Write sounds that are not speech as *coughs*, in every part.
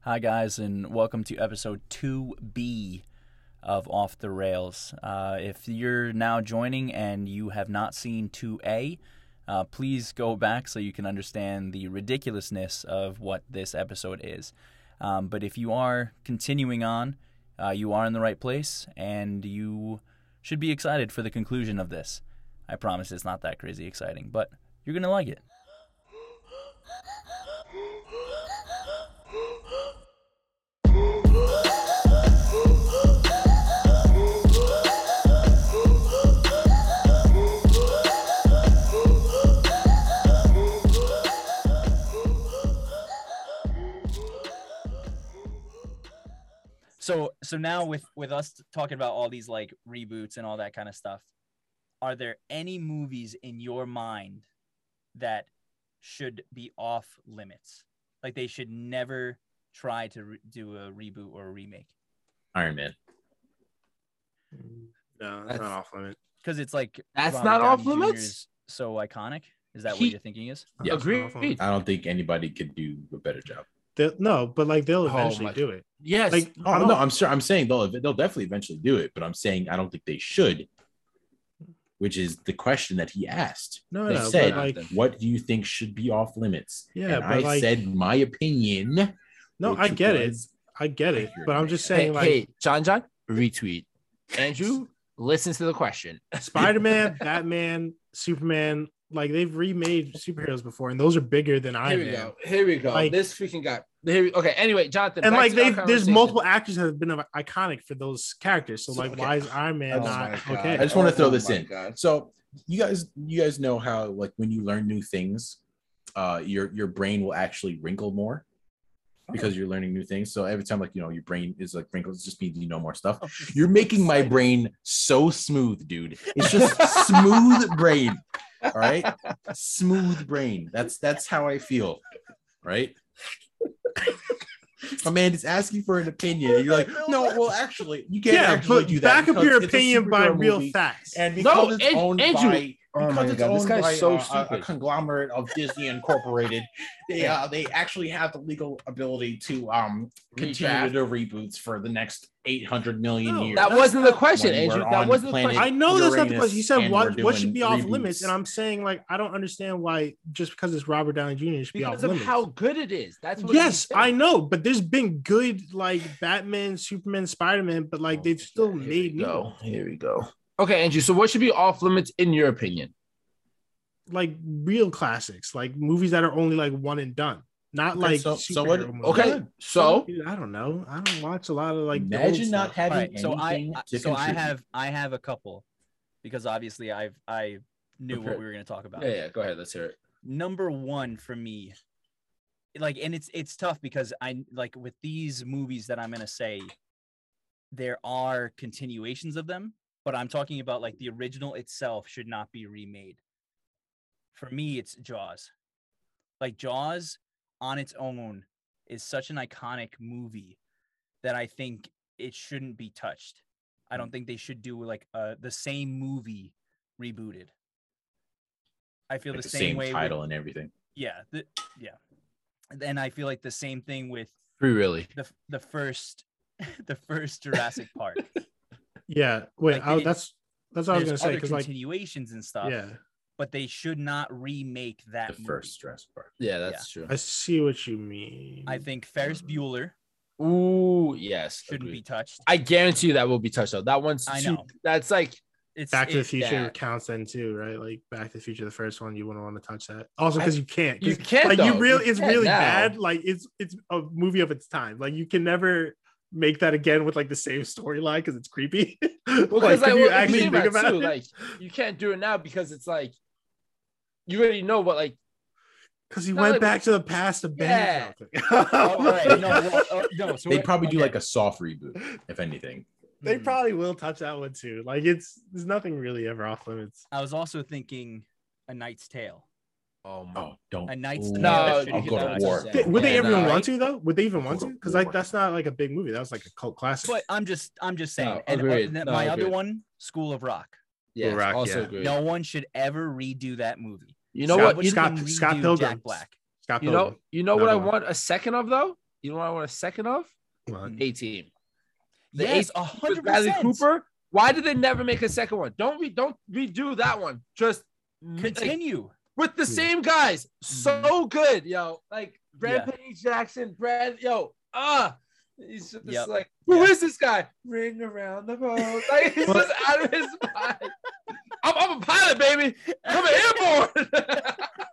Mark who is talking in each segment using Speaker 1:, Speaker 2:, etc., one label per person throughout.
Speaker 1: Hi, guys, and welcome to episode 2B of Off the Rails. Uh, if you're now joining and you have not seen 2A, uh, please go back so you can understand the ridiculousness of what this episode is. Um, but if you are continuing on, uh, you are in the right place and you should be excited for the conclusion of this. I promise it's not that crazy exciting, but you're going to like it. So so now with with us talking about all these like reboots and all that kind of stuff, are there any movies in your mind that should be off limits? Like they should never try to re- do a reboot or a remake
Speaker 2: Iron Man.
Speaker 3: No, that's,
Speaker 4: That's-
Speaker 3: not off limit.
Speaker 1: because it's like
Speaker 4: That's not off
Speaker 1: Downey Jr.
Speaker 4: limits?
Speaker 1: is So iconic. Is that
Speaker 4: He-
Speaker 1: what you're thinking is?
Speaker 3: Yeah.
Speaker 4: Agreed.
Speaker 2: I don't think anybody could do a better job.
Speaker 3: They- no, but like they'll
Speaker 4: Oh
Speaker 3: eventually
Speaker 4: my-
Speaker 3: do it.
Speaker 4: Yes.
Speaker 3: Like
Speaker 2: Oh,
Speaker 3: I
Speaker 2: no,
Speaker 3: don't-
Speaker 2: I'm sure. I'm saying they'll they'll definitely eventually do it, but I'm saying I don't think they should. Which is the question that he asked.
Speaker 3: no,
Speaker 2: They
Speaker 3: no,
Speaker 2: said-
Speaker 3: but like
Speaker 2: What do you think should be off limits?
Speaker 3: Yeah,
Speaker 2: and
Speaker 3: but
Speaker 2: I
Speaker 3: like-
Speaker 2: said my opinion.
Speaker 3: no,
Speaker 2: which
Speaker 3: I get it.
Speaker 2: was-
Speaker 3: I get it.
Speaker 2: Accurate.
Speaker 3: But I'm just
Speaker 4: hey,
Speaker 3: saying, like
Speaker 4: hey, John John, retweet. Andrew, listen to the question.
Speaker 3: Spider-Man, Batman, Superman, like they've remade superheroes before, and those are bigger than
Speaker 4: *laughs* Here
Speaker 3: Iron
Speaker 4: we
Speaker 3: Man.
Speaker 4: go. Here we go.
Speaker 3: Like-
Speaker 4: this freaking guy. Here we- okay. Anyway, Jonathan.
Speaker 3: And
Speaker 4: back
Speaker 3: like
Speaker 4: to our
Speaker 3: they, there's
Speaker 4: conversation.
Speaker 3: multiple actors that have been iconic for those characters. So
Speaker 4: So,
Speaker 3: like,
Speaker 4: okay.
Speaker 3: why is Iron Man
Speaker 4: Oh my
Speaker 3: not
Speaker 4: God.
Speaker 2: I
Speaker 3: okay?
Speaker 2: just wanna
Speaker 4: Oh
Speaker 2: throw this
Speaker 4: my
Speaker 2: in.
Speaker 4: God.
Speaker 2: So you guys, you guys know how like when you learn new things, uh, your your brain will actually wrinkle more because you're learning new things. So every time, like you know, your brain is like wrinkles, it just means you know more stuff. You're making my brain so smooth, dude. It's just smooth brain. All right, smooth brain. That's that's how I feel. Right. My man is asking for an opinion, and you're like, "No, well, actually, you can't
Speaker 3: Yeah,
Speaker 2: actually
Speaker 3: but
Speaker 2: do that."
Speaker 3: back up
Speaker 2: because
Speaker 3: your
Speaker 2: it's a
Speaker 3: opinion by
Speaker 2: superhero
Speaker 3: real
Speaker 2: movie
Speaker 3: facts.
Speaker 2: and
Speaker 4: No,
Speaker 2: because it's
Speaker 4: Ed-
Speaker 2: owned
Speaker 4: Andrew-
Speaker 2: by
Speaker 4: Oh
Speaker 2: because
Speaker 4: my
Speaker 2: it's
Speaker 4: God, this
Speaker 2: owned
Speaker 4: guy's
Speaker 2: by
Speaker 4: so
Speaker 2: a- a, a
Speaker 4: stupid.
Speaker 2: conglomerate of Disney *laughs* Incorporated, they uh, they actually have the legal ability to um continue
Speaker 4: Redraft.
Speaker 2: the reboots for the next eight hundred million
Speaker 3: No,
Speaker 2: years.
Speaker 4: That
Speaker 3: That's
Speaker 4: wasn't the question,
Speaker 2: when
Speaker 4: Andrew.
Speaker 2: we're
Speaker 4: That
Speaker 2: on
Speaker 4: wasn't the
Speaker 2: planet
Speaker 4: question.
Speaker 3: I know that's not the
Speaker 2: Uranus
Speaker 3: question. You
Speaker 2: and
Speaker 3: said what
Speaker 2: we're
Speaker 3: what should
Speaker 2: doing
Speaker 3: be off
Speaker 2: reboots.
Speaker 3: limits, and I'm saying like I don't understand why just because it's Robert Downey Jr. it should be off
Speaker 4: Because of
Speaker 3: limits.
Speaker 4: how good it is. That's what
Speaker 3: yes,
Speaker 4: he said.
Speaker 3: I know, but there's been good like Batman, Superman, Spider Man, but like they've still
Speaker 4: Oh, Yeah, here
Speaker 3: made
Speaker 4: we
Speaker 3: new
Speaker 4: go.
Speaker 3: ones.
Speaker 4: Here we go. Okay, Andrew. So what should be off limits in your opinion?
Speaker 3: like real classics, like movies that are only like one and done, not like
Speaker 2: so- so
Speaker 3: superhero
Speaker 2: what-
Speaker 3: movies.
Speaker 4: Okay,
Speaker 2: Good.
Speaker 4: so
Speaker 3: Dude, I don't know. I don't watch a lot of like the old
Speaker 2: imagine not
Speaker 3: stuff.
Speaker 1: All
Speaker 2: having
Speaker 1: right, so I
Speaker 2: anything
Speaker 1: I-
Speaker 2: to
Speaker 1: so I
Speaker 2: contribute.
Speaker 1: have I have a couple because obviously I've I knew what we were going to talk about.
Speaker 4: yeah, yeah, go ahead. Let's hear it.
Speaker 1: number one for me like and it's it's tough because i like with these movies that i'm gonna say there are continuations of them but i'm talking about like the original itself should not be remade for me it's jaws like jaws on its own is such an iconic movie that i think it shouldn't be touched i don't think they should do like uh the same movie rebooted i feel
Speaker 2: Like
Speaker 1: the same, way with-
Speaker 2: title and everything.
Speaker 1: yeah, the, yeah. And I feel like the same thing with
Speaker 4: Free really.
Speaker 1: the f- the first *laughs* the first
Speaker 3: *laughs*
Speaker 1: Jurassic Park.
Speaker 3: Yeah, wait,
Speaker 1: Like,
Speaker 3: I,
Speaker 1: it-
Speaker 3: that's that's what I was gonna
Speaker 1: There's
Speaker 3: say
Speaker 1: other
Speaker 3: because like
Speaker 1: continuations and stuff,
Speaker 3: yeah,
Speaker 1: but they should not remake that
Speaker 2: The
Speaker 1: movie.
Speaker 2: first stress part.
Speaker 4: Yeah, that's
Speaker 3: I see what you mean.
Speaker 1: I think Ferris Bueller
Speaker 4: true. Ooh, yes.
Speaker 1: shouldn't
Speaker 4: agreed.
Speaker 1: be touched.
Speaker 4: I guarantee you that will be touched up. That one's
Speaker 1: I
Speaker 4: too-
Speaker 1: know.
Speaker 4: that's like
Speaker 1: It's
Speaker 3: Back to the
Speaker 1: it-
Speaker 3: Future
Speaker 4: yeah.
Speaker 3: counts then too, right? Like Back to the Future, the first one, you wouldn't want to touch that. Also, because you can't. 'cause,
Speaker 4: you can't
Speaker 3: like
Speaker 4: though.
Speaker 3: you really, it's
Speaker 4: can't
Speaker 3: really
Speaker 4: now.
Speaker 3: bad. Like it's it's a movie of its time. Like you can never make that again with like the same storyline because it's creepy. *laughs* like,
Speaker 4: Well, 'cause,
Speaker 3: if
Speaker 4: like,
Speaker 3: you
Speaker 4: well,
Speaker 3: actually
Speaker 4: think
Speaker 3: think
Speaker 4: about it
Speaker 3: about
Speaker 4: too,
Speaker 3: it,
Speaker 4: like you can't do it now because it's like you already know what like
Speaker 3: because he
Speaker 4: no,
Speaker 3: went
Speaker 4: like-
Speaker 3: back to the past to bang *laughs*
Speaker 4: Yeah.
Speaker 3: something.
Speaker 1: Oh, all right, no, well,
Speaker 4: uh,
Speaker 1: oh, no. So
Speaker 2: They
Speaker 1: we're-
Speaker 2: probably do
Speaker 1: okay.
Speaker 2: like a soft reboot, if anything. *laughs*
Speaker 3: they
Speaker 4: Hmm.
Speaker 1: Mhm.
Speaker 3: probably will touch that one too. Like it's there's nothing really ever off limits.
Speaker 1: I was also thinking A Knight's Tale.
Speaker 4: oh
Speaker 2: Oh, don't.
Speaker 1: A Knight's
Speaker 2: Ooh,
Speaker 1: Tale.
Speaker 4: No,
Speaker 1: should
Speaker 2: I'll
Speaker 1: get
Speaker 2: go to
Speaker 1: touched.
Speaker 2: war.
Speaker 4: Yeah.
Speaker 3: They- would they
Speaker 4: Yeah,
Speaker 3: ever
Speaker 4: no,
Speaker 3: even
Speaker 4: right?
Speaker 3: want to though? Would they even want to? Because like
Speaker 2: War.
Speaker 3: that's not like a big movie. That was like a cult classic.
Speaker 1: But I'm just I'm just saying.
Speaker 4: No,
Speaker 1: and uh,
Speaker 4: agreed.
Speaker 1: and
Speaker 4: No,
Speaker 1: my other
Speaker 4: agreed.
Speaker 1: one, School of Rock.
Speaker 4: yeah
Speaker 3: Barack,
Speaker 4: also
Speaker 3: yeah.
Speaker 4: agree.
Speaker 1: No one should ever redo that movie.
Speaker 4: you know
Speaker 3: Scott-
Speaker 4: what you,
Speaker 3: Scott-
Speaker 1: can redo
Speaker 3: Pilgrim.
Speaker 1: Jack Black.
Speaker 3: Scott
Speaker 4: you
Speaker 3: Pilgrim.
Speaker 4: know you know what
Speaker 3: Another
Speaker 4: I
Speaker 3: one.
Speaker 4: want a second of though You know what I want a second of?
Speaker 3: Come
Speaker 4: A team. The
Speaker 1: yes,
Speaker 4: eighth-
Speaker 1: a
Speaker 4: With
Speaker 1: hundred
Speaker 4: Bradley
Speaker 1: percent.
Speaker 4: Cooper. Why did they never make a second one? Don't we don't redo that one. Just mi- like,
Speaker 1: Continue.
Speaker 4: with the same guys. So good, yo. Like Brad
Speaker 1: Mm-hmm. Yeah.
Speaker 4: Penny Jackson, Brad, yo, ah. He's just
Speaker 1: Yep.
Speaker 4: like, who is
Speaker 1: Yeah.
Speaker 4: this guy? Ring around the boat. *laughs* Like he's just out of his mind. I'm, I'm a pilot, baby.
Speaker 1: *laughs*
Speaker 4: I'm
Speaker 1: Oh,
Speaker 4: an airborne.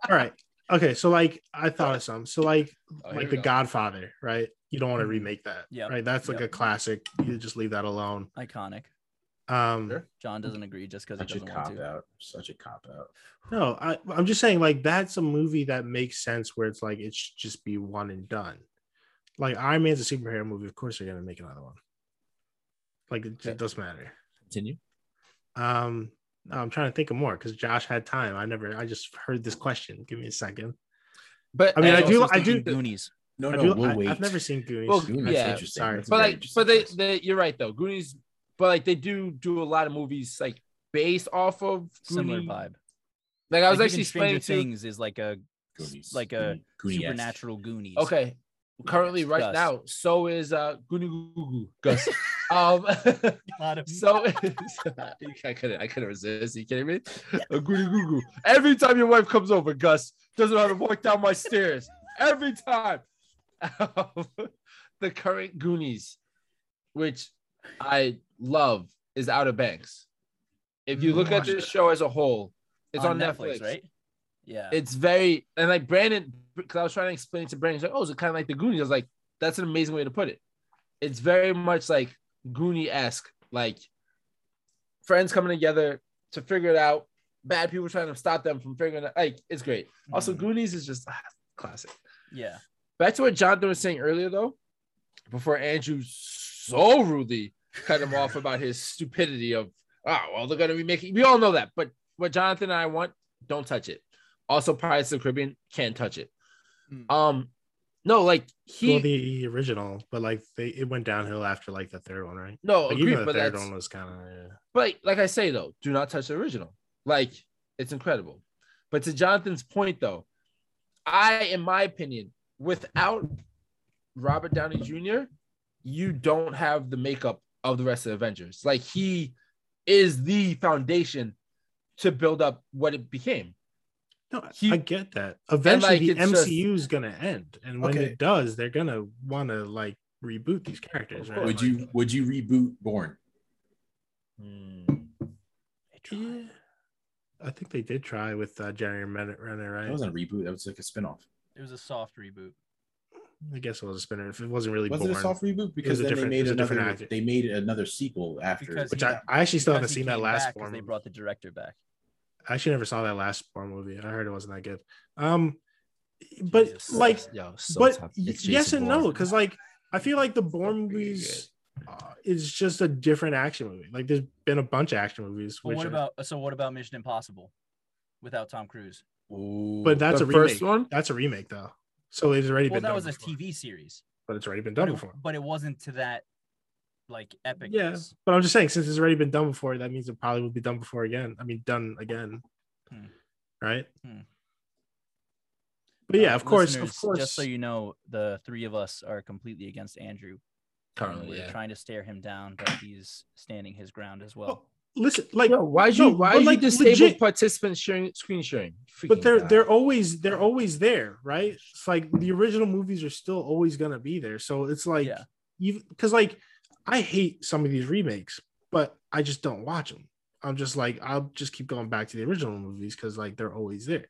Speaker 3: All right. Okay. So like I thought of some. So like
Speaker 4: Oh, here
Speaker 3: like The
Speaker 4: we go. Mm-hmm.
Speaker 3: Godfather, right? You don't want to
Speaker 1: Mhm.
Speaker 3: remake that.
Speaker 1: Yep.
Speaker 3: Right. That's like
Speaker 1: Yep.
Speaker 3: a classic. You just leave that alone.
Speaker 1: Iconic.
Speaker 3: Um
Speaker 2: Sure.
Speaker 1: John doesn't agree just because he
Speaker 2: Such a
Speaker 1: doesn't want
Speaker 2: cop
Speaker 1: to.
Speaker 2: out. Such a cop out.
Speaker 3: no, I, I'm just saying like that's a movie that makes sense where it's like it should just be one and done. Like Iron Man's a superhero movie, of course they're gonna make another one. Like it
Speaker 4: Okay.
Speaker 3: just doesn't matter.
Speaker 4: Continue.
Speaker 3: Um I'm trying to think of more because Josh had time. I never I just heard this question. Give me a second.
Speaker 4: But
Speaker 3: I mean, I
Speaker 4: and
Speaker 3: do-
Speaker 4: also
Speaker 3: I do-
Speaker 4: thinking-
Speaker 1: Goonies.
Speaker 2: No,
Speaker 3: I
Speaker 2: Oh, no,
Speaker 3: do,
Speaker 2: we'll
Speaker 3: I,
Speaker 2: wait.
Speaker 3: have never seen Goonies.
Speaker 4: Well,
Speaker 2: Goonies is
Speaker 4: yeah,
Speaker 2: interesting.
Speaker 3: sorry.
Speaker 2: That's a
Speaker 4: but
Speaker 2: very
Speaker 4: like, but
Speaker 2: interesting
Speaker 4: they,
Speaker 2: choice.
Speaker 4: they, you're right though. Goonies, but like they do do a lot of movies like based off of
Speaker 1: Similar
Speaker 4: Goonie.
Speaker 1: vibe.
Speaker 4: Like I was
Speaker 1: Like, even
Speaker 4: actually
Speaker 1: Stranger
Speaker 4: explaining to
Speaker 1: Things is like a
Speaker 2: Goonies.
Speaker 1: like a
Speaker 2: Goonies.
Speaker 1: supernatural Goonies.
Speaker 4: okay, currently right
Speaker 1: Gus.
Speaker 4: now, so is uh Goonie Goo Goo Goo, Gus. um, *laughs* so is, I couldn't I couldn't resist. Are you kidding me? Uh, Goonie Goo Goo. Every time your wife comes over, Gus doesn't know how to walk down my stairs. Every time. Um, *laughs* the current Goonies, which I love, is Outer Banks. If you look at
Speaker 3: Watch
Speaker 4: this
Speaker 3: it.
Speaker 4: show as a whole, it's on, Netflix, right?
Speaker 1: right? Yeah.
Speaker 4: It's very and like Brandon, because I was trying to explain it to Brandon, he's like, oh, it's kind of like the Goonies. I was like, that's an amazing way to put it. It's very much like Goonie esque, like friends coming together to figure it out, bad people trying to stop them from figuring it. out. Like it's great. Also,
Speaker 1: Mhm.
Speaker 4: Goonies is just ah, classic.
Speaker 1: yeah.
Speaker 4: Back to what Jonathan was saying earlier, though, before Andrew so rudely cut him off about his stupidity of, oh, well, they're going to be making, we all know that. But what Jonathan and I want, don't touch it. Also, Pirates of the Caribbean, can't touch it.
Speaker 1: Mm.
Speaker 4: Um, No, like he,
Speaker 3: well, the original, but like they it went downhill after like the third one, right?
Speaker 4: no,
Speaker 3: Like,
Speaker 4: agree,
Speaker 3: even the
Speaker 4: but
Speaker 3: third
Speaker 4: that's,
Speaker 3: one was kind of yeah.
Speaker 4: but like I say, though, do not touch the original. Like it's incredible. But to Jonathan's point, though, I, in my opinion, without Robert Downey Jr., you don't have the makeup of the rest of the Avengers. Like he is the foundation to build up what it became.
Speaker 3: No, I-
Speaker 4: He-
Speaker 3: I get that. Eventually,
Speaker 4: like,
Speaker 3: the
Speaker 4: it's just-
Speaker 3: MCU is gonna end, and when
Speaker 2: Okay.
Speaker 3: it does, they're gonna want to like reboot these characters.
Speaker 4: Of
Speaker 3: Right?
Speaker 4: course.
Speaker 2: Would you would you reboot Born?
Speaker 4: Hmm,
Speaker 3: Yeah. I think they did try with uh, Jeremy Renner, Renner,
Speaker 2: That
Speaker 3: right?
Speaker 2: wasn't a reboot. That was like a spinoff.
Speaker 1: It was a soft reboot.
Speaker 3: I guess it was a spinner. If it wasn't really
Speaker 2: Was
Speaker 3: born,
Speaker 2: it a soft reboot? Because
Speaker 3: a
Speaker 2: then they
Speaker 3: different-
Speaker 2: made
Speaker 3: it was a different
Speaker 2: another.
Speaker 3: actor.
Speaker 2: They made another sequel after.
Speaker 1: Because
Speaker 3: which
Speaker 1: Yeah.
Speaker 3: I, I actually still haven't
Speaker 1: Because he
Speaker 3: seen that
Speaker 1: came
Speaker 3: last
Speaker 1: back 'cause
Speaker 3: Bourne.
Speaker 1: They brought the director back.
Speaker 3: I actually never saw that last Bourne movie. I heard it wasn't that good. Um, but
Speaker 1: Jesus.
Speaker 3: like,
Speaker 4: yo, so
Speaker 3: but
Speaker 4: tough.
Speaker 3: y-
Speaker 4: It's
Speaker 3: yes
Speaker 4: Jason
Speaker 3: and
Speaker 4: Bourne.
Speaker 3: no, because like I feel like the Bourne
Speaker 4: Fucking
Speaker 3: movies uh, is just a different action movie. Like there's been a bunch of action movies.
Speaker 1: But what
Speaker 3: are-
Speaker 1: about so what about Mission Impossible without Tom Cruise?
Speaker 3: But that's
Speaker 4: The
Speaker 3: a
Speaker 4: first
Speaker 3: remake.
Speaker 4: one?
Speaker 3: That's a remake though. So it's already
Speaker 1: Well,
Speaker 3: been done
Speaker 1: that was a Oh.
Speaker 3: before.
Speaker 1: TV series.
Speaker 3: but it's already been
Speaker 1: But
Speaker 3: done
Speaker 1: it,
Speaker 3: before.
Speaker 1: but it wasn't to that like epic.
Speaker 3: Yeah, but I'm just saying, since it's already been done before, that means it probably will be done before again. I mean, done again,
Speaker 1: Hmm.
Speaker 3: right?
Speaker 1: Hmm. Uh,
Speaker 3: But yeah, of course, of
Speaker 1: listeners,
Speaker 3: course.
Speaker 1: Just so you know, the three of us are completely against Andrew. and
Speaker 4: Currently,
Speaker 1: we're
Speaker 4: yeah.
Speaker 1: trying to stare him down, but he's standing his ground as
Speaker 3: *laughs*
Speaker 1: well.
Speaker 3: Oh, Listen, like,
Speaker 4: Yo, why'd you
Speaker 3: No,
Speaker 4: why
Speaker 3: but,
Speaker 4: you
Speaker 3: like,
Speaker 4: disable
Speaker 3: legit-
Speaker 4: participant sharing screen sharing?
Speaker 3: but
Speaker 4: Freaking
Speaker 3: they're
Speaker 4: God.
Speaker 3: they're always they're always there, right? It's like the original movies are still always gonna be there. So it's like
Speaker 1: Yeah.
Speaker 3: you because like I hate some of these remakes, but I just don't watch them. I'm just like I'll just keep going back to the original movies because like they're always there.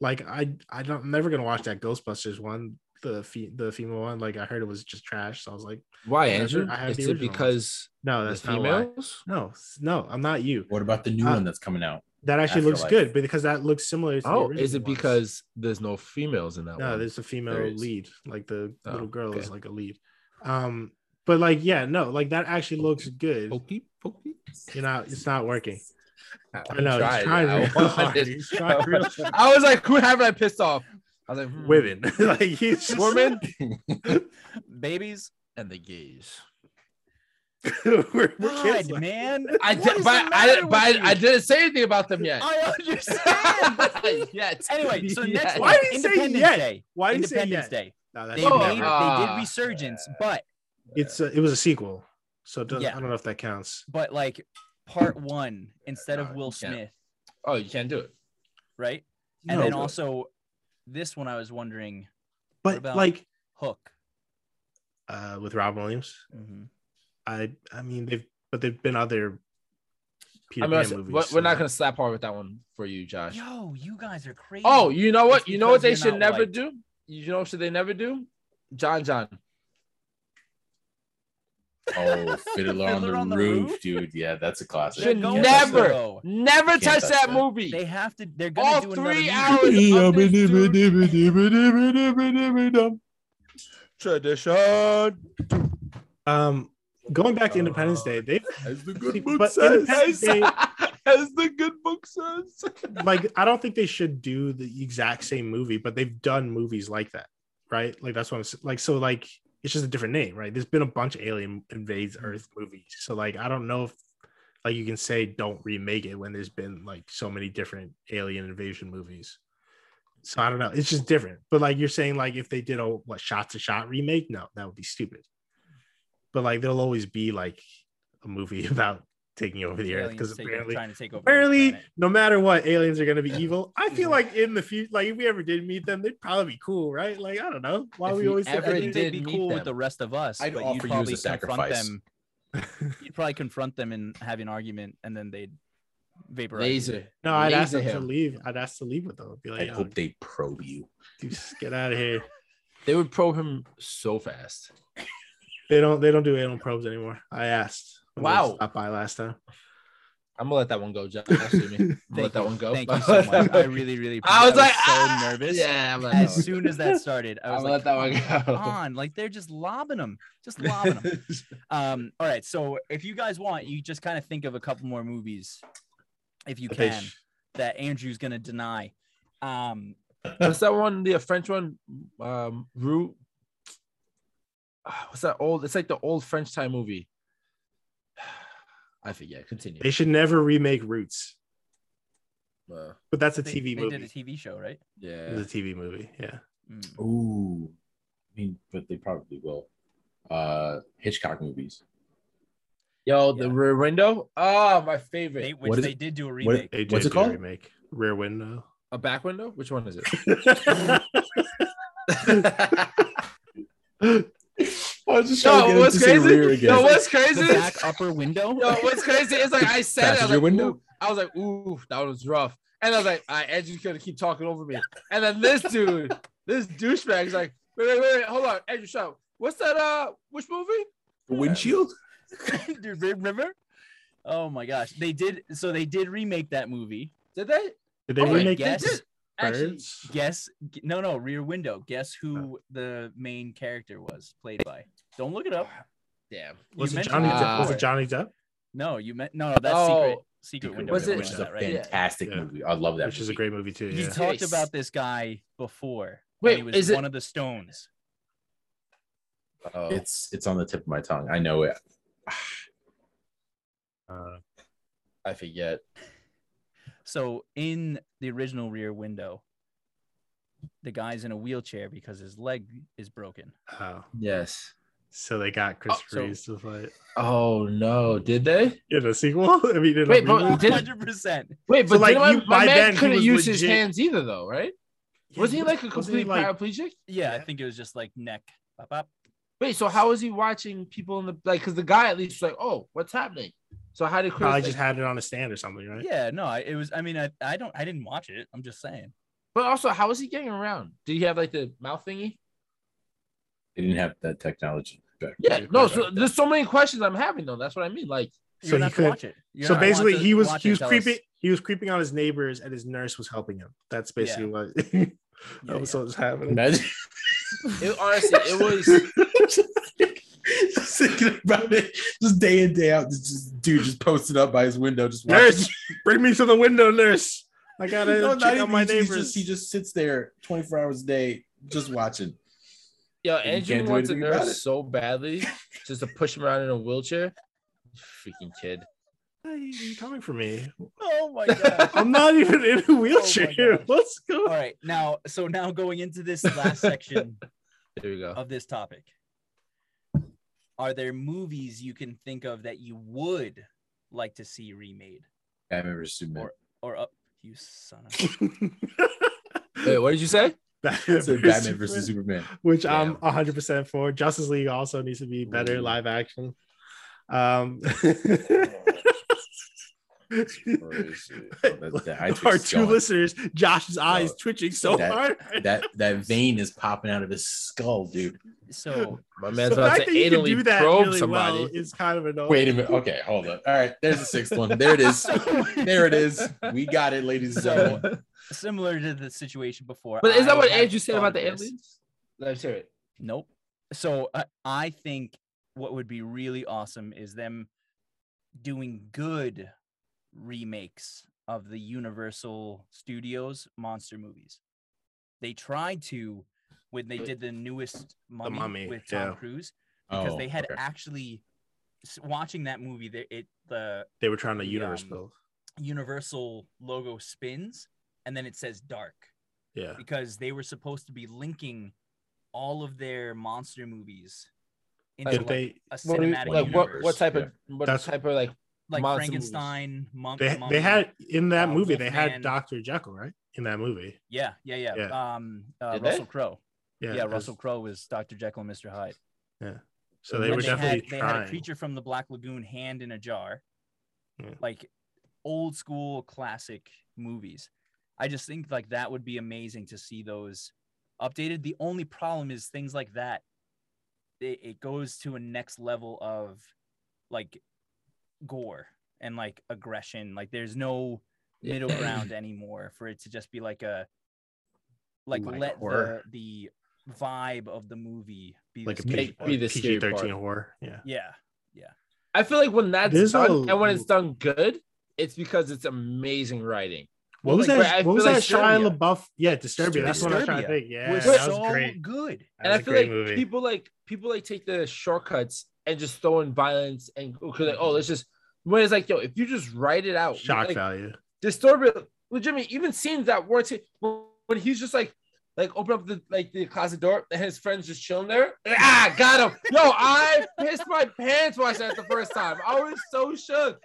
Speaker 3: Like I I don't I'm never gonna watch that Ghostbusters one, the fe- the female one. Like I heard it was just trash, so I was like,
Speaker 4: why
Speaker 3: I had
Speaker 4: Andrew?
Speaker 3: the- I had
Speaker 4: Is
Speaker 3: the
Speaker 4: it
Speaker 3: original.
Speaker 4: because
Speaker 3: no,
Speaker 4: the
Speaker 3: that's not why.
Speaker 4: females?
Speaker 3: No, s- no, I'm not you.
Speaker 2: What about the new
Speaker 3: Uh,
Speaker 2: one that's coming out?
Speaker 3: That actually looks
Speaker 2: Afterlife.
Speaker 3: good because that looks similar. To
Speaker 4: Oh,
Speaker 3: the
Speaker 4: is
Speaker 3: original
Speaker 4: it
Speaker 3: ones.
Speaker 4: because there's no females in that
Speaker 3: no
Speaker 4: one?
Speaker 3: there's a female
Speaker 2: There is.
Speaker 3: lead like the
Speaker 4: Oh,
Speaker 3: little girl is
Speaker 4: okay.
Speaker 3: like a lead um but like yeah no like that actually looks good
Speaker 4: pokey pokey.
Speaker 3: you know it's not working i
Speaker 4: I'm
Speaker 3: know he's trying
Speaker 4: I *laughs*
Speaker 3: real
Speaker 4: wanted
Speaker 3: hard.
Speaker 4: it.
Speaker 3: He's trying real
Speaker 4: *laughs*
Speaker 3: hard.
Speaker 4: I was like, who haven't I pissed off? I was like, hmm,
Speaker 3: women *laughs* like he's just,
Speaker 4: women,
Speaker 1: Babies,
Speaker 4: and the gays.
Speaker 3: we're, *laughs* we're
Speaker 1: God,
Speaker 3: canceling.
Speaker 1: man.
Speaker 3: *laughs*
Speaker 4: I
Speaker 1: What
Speaker 4: did,
Speaker 1: is
Speaker 4: but
Speaker 1: the
Speaker 4: I,
Speaker 1: matter
Speaker 4: but
Speaker 1: with
Speaker 4: I, I
Speaker 1: you?
Speaker 4: didn't say anything about them yet.
Speaker 1: *laughs* I understand.
Speaker 4: yet.
Speaker 1: *laughs* anyway, so next
Speaker 4: *laughs* Yet.
Speaker 1: one,
Speaker 3: Why did he say
Speaker 1: Independence
Speaker 3: yet?
Speaker 1: Day.
Speaker 3: why do you say
Speaker 1: Independence
Speaker 3: yes
Speaker 1: Day.
Speaker 3: No, that's
Speaker 1: They
Speaker 4: Oh,
Speaker 1: made
Speaker 3: never.
Speaker 1: they
Speaker 4: ah.
Speaker 1: did resurgence, but
Speaker 3: it's a, it was a sequel, so it doesn't,
Speaker 1: Yeah.
Speaker 3: I don't know if that counts.
Speaker 1: but like part one instead
Speaker 4: no,
Speaker 1: of Will
Speaker 4: you can't.
Speaker 1: Smith,
Speaker 4: Oh, you can't do it.
Speaker 1: right? And
Speaker 3: No,
Speaker 1: then
Speaker 3: but-
Speaker 1: also this one I was wondering
Speaker 3: but
Speaker 1: about-
Speaker 3: like
Speaker 1: Hook.
Speaker 3: uh, with Rob Williams,
Speaker 4: Mm-hmm.
Speaker 1: Mhm.
Speaker 3: I I mean they've but they've been other Peter
Speaker 4: I mean, I
Speaker 3: Pan
Speaker 4: said-
Speaker 3: movies.
Speaker 4: we're,
Speaker 3: so-
Speaker 4: we're not gonna slap hard with that one for you, Josh.
Speaker 1: Yo, you guys are crazy.
Speaker 4: Oh, you know what?
Speaker 1: It's
Speaker 4: You know what
Speaker 1: because
Speaker 4: they
Speaker 1: you're
Speaker 4: should
Speaker 1: not
Speaker 4: never
Speaker 1: white.
Speaker 4: do. You know what should they never do? John John.
Speaker 2: Oh, Fiddler on the,
Speaker 1: Fiddler on the
Speaker 2: roof,
Speaker 1: Roof?
Speaker 2: dude. Yeah, that's a classic.
Speaker 1: They're
Speaker 4: *laughs* Should
Speaker 2: You
Speaker 1: going
Speaker 2: can't touch
Speaker 4: never-
Speaker 2: that.
Speaker 1: though.
Speaker 4: Never
Speaker 2: Can't
Speaker 4: touch
Speaker 2: touch
Speaker 4: that
Speaker 2: that.
Speaker 4: movie.
Speaker 1: They have to. They're gonna
Speaker 4: All
Speaker 1: do another.
Speaker 4: three
Speaker 1: movie.
Speaker 4: hours. of this, dude. Tradition.
Speaker 3: Um, going back to Independence Day, they
Speaker 2: As the
Speaker 3: See,
Speaker 2: good book
Speaker 3: but
Speaker 2: says.
Speaker 3: Independence Day,
Speaker 4: As the good book says.
Speaker 3: like I don't think they should do the exact same movie, but they've done movies like that, right? Like that's what I'm s- like. So like it's just a different name, right? There's been a bunch of Alien invades
Speaker 1: Mm-hmm.
Speaker 3: Earth movies, so like I don't know if like you can say don't remake it when there's been like so many different Alien invasion movies. So I don't know. It's just different. But like you're saying, like if they did a what shot to shot remake, no, that would be stupid. But like there'll always be like a movie *laughs* about taking over the
Speaker 1: Aliens
Speaker 3: earth because
Speaker 1: take-
Speaker 3: apparently
Speaker 1: trying to take over. the
Speaker 3: Apparently,
Speaker 1: planet.
Speaker 3: no matter what, aliens are gonna be evil. I feel like in the future, like if we ever did meet them, they'd probably be cool, right? Like I don't know why
Speaker 4: If
Speaker 3: we
Speaker 4: we
Speaker 3: always said
Speaker 4: ever
Speaker 1: I
Speaker 3: that
Speaker 4: Everett
Speaker 1: think
Speaker 3: they-
Speaker 1: they'd
Speaker 4: did
Speaker 1: be
Speaker 4: meet
Speaker 1: cool with
Speaker 4: them.
Speaker 1: the rest of us,
Speaker 2: I'd
Speaker 1: but
Speaker 2: offer
Speaker 1: you'd
Speaker 2: you as
Speaker 1: probably
Speaker 2: a
Speaker 1: confront
Speaker 2: sacrifice.
Speaker 1: them.
Speaker 4: *laughs*
Speaker 1: you'd probably confront them and have an argument, and then they'd vaporize. you.
Speaker 4: Laser.
Speaker 3: no, I'd ask
Speaker 4: Laser
Speaker 3: them to
Speaker 4: him.
Speaker 3: leave. I'd ask to leave with them. Be
Speaker 2: I
Speaker 3: like, Yo,
Speaker 2: hope they probe you.
Speaker 3: dudes, get out of here.
Speaker 4: They would probe him so fast.
Speaker 3: They don't. They don't do alien probes anymore. I asked. when they
Speaker 4: Wow.
Speaker 3: stopped by last time.
Speaker 4: I'm gonna let that one go, Josh. Excuse me. I'm gonna
Speaker 1: *laughs* Thank
Speaker 4: let that
Speaker 1: you.
Speaker 4: one go. *laughs*
Speaker 1: Thank you so much. I really, really.
Speaker 4: I was like,
Speaker 1: so
Speaker 4: ah!
Speaker 1: nervous.
Speaker 4: Yeah, I'm gonna let that
Speaker 1: As
Speaker 4: one go.
Speaker 1: soon as that started, I
Speaker 4: I'm
Speaker 1: was
Speaker 4: gonna
Speaker 1: like, "Ah."
Speaker 4: let that
Speaker 1: "Come
Speaker 4: one
Speaker 1: on, like they're just lobbing them, just
Speaker 4: go.
Speaker 1: lobbing
Speaker 4: *laughs*
Speaker 1: them. Um, all right. So if you guys want, you just kind of think of a couple more movies, if you
Speaker 3: But they
Speaker 1: can,
Speaker 3: sh-
Speaker 1: that Andrew's gonna deny. Um,
Speaker 4: What's that one? The French one, um, Rue. Ah, What's that old? It's like the old French time movie. *sighs* I forget. Continue.
Speaker 3: they should never remake Roots,
Speaker 4: Uh,
Speaker 3: but that's a
Speaker 1: they-
Speaker 3: TV
Speaker 1: they
Speaker 3: movie.
Speaker 1: did a TV show, right?
Speaker 4: yeah.
Speaker 3: It's a TV movie. Yeah.
Speaker 1: Mm.
Speaker 2: Ooh. I mean, but they probably will. Uh Hitchcock movies.
Speaker 4: Yo,
Speaker 1: Yeah.
Speaker 4: the rear window. Oh, my favorite.
Speaker 1: They, which
Speaker 2: What is
Speaker 1: they
Speaker 2: it-
Speaker 1: did do a
Speaker 2: what-
Speaker 1: remake.
Speaker 3: They did
Speaker 2: What's it
Speaker 3: do a
Speaker 2: called?
Speaker 3: remake Rear Window.
Speaker 4: A back window? Which one *laughs* is it?
Speaker 2: I was just
Speaker 4: no,
Speaker 2: him
Speaker 4: what's
Speaker 2: say rear
Speaker 4: crazy?
Speaker 2: again.
Speaker 4: No, what's crazy?
Speaker 1: the back upper
Speaker 3: *laughs*
Speaker 1: window. *laughs*
Speaker 4: Yo, what's crazy is like I said it. I was
Speaker 2: Passenger
Speaker 4: like,
Speaker 2: window?
Speaker 4: ooh. I was like, ooh, that was rough. And I was like, I Edge's gonna keep talking over me. And then this dude, this douchebag is like, wait, wait, wait, wait, hold on, Andrew, shut up. What's that? Uh, which movie?
Speaker 2: The windshield?
Speaker 1: Dude, remember? Oh my gosh, they did. So they did remake that movie.
Speaker 4: Did they?
Speaker 3: Did they
Speaker 1: Oh, I
Speaker 3: remake
Speaker 1: guess.
Speaker 3: this?
Speaker 4: Actually,
Speaker 3: Birds?
Speaker 1: Guess g- no, no, Rear Window. Guess who the main character was played by? Don't look it up.
Speaker 4: damn.
Speaker 1: You
Speaker 3: Was it
Speaker 1: mentioned
Speaker 3: Johnny?
Speaker 4: it
Speaker 3: Depp? Was
Speaker 1: before.
Speaker 3: it Johnny Depp?
Speaker 1: No, you meant no, no. That's secret.
Speaker 4: Oh.
Speaker 1: Secret window.
Speaker 4: Was
Speaker 1: or
Speaker 4: it-
Speaker 2: which is
Speaker 1: something
Speaker 2: a
Speaker 1: like that, right?
Speaker 2: fantastic
Speaker 3: Yeah.
Speaker 2: movie. I love that
Speaker 3: Which is a
Speaker 2: movie.
Speaker 3: great movie too.
Speaker 1: You
Speaker 3: Yeah.
Speaker 1: talked
Speaker 4: Yes.
Speaker 1: about this guy before.
Speaker 4: Wait,
Speaker 1: Wait, he was
Speaker 4: is it-
Speaker 1: one of the stones.
Speaker 4: Oh,
Speaker 2: It's it's on the tip of my tongue. I know it.
Speaker 3: Uh,
Speaker 4: I forget.
Speaker 1: So in the original Rear Window, the guy's in a wheelchair because his leg is broken.
Speaker 3: oh.
Speaker 4: Yes.
Speaker 3: So they got Chris
Speaker 4: Oh, so-
Speaker 3: Reeves to fight
Speaker 4: Oh no, did they?
Speaker 3: in a sequel. *laughs* I mean, in
Speaker 4: Wait,
Speaker 3: a
Speaker 1: *laughs*
Speaker 4: but-
Speaker 3: reboot?
Speaker 4: did-
Speaker 1: Hundred percent.
Speaker 4: Wait,
Speaker 3: So,
Speaker 4: but
Speaker 3: like,
Speaker 4: like, my,
Speaker 3: you-
Speaker 4: my
Speaker 3: by then,
Speaker 4: man
Speaker 3: he
Speaker 4: couldn't
Speaker 3: was
Speaker 4: use his
Speaker 3: legit-
Speaker 4: hands either, though, right? Wasn't he like a
Speaker 3: Wasn't he,
Speaker 4: complete
Speaker 3: like-
Speaker 4: paraplegic?
Speaker 1: Yeah, I
Speaker 3: Yeah.
Speaker 1: think it was just like neck. Bop, bop.
Speaker 4: Wait, so how is he watching people in the like? Because the guy at least was like, oh, what's happening? So how did Chris?
Speaker 3: probably
Speaker 4: Like,
Speaker 3: just had it on a stand or something, right?
Speaker 1: Yeah, no, I, it was. I mean, I, I don't, I didn't watch it. I'm just saying.
Speaker 4: but also, how is he getting around? Did he have like the mouth thingy?
Speaker 2: They didn't have that technology back.
Speaker 4: Yeah.
Speaker 2: then.
Speaker 4: No. So there's so many questions I'm having though. That's what I mean. Like,
Speaker 1: You're gonna
Speaker 3: So he
Speaker 1: have to
Speaker 3: could-
Speaker 1: watch it. You're
Speaker 3: so
Speaker 1: gonna want
Speaker 3: basically,
Speaker 1: to
Speaker 3: he was
Speaker 1: watch
Speaker 3: he
Speaker 1: it,
Speaker 3: was
Speaker 1: tell us.
Speaker 3: creeping he was creeping on his neighbors, and his nurse was helping him. That's basically
Speaker 4: *laughs*
Speaker 3: what. *laughs*
Speaker 1: Yeah,
Speaker 3: that was
Speaker 1: yeah.
Speaker 3: what was
Speaker 2: *laughs*
Speaker 3: happening.
Speaker 2: Imagine
Speaker 4: it, honestly, it was.
Speaker 2: just thinking about it, just day in day out. This just, dude just posted up by his window, just
Speaker 3: Nurse, bring me to the window, nurse. I
Speaker 2: watching. *laughs*
Speaker 3: gotta
Speaker 2: No, not
Speaker 3: check
Speaker 2: even,
Speaker 3: on my
Speaker 2: he's- he's
Speaker 3: neighbors.
Speaker 2: just- he just sits there 24 hours a day, just watching.
Speaker 4: Yo,
Speaker 2: And you
Speaker 4: Andrew
Speaker 2: can't do
Speaker 4: wants a
Speaker 2: anything about
Speaker 4: nurse
Speaker 2: it.
Speaker 4: so badly just to push him around in a wheelchair. Freaking kid.
Speaker 3: Why are you coming for me?
Speaker 1: *laughs* Oh my god!
Speaker 3: I'm not even
Speaker 2: *laughs* Oh
Speaker 3: in a wheelchair.
Speaker 1: God.
Speaker 3: Let's
Speaker 1: *laughs* All
Speaker 3: go. *laughs*
Speaker 1: right, now, so now going into this last section,
Speaker 4: There we go.
Speaker 1: of this topic. Are there movies you can think of that you would like to see remade
Speaker 2: I've ever submitted.
Speaker 1: or up? You son
Speaker 4: *laughs*
Speaker 1: of
Speaker 4: Hey, what did you say?
Speaker 3: *laughs* Batman
Speaker 2: So
Speaker 3: versus
Speaker 2: Batman versus
Speaker 3: Superman,
Speaker 2: Superman.
Speaker 3: which I'm 100 percent for. Justice League also needs to be better
Speaker 2: Ooh.
Speaker 3: live action. *laughs* Um, *laughs*
Speaker 2: Crazy. Oh, that- that eye twitch
Speaker 3: our
Speaker 2: is
Speaker 3: two
Speaker 2: going.
Speaker 3: listeners, Josh's eyes
Speaker 2: Yo,
Speaker 3: twitching so
Speaker 2: that-
Speaker 3: hard.
Speaker 2: That that vein is popping out of his skull, dude.
Speaker 1: so
Speaker 3: *laughs*
Speaker 4: My
Speaker 3: The
Speaker 4: man's about
Speaker 3: fact
Speaker 4: to
Speaker 3: that you can
Speaker 4: anally
Speaker 3: do that
Speaker 4: probe
Speaker 3: really
Speaker 4: somebody.
Speaker 3: well is kind of annoying.
Speaker 2: Wait a minute. Okay, hold up. All right, there's the sixth one. There it
Speaker 3: *laughs*
Speaker 2: is. *laughs* There it
Speaker 4: *laughs*
Speaker 2: is. We got it, ladies and gentlemen.
Speaker 1: similar to the situation before.
Speaker 4: but is
Speaker 1: I
Speaker 4: that what
Speaker 1: had
Speaker 4: Andrew said
Speaker 1: thought
Speaker 4: about
Speaker 1: of
Speaker 4: the
Speaker 1: this.
Speaker 4: aliens? Let's hear it.
Speaker 1: Nope. So I, I think what would be really awesome is them doing good remakes of the Universal Studios monster movies. They tried to when they did the newest Mummy,
Speaker 3: Mummy,
Speaker 1: with Tom
Speaker 3: yeah.
Speaker 1: Cruise because
Speaker 2: Oh,
Speaker 1: they had
Speaker 2: okay.
Speaker 1: actually s- watching that movie. There, it the
Speaker 3: They were trying to
Speaker 1: Yeah,
Speaker 3: universal.
Speaker 1: Universal logo spins and then it says dark
Speaker 3: Yeah.
Speaker 1: because they were supposed to be linking all of their monster movies into
Speaker 3: Did
Speaker 1: like,
Speaker 3: they
Speaker 1: a
Speaker 4: What, do you-
Speaker 1: cinematic
Speaker 4: like, what,
Speaker 1: universe.
Speaker 4: what type of what
Speaker 3: That's-
Speaker 4: type of like
Speaker 1: like
Speaker 4: monster
Speaker 1: Frankenstein, Monk,
Speaker 3: they
Speaker 1: Mummy.
Speaker 3: they had in that
Speaker 1: uh,
Speaker 3: movie they had
Speaker 1: Wolfman.
Speaker 3: Dr. Jekyll, right? In that movie.
Speaker 1: yeah, yeah, yeah.
Speaker 3: Yeah.
Speaker 1: Um, uh,
Speaker 4: Did they?
Speaker 1: Russell Crowe. Yeah,
Speaker 3: because-
Speaker 1: Russell Crowe was Dr. Jekyll and Mr. Hyde.
Speaker 3: So they
Speaker 1: And
Speaker 3: were definitely
Speaker 1: had, They had a
Speaker 3: trying.
Speaker 1: creature from the Black Lagoon, hand in a jar,
Speaker 3: Yeah.
Speaker 1: like old school classic movies. I just think like that would be amazing to see those updated. The only problem is things like that. It, it goes to a next level of like gore and like aggression. Like there's no middle
Speaker 3: *clears throat*
Speaker 1: ground anymore for it to just be like a like,
Speaker 3: Like
Speaker 1: let the,
Speaker 3: horror.
Speaker 1: the vibe of the movie be
Speaker 3: like a
Speaker 1: the scary
Speaker 3: P-
Speaker 4: Make me the scary
Speaker 3: PG
Speaker 4: part.
Speaker 3: thirteen horror. Yeah.
Speaker 1: yeah.
Speaker 4: I feel like when that's
Speaker 3: There's
Speaker 4: done
Speaker 3: a-
Speaker 4: and when it's done good, it's because it's amazing writing.
Speaker 3: What was
Speaker 4: Like,
Speaker 3: that?
Speaker 4: I
Speaker 3: what was
Speaker 4: feel
Speaker 3: that?
Speaker 4: like
Speaker 3: Shia LaBeouf. Yeah, Disturbia. That's what I'm trying
Speaker 1: Disturbia
Speaker 3: to think. Yeah,
Speaker 1: was
Speaker 3: that was
Speaker 1: so
Speaker 3: great.
Speaker 1: good.
Speaker 3: That
Speaker 4: and
Speaker 3: was
Speaker 4: I
Speaker 3: a
Speaker 4: feel
Speaker 3: great
Speaker 4: like
Speaker 3: movie.
Speaker 4: people like people like take the shortcuts and just throw in violence and because like oh let's just when it's like yo if you just write it out
Speaker 3: shock
Speaker 4: like,
Speaker 3: value.
Speaker 4: Disturbia legitimately even scenes that weren't when he's just like like open up the like the closet door and his friends just chilling there ah got him yo I pissed my pants watching that the first time I was so shook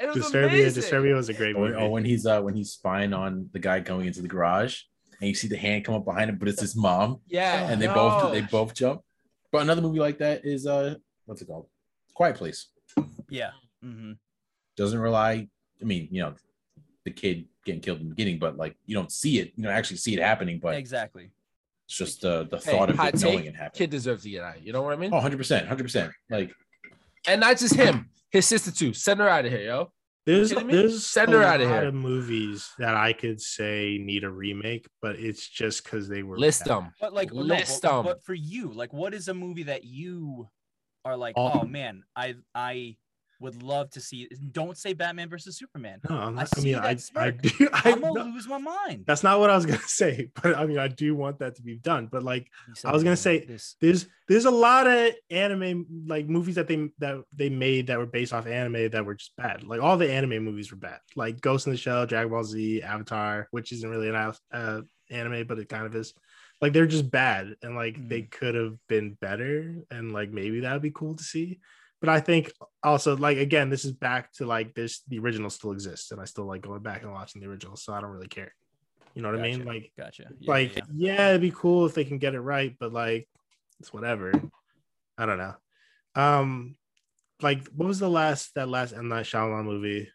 Speaker 4: and it was
Speaker 3: Disturbia.
Speaker 4: amazing.
Speaker 3: Disturbia was a great
Speaker 2: Or,
Speaker 3: movie.
Speaker 2: or when he's uh when he's spying on the guy going into the garage, and you see the hand come up behind him, but it's his mom,
Speaker 4: yeah
Speaker 2: and they
Speaker 4: no.
Speaker 2: both they both jump. But another movie like that is uh what's it called? Quiet Place.
Speaker 1: Yeah.
Speaker 3: Mm-hmm.
Speaker 1: hmm
Speaker 2: Doesn't rely. I mean, you know, the kid getting killed in the beginning, but like you don't see it. You don't actually see it happening, but
Speaker 1: Exactly.
Speaker 2: it's just the the
Speaker 4: Hey,
Speaker 2: thought of
Speaker 4: hot
Speaker 2: it knowing
Speaker 4: take,
Speaker 2: it happened.
Speaker 4: kid deserves to get out you know what I mean
Speaker 2: Oh, 100%, 100%. Like
Speaker 4: and not just him his sister too send her out of here yo
Speaker 3: there's
Speaker 4: kidding me?
Speaker 3: there's
Speaker 4: Send
Speaker 3: Send
Speaker 4: her
Speaker 3: a
Speaker 4: outta
Speaker 3: lot
Speaker 4: here.
Speaker 3: of movies that I could say need a remake, but it's just because they were
Speaker 4: list
Speaker 3: bad.
Speaker 4: them
Speaker 1: But like, no,
Speaker 4: List
Speaker 1: but,
Speaker 4: 'em.
Speaker 1: but for you, like, what is a movie that you are like,
Speaker 3: All-
Speaker 1: oh man, I I would love to see. Don't say Batman versus Superman.
Speaker 3: No, I'm
Speaker 1: I
Speaker 3: not, I,
Speaker 1: see
Speaker 3: mean, I,
Speaker 1: that
Speaker 3: I
Speaker 1: smirk.
Speaker 3: do. *laughs* I,
Speaker 1: I'm gonna
Speaker 3: no,
Speaker 1: lose my mind.
Speaker 3: that's not what I was gonna *laughs* say, but I mean, I do want that to be done. But like,
Speaker 1: He said,
Speaker 3: I was gonna
Speaker 1: "Man,
Speaker 3: say-
Speaker 1: this.
Speaker 3: there's there's a lot of anime like movies that they that they made that were based off anime that were just bad. Like all the anime movies were bad. Like Ghost in the Shell, Dragon Ball Z, Avatar, which isn't really an av- uh, anime, but it kind of is. Like they're just bad, and like they could have been better, and like maybe that would be cool to see. But I think also like again, this is back to like this. The original still exists, and I still like going back and watching the original, so I don't really care. You know what I mean?
Speaker 1: Gotcha.
Speaker 3: Like
Speaker 1: Gotcha. Yeah,
Speaker 3: like
Speaker 1: yeah.
Speaker 3: yeah. it'd be cool if they can get it right but like it's whatever i don't know um like what was the last that last M. Night Shyamalan movie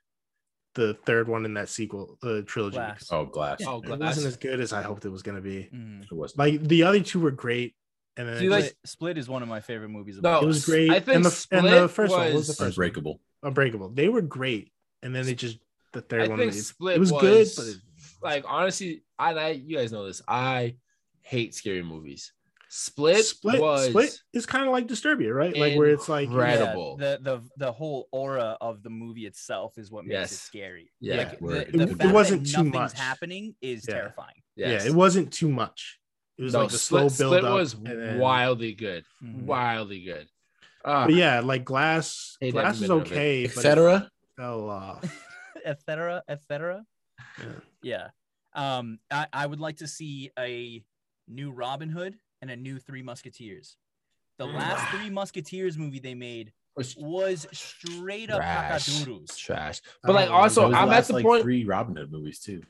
Speaker 3: the third one in that sequel uh, trilogy
Speaker 1: Glass.
Speaker 2: oh, glass.
Speaker 4: oh
Speaker 3: it
Speaker 4: glass.
Speaker 3: wasn't as good as i hoped it was going to be
Speaker 1: Mm.
Speaker 2: It was
Speaker 3: like the other two were great and then
Speaker 4: Do you
Speaker 3: it
Speaker 4: like-
Speaker 1: Split, Split is one of my favorite movies. of
Speaker 4: No,
Speaker 1: all
Speaker 3: It was
Speaker 1: time.
Speaker 3: great.
Speaker 4: I think
Speaker 3: And the-
Speaker 4: Split
Speaker 3: and the first one, what was the
Speaker 4: was-
Speaker 3: first-
Speaker 2: unbreakable.
Speaker 3: was unbreakable they were great and then they just the third
Speaker 4: I
Speaker 3: one
Speaker 4: think
Speaker 3: they-
Speaker 4: Split
Speaker 3: it was, good but it,
Speaker 4: like honestly, I, I you guys know this. I hate scary movies. Split,
Speaker 3: split
Speaker 4: was
Speaker 3: split is kind of like disturbia right like where it's like
Speaker 1: Yeah,
Speaker 4: incredible.
Speaker 1: the the the whole aura of the movie itself is what makes it
Speaker 4: Yes.
Speaker 1: scary.
Speaker 4: Yeah.
Speaker 1: Like, the,
Speaker 2: Word.
Speaker 1: the
Speaker 2: It- it
Speaker 1: fact that
Speaker 3: wasn't too
Speaker 1: nothing's
Speaker 3: much.
Speaker 1: happening is
Speaker 3: Yeah.
Speaker 1: terrifying.
Speaker 4: yes.
Speaker 3: yeah it wasn't too much it was
Speaker 4: No,
Speaker 3: like the
Speaker 4: Split-
Speaker 3: slow build
Speaker 4: Split
Speaker 3: up Mm-hmm.
Speaker 4: was wildly good,
Speaker 1: Mhm.
Speaker 4: wildly good. Uh,
Speaker 3: but yeah, like glass.
Speaker 4: Hate every
Speaker 3: glass is
Speaker 4: minute of it.
Speaker 3: okay, but it
Speaker 2: Etc.
Speaker 3: fell off.
Speaker 1: *laughs* etc etc
Speaker 3: Yeah.
Speaker 1: yeah um I, I would like to see a new robin hood and a new Three Musketeers. The
Speaker 4: Mm.
Speaker 1: last Three Musketeers movie they made was straight up
Speaker 4: Trash.
Speaker 1: cockadoodles.
Speaker 4: trash.
Speaker 3: I
Speaker 4: But
Speaker 3: don't
Speaker 4: like
Speaker 3: know.
Speaker 2: That
Speaker 4: also,
Speaker 2: was
Speaker 4: I'm
Speaker 2: last,
Speaker 4: at the
Speaker 2: like,
Speaker 4: point.
Speaker 2: Three Robin Hood movies too.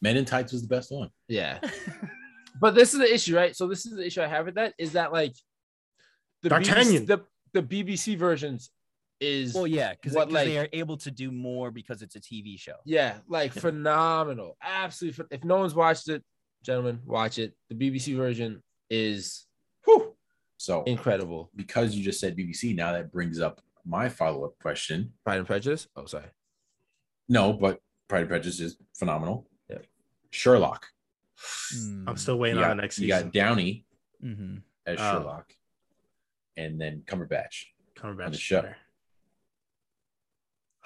Speaker 2: Men in Tights was the best one.
Speaker 4: Yeah. *laughs* but this is the issue, right? So this is the issue I have with that is that like the BBC,
Speaker 3: D'Artagnan.
Speaker 4: the, the BBC versions is
Speaker 1: Well, yeah, because
Speaker 4: What, like-
Speaker 1: they are able to do more because it's a TV show.
Speaker 4: yeah, like phenomenal. Absolutely. phen- If no one's watched it, gentlemen, watch it. The BBC version is whew,
Speaker 2: So
Speaker 4: incredible.
Speaker 2: because you just said BBC, now that brings up my follow up question.
Speaker 4: Pride and Prejudice. Oh, sorry.
Speaker 2: No, but Pride and Prejudice is phenomenal.
Speaker 4: Yeah.
Speaker 2: Sherlock.
Speaker 4: Mm.
Speaker 3: I'm still waiting
Speaker 2: you got,
Speaker 3: on the next
Speaker 2: you
Speaker 3: season.
Speaker 2: got Downey
Speaker 1: Mhm.
Speaker 2: as
Speaker 3: Oh.
Speaker 2: Sherlock, and then Cumberbatch.
Speaker 3: Cumberbatch
Speaker 2: on the
Speaker 3: is
Speaker 2: show.
Speaker 3: better.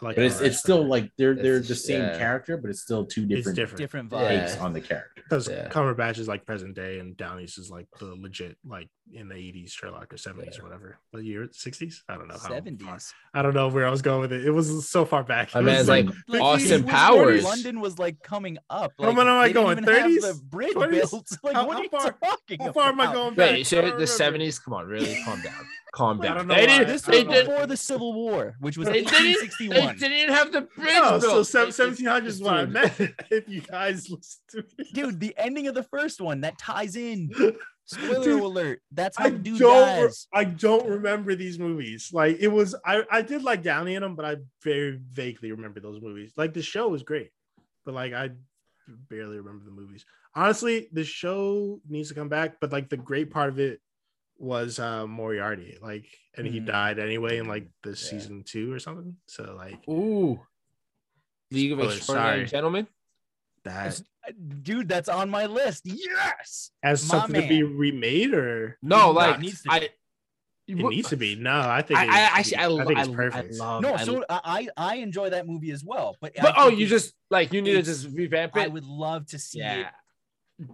Speaker 3: I like
Speaker 2: But it's
Speaker 3: Cumberbatch
Speaker 2: it's still
Speaker 3: better.
Speaker 2: like they're they're
Speaker 4: It's-
Speaker 2: the same
Speaker 4: yeah.
Speaker 2: character, but it's still two
Speaker 3: it's
Speaker 2: different,
Speaker 3: different.
Speaker 1: Different
Speaker 4: Yeah.
Speaker 1: vibes.
Speaker 2: takes on the character.
Speaker 3: Because
Speaker 4: Yeah.
Speaker 3: Cumberbatch is like present day, and Downey's is like the legit, like in the eighties Sherlock or seventies or whatever. What year? Sixties? I don't know. how far-
Speaker 1: Seventies.
Speaker 3: I don't know where I was going with it. It was so far back.
Speaker 4: I
Speaker 3: It
Speaker 4: mean,
Speaker 3: was
Speaker 4: it's like
Speaker 1: Like,
Speaker 4: Austin
Speaker 1: it was when
Speaker 4: Powers.
Speaker 1: London was like coming up.
Speaker 3: How
Speaker 1: Like,
Speaker 3: many am I
Speaker 1: they didn't
Speaker 3: going?
Speaker 1: even have
Speaker 3: 30s?
Speaker 1: The bridge
Speaker 3: 20s?
Speaker 1: built. *laughs* Like,
Speaker 3: How-
Speaker 1: what
Speaker 3: how
Speaker 1: are you
Speaker 3: far-
Speaker 1: talking
Speaker 3: how far am I
Speaker 1: about?
Speaker 3: going back?
Speaker 4: Wait, so
Speaker 3: I don't
Speaker 4: the
Speaker 3: remember.
Speaker 4: seventies? Come on, really?
Speaker 3: *laughs*
Speaker 4: Calm down. Calm
Speaker 3: I
Speaker 4: down.
Speaker 3: don't know
Speaker 4: They
Speaker 3: why.
Speaker 4: didn't,
Speaker 1: This
Speaker 4: they
Speaker 1: was
Speaker 3: don't know.
Speaker 4: did,
Speaker 1: before the Civil War, which was
Speaker 4: They didn't- they
Speaker 1: 1861.
Speaker 4: didn't have the bridge.
Speaker 3: No, so
Speaker 4: built.
Speaker 3: sev-
Speaker 4: They-
Speaker 3: 1700s is what I
Speaker 4: Dude.
Speaker 3: meant. *laughs* If you guys listen to it,
Speaker 1: Dude, the ending of the first one that ties
Speaker 4: *laughs*
Speaker 1: in. Spoiler
Speaker 3: Dude,
Speaker 1: alert. That's how
Speaker 3: I
Speaker 1: dude
Speaker 3: don't, re-
Speaker 1: dies.
Speaker 3: I don't remember these movies. Like it was, I, I did like Downey in them, but I very vaguely remember those movies. Like the show was great, but like I barely remember the movies. Honestly, the show needs to come back, but like the great part of it was uh Moriarty, like, and he
Speaker 1: Mhm.
Speaker 3: died anyway in like the
Speaker 4: Mm. Yeah.
Speaker 3: season two or something. So like
Speaker 4: Ooh. League of
Speaker 3: Spoiler,
Speaker 4: Extraordinary
Speaker 3: sorry.
Speaker 4: Gentlemen.
Speaker 3: that
Speaker 1: Dude, that's on my list. Yes.
Speaker 3: as
Speaker 1: My
Speaker 3: something to be remade or
Speaker 4: No,
Speaker 1: It
Speaker 4: like
Speaker 1: needs to be.
Speaker 4: I.
Speaker 3: it needs to be. No, I think
Speaker 4: I, I
Speaker 3: it needs to
Speaker 4: actually
Speaker 3: be.
Speaker 4: I, lo-
Speaker 3: think
Speaker 4: I,
Speaker 3: it's perfect.
Speaker 4: I love.
Speaker 1: No,
Speaker 4: I-
Speaker 1: so I I I enjoy that movie as well. But, I
Speaker 4: but oh,
Speaker 1: think
Speaker 4: you
Speaker 1: it-
Speaker 4: just like you need to
Speaker 1: it's-
Speaker 4: just revamp
Speaker 1: I
Speaker 4: it.
Speaker 1: would love to see it
Speaker 4: yeah.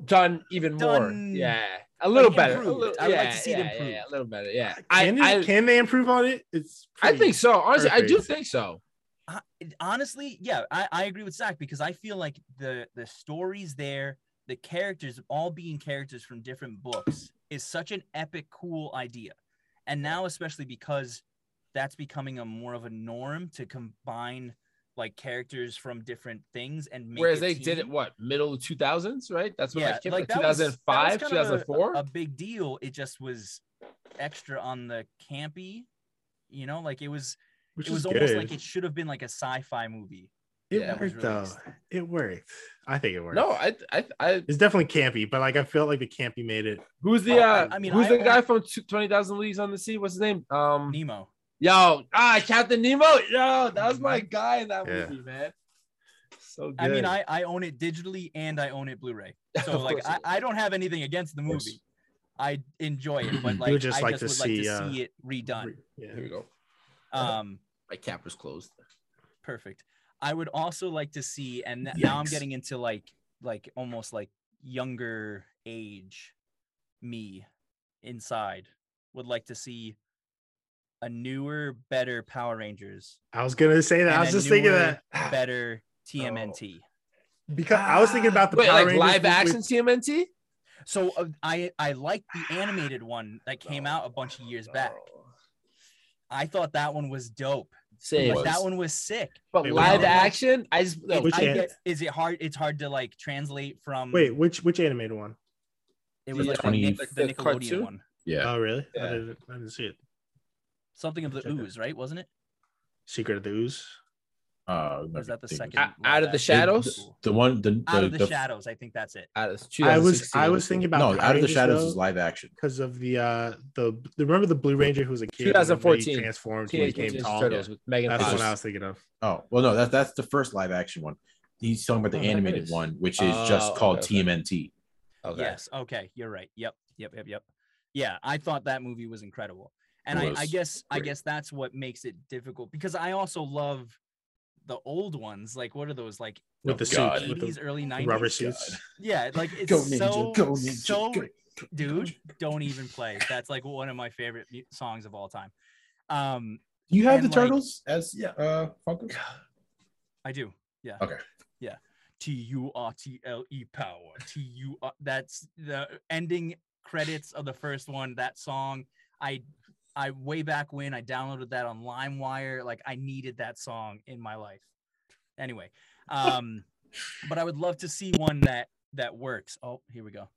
Speaker 4: Done even
Speaker 1: Done.
Speaker 4: more. Yeah, a little
Speaker 1: Like,
Speaker 4: better. A
Speaker 1: improved.
Speaker 4: little-
Speaker 1: I would like to
Speaker 4: yeah,
Speaker 1: see it
Speaker 4: yeah, yeah,
Speaker 1: improved.
Speaker 4: yeah, a little better. Yeah, I
Speaker 3: Can,
Speaker 4: I,
Speaker 3: it- can they improve on it? It's
Speaker 4: I
Speaker 3: pretty-
Speaker 4: think so. Honestly, I do
Speaker 3: perfect.
Speaker 4: think so.
Speaker 1: I- honestly, yeah, I, I agree with Zach because I feel like the the stories there, the characters all being characters from different books is such an epic, cool idea, and now especially because that's becoming a more of a norm to combine like characters from different things and make
Speaker 4: Whereas
Speaker 1: a
Speaker 4: they did it
Speaker 1: team.
Speaker 4: what middle two thousands, right? That's what
Speaker 1: yeah,
Speaker 4: that came
Speaker 1: like
Speaker 4: like two
Speaker 1: that was- that
Speaker 4: thousand
Speaker 1: was
Speaker 4: five, two
Speaker 1: kind of a-
Speaker 4: thousand four.
Speaker 1: a big deal. It just was extra on the campy, you know, like it was.
Speaker 3: which
Speaker 1: it
Speaker 3: is
Speaker 1: was almost
Speaker 3: good.
Speaker 1: like it should have been like a sci-fi movie.
Speaker 3: It
Speaker 4: Yeah.
Speaker 1: was
Speaker 3: worked though.
Speaker 1: released.
Speaker 3: It worked. I think it worked.
Speaker 4: No, I I I
Speaker 3: it's definitely campy, but like I felt like the campy made it.
Speaker 4: Who's the uh,
Speaker 1: I mean,
Speaker 4: who's
Speaker 1: I
Speaker 4: the
Speaker 1: only-
Speaker 4: guy from Tw- 20,000 Leagues on the Sea? What's his name? Um,
Speaker 1: Nemo.
Speaker 4: yo, ah, Captain Nemo. Yo, that was my guy in that
Speaker 3: Mm-hmm. Yeah.
Speaker 4: movie, man. So good.
Speaker 1: I mean, I, I own it digitally and I own it
Speaker 3: *laughs*
Speaker 1: Blu-ray. So
Speaker 4: Of
Speaker 1: like
Speaker 4: course
Speaker 1: I,
Speaker 4: you do.
Speaker 1: I don't have anything against the
Speaker 2: course.
Speaker 1: movie. I enjoy
Speaker 3: *clears throat*
Speaker 1: it, but
Speaker 2: You
Speaker 1: like
Speaker 3: would just
Speaker 1: I
Speaker 3: like
Speaker 1: just
Speaker 3: to
Speaker 1: would
Speaker 3: see,
Speaker 1: like to
Speaker 3: uh,
Speaker 1: see it redone.
Speaker 3: Yeah.
Speaker 4: here we go.
Speaker 1: Um,
Speaker 4: My cap was closed.
Speaker 1: perfect. I would also like to see, and th- now I'm
Speaker 2: Yikes.
Speaker 1: getting into like like almost like younger age me inside would like to see a newer, better Power Rangers,
Speaker 3: I was gonna say that.
Speaker 1: And
Speaker 3: I was
Speaker 1: a
Speaker 3: just thinking
Speaker 1: newer-
Speaker 3: that *sighs* Oh.
Speaker 1: better TMNT.
Speaker 3: because I was thinking about the
Speaker 4: Ah. Wait,
Speaker 3: Power
Speaker 4: like
Speaker 3: Rangers
Speaker 4: live
Speaker 3: with-
Speaker 4: action
Speaker 3: with-
Speaker 4: TMNT
Speaker 1: So uh, I I liked
Speaker 4: *sighs*
Speaker 1: the animated one that came out a bunch of years back. I thought that one was dope.
Speaker 4: Same,
Speaker 1: Like,
Speaker 2: was.
Speaker 1: that one was sick.
Speaker 4: but
Speaker 3: Wait, which
Speaker 4: live
Speaker 1: one?
Speaker 4: action. I just no,
Speaker 3: Which
Speaker 1: I
Speaker 3: an-
Speaker 1: get, is it hard? It's hard to like translate from.
Speaker 3: Wait, which which animated one?
Speaker 1: it was
Speaker 4: the,
Speaker 1: like
Speaker 2: uh,
Speaker 1: the, Nic-
Speaker 4: like
Speaker 1: the
Speaker 4: the
Speaker 1: Nickelodeon
Speaker 4: cartoon?
Speaker 1: one,
Speaker 2: Yeah.
Speaker 3: Oh really? I
Speaker 4: Yeah.
Speaker 3: didn't I didn't see it.
Speaker 1: something of the
Speaker 3: Check it.
Speaker 1: ooze, right? Wasn't it?
Speaker 3: Secret of the Ooze.
Speaker 2: Uh,
Speaker 1: Or is that the second?
Speaker 4: Out-
Speaker 1: live
Speaker 4: Out of the
Speaker 1: action?
Speaker 4: Shadows?
Speaker 1: Cool.
Speaker 2: The one the, the,
Speaker 1: Out of the,
Speaker 2: the-
Speaker 1: shadows, I think that's it.
Speaker 4: out of
Speaker 3: I was I was thinking about
Speaker 2: No,
Speaker 3: Power
Speaker 2: Out of the
Speaker 3: Rangers,
Speaker 2: Shadows
Speaker 3: though,
Speaker 2: is live action.
Speaker 3: because of the uh the remember the Blue Ranger who was a kid. and then when he
Speaker 4: 2014.
Speaker 3: transformed. He
Speaker 4: Teenage
Speaker 3: became
Speaker 4: Mutant Ninja
Speaker 3: tall.
Speaker 4: Turtles with Megan
Speaker 3: That's
Speaker 4: Fox.
Speaker 3: what I was thinking of.
Speaker 2: Oh well, no, that's that's the first live action one. He's talking about the
Speaker 4: Oh, there it
Speaker 2: animated
Speaker 4: is.
Speaker 2: one, which is just
Speaker 4: Oh,
Speaker 2: called
Speaker 4: okay, okay.
Speaker 2: TMNT.
Speaker 4: Okay.
Speaker 1: Yes. Okay. You're right. Yep. Yep. Yep. Yep. Yeah, I thought that movie was incredible, and I, I
Speaker 2: was
Speaker 1: guess I
Speaker 2: great.
Speaker 1: guess that's what makes it difficult because I also love the old ones. Like, what are those? Like
Speaker 3: With
Speaker 2: Oh,
Speaker 3: the
Speaker 2: God.
Speaker 3: suit, with the
Speaker 1: eighties, early nineties.
Speaker 3: rubber suits.
Speaker 1: Yeah, like it's
Speaker 2: Go ninja,
Speaker 1: so
Speaker 2: go ninja,
Speaker 1: so
Speaker 2: go-
Speaker 1: dude, don't even play. That's like one of my favorite mu- songs of all time. Um,
Speaker 2: You have
Speaker 1: And,
Speaker 2: the
Speaker 1: like-
Speaker 2: turtles as yeah, uh, Funko.
Speaker 1: I do. Yeah.
Speaker 2: Okay.
Speaker 1: Yeah. T U R T L E power. T U R. That's the ending credits of the first one, that song. I I way back when I downloaded that on LimeWire. Like I needed that song in my life. Anyway, um,
Speaker 4: *laughs*
Speaker 1: but I would love to see one that that works. Oh, here we go.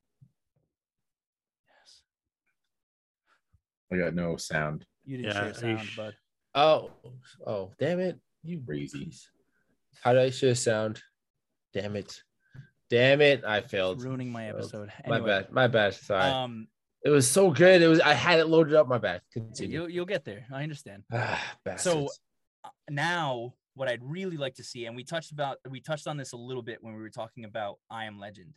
Speaker 1: Yes,
Speaker 2: I got no sound.
Speaker 1: you didn't
Speaker 3: Yeah,
Speaker 1: share
Speaker 3: are you
Speaker 1: sound,
Speaker 3: sh-
Speaker 1: bud.
Speaker 4: Oh, oh, damn it. You
Speaker 2: Crazy.
Speaker 4: piece. How did I share sound? Damn it. Damn it. I failed.
Speaker 1: Ruining my episode.
Speaker 4: My
Speaker 1: Anyway,
Speaker 4: bad. My bad. Sorry.
Speaker 1: Um,
Speaker 4: it was so good. It was I had it loaded up. My bad. Continue.
Speaker 1: you'll you'll get there. I understand.
Speaker 4: Ah, bastards.
Speaker 1: uh, now what I'd really like to see, and we touched about we touched on this a little bit when we were talking about I Am Legend.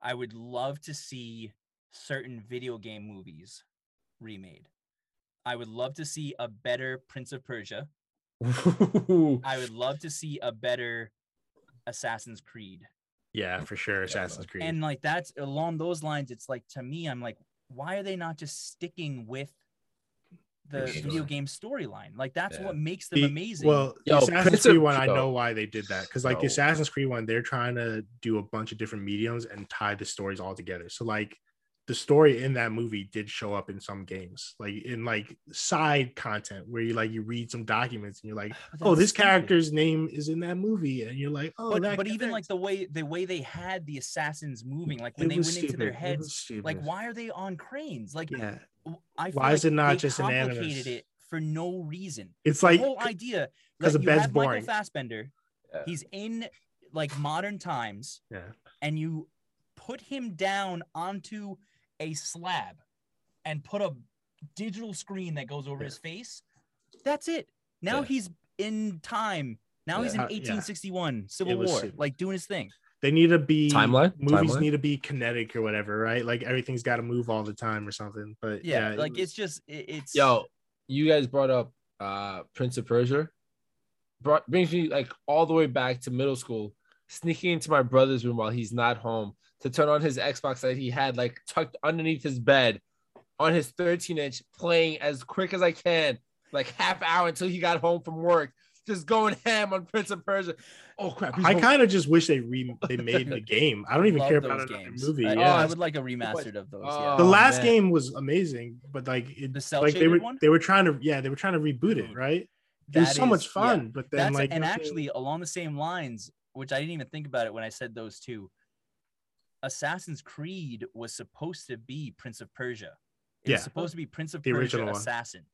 Speaker 1: I would love to see certain video game movies remade. I would love to see a better Prince of Persia. I would love to see a better Assassin's Creed.
Speaker 3: Yeah, for sure. Assassin's Creed.
Speaker 1: And like that's along those lines, it's like to me, I'm like, why are they not just sticking with the
Speaker 2: Sure.
Speaker 1: video game storyline? Like that's
Speaker 4: Yeah.
Speaker 1: what makes them
Speaker 3: The-
Speaker 1: amazing.
Speaker 3: Well, the
Speaker 4: Yo,
Speaker 3: Assassin's
Speaker 4: Prince
Speaker 3: Creed
Speaker 4: of-
Speaker 3: one, I
Speaker 4: yo.
Speaker 3: know why they did that because like the
Speaker 4: Yo.
Speaker 3: Assassin's Creed one, they're trying to do a bunch of different mediums and tie the stories all together. So like the story in that movie did show up in some games, like in like side content where you like you read some documents and you're like,
Speaker 1: But
Speaker 3: oh,
Speaker 1: that's
Speaker 3: this
Speaker 1: stupid.
Speaker 3: character's name is in that movie, and you're like, oh,
Speaker 1: but
Speaker 3: that
Speaker 1: but even like
Speaker 3: connects."
Speaker 1: the way the way they had the assassins moving, like when
Speaker 3: It
Speaker 1: they went
Speaker 3: was
Speaker 1: into their
Speaker 3: stupid. It was
Speaker 1: heads, like
Speaker 3: stupid.
Speaker 1: why are they on cranes? Like
Speaker 3: Yeah,
Speaker 1: w- I feel
Speaker 3: Why is
Speaker 1: like
Speaker 3: it not
Speaker 1: they
Speaker 3: just an
Speaker 1: complicated
Speaker 3: animus?
Speaker 1: it for no reason.
Speaker 3: it's
Speaker 1: The
Speaker 3: like
Speaker 1: whole idea
Speaker 3: 'cause
Speaker 1: that
Speaker 3: the
Speaker 1: you
Speaker 3: bed's
Speaker 1: have
Speaker 3: boring.
Speaker 1: Michael Fassbender,
Speaker 4: Yeah.
Speaker 1: he's in like modern times,
Speaker 3: yeah,
Speaker 1: and you put him down onto a slab and put a digital screen that goes over
Speaker 3: Yeah.
Speaker 1: his face. That's it. Now
Speaker 4: Yeah.
Speaker 1: he's in time. Now he's in
Speaker 3: Yeah. Uh, yeah.
Speaker 1: 1861 Civil
Speaker 3: was
Speaker 1: War,
Speaker 3: stupid.
Speaker 1: like doing his thing.
Speaker 3: they need to be
Speaker 4: Timeline?
Speaker 3: Movies
Speaker 4: Timeline?
Speaker 3: need to be kinetic or whatever, right? Like everything's got to move all the time or something. But
Speaker 1: yeah,
Speaker 3: yeah,
Speaker 1: like it's just it, it's
Speaker 4: Yo, you guys brought up uh Prince of Persia. Brought brings me like all the way back to middle school, sneaking into my brother's room while he's not home to turn on his Xbox that he had like tucked underneath his bed on his 13 inch, playing as quick as I can, like half hour until he got home from work, just going ham on Prince of Persia. Oh crap! he's
Speaker 3: I
Speaker 4: home.
Speaker 3: kind of just wish they re
Speaker 1: *laughs*
Speaker 3: they made the game. I don't even
Speaker 1: love
Speaker 3: care
Speaker 1: those
Speaker 3: about another
Speaker 1: games.
Speaker 3: movie.
Speaker 1: I,
Speaker 3: yeah.
Speaker 1: I would like a remastered of those. Yeah.
Speaker 3: the
Speaker 4: Oh,
Speaker 3: last
Speaker 4: man.
Speaker 3: game was amazing, but like it,
Speaker 1: The cell
Speaker 3: like
Speaker 1: shaded
Speaker 3: they were
Speaker 1: one.
Speaker 3: they were trying to yeah they were trying to reboot it
Speaker 1: Dude,
Speaker 3: right. It was
Speaker 1: That
Speaker 3: so
Speaker 1: is-
Speaker 3: much
Speaker 1: yeah.
Speaker 3: fun, but then
Speaker 1: That's
Speaker 3: like
Speaker 1: and
Speaker 3: nothing-
Speaker 1: actually along the same lines, which I didn't even think about it when I said those two. Assassin's Creed was supposed to be Prince of Persia. It
Speaker 3: Yeah.
Speaker 1: was supposed to be Prince of
Speaker 3: The
Speaker 1: Persia
Speaker 3: original one.
Speaker 1: Assassin.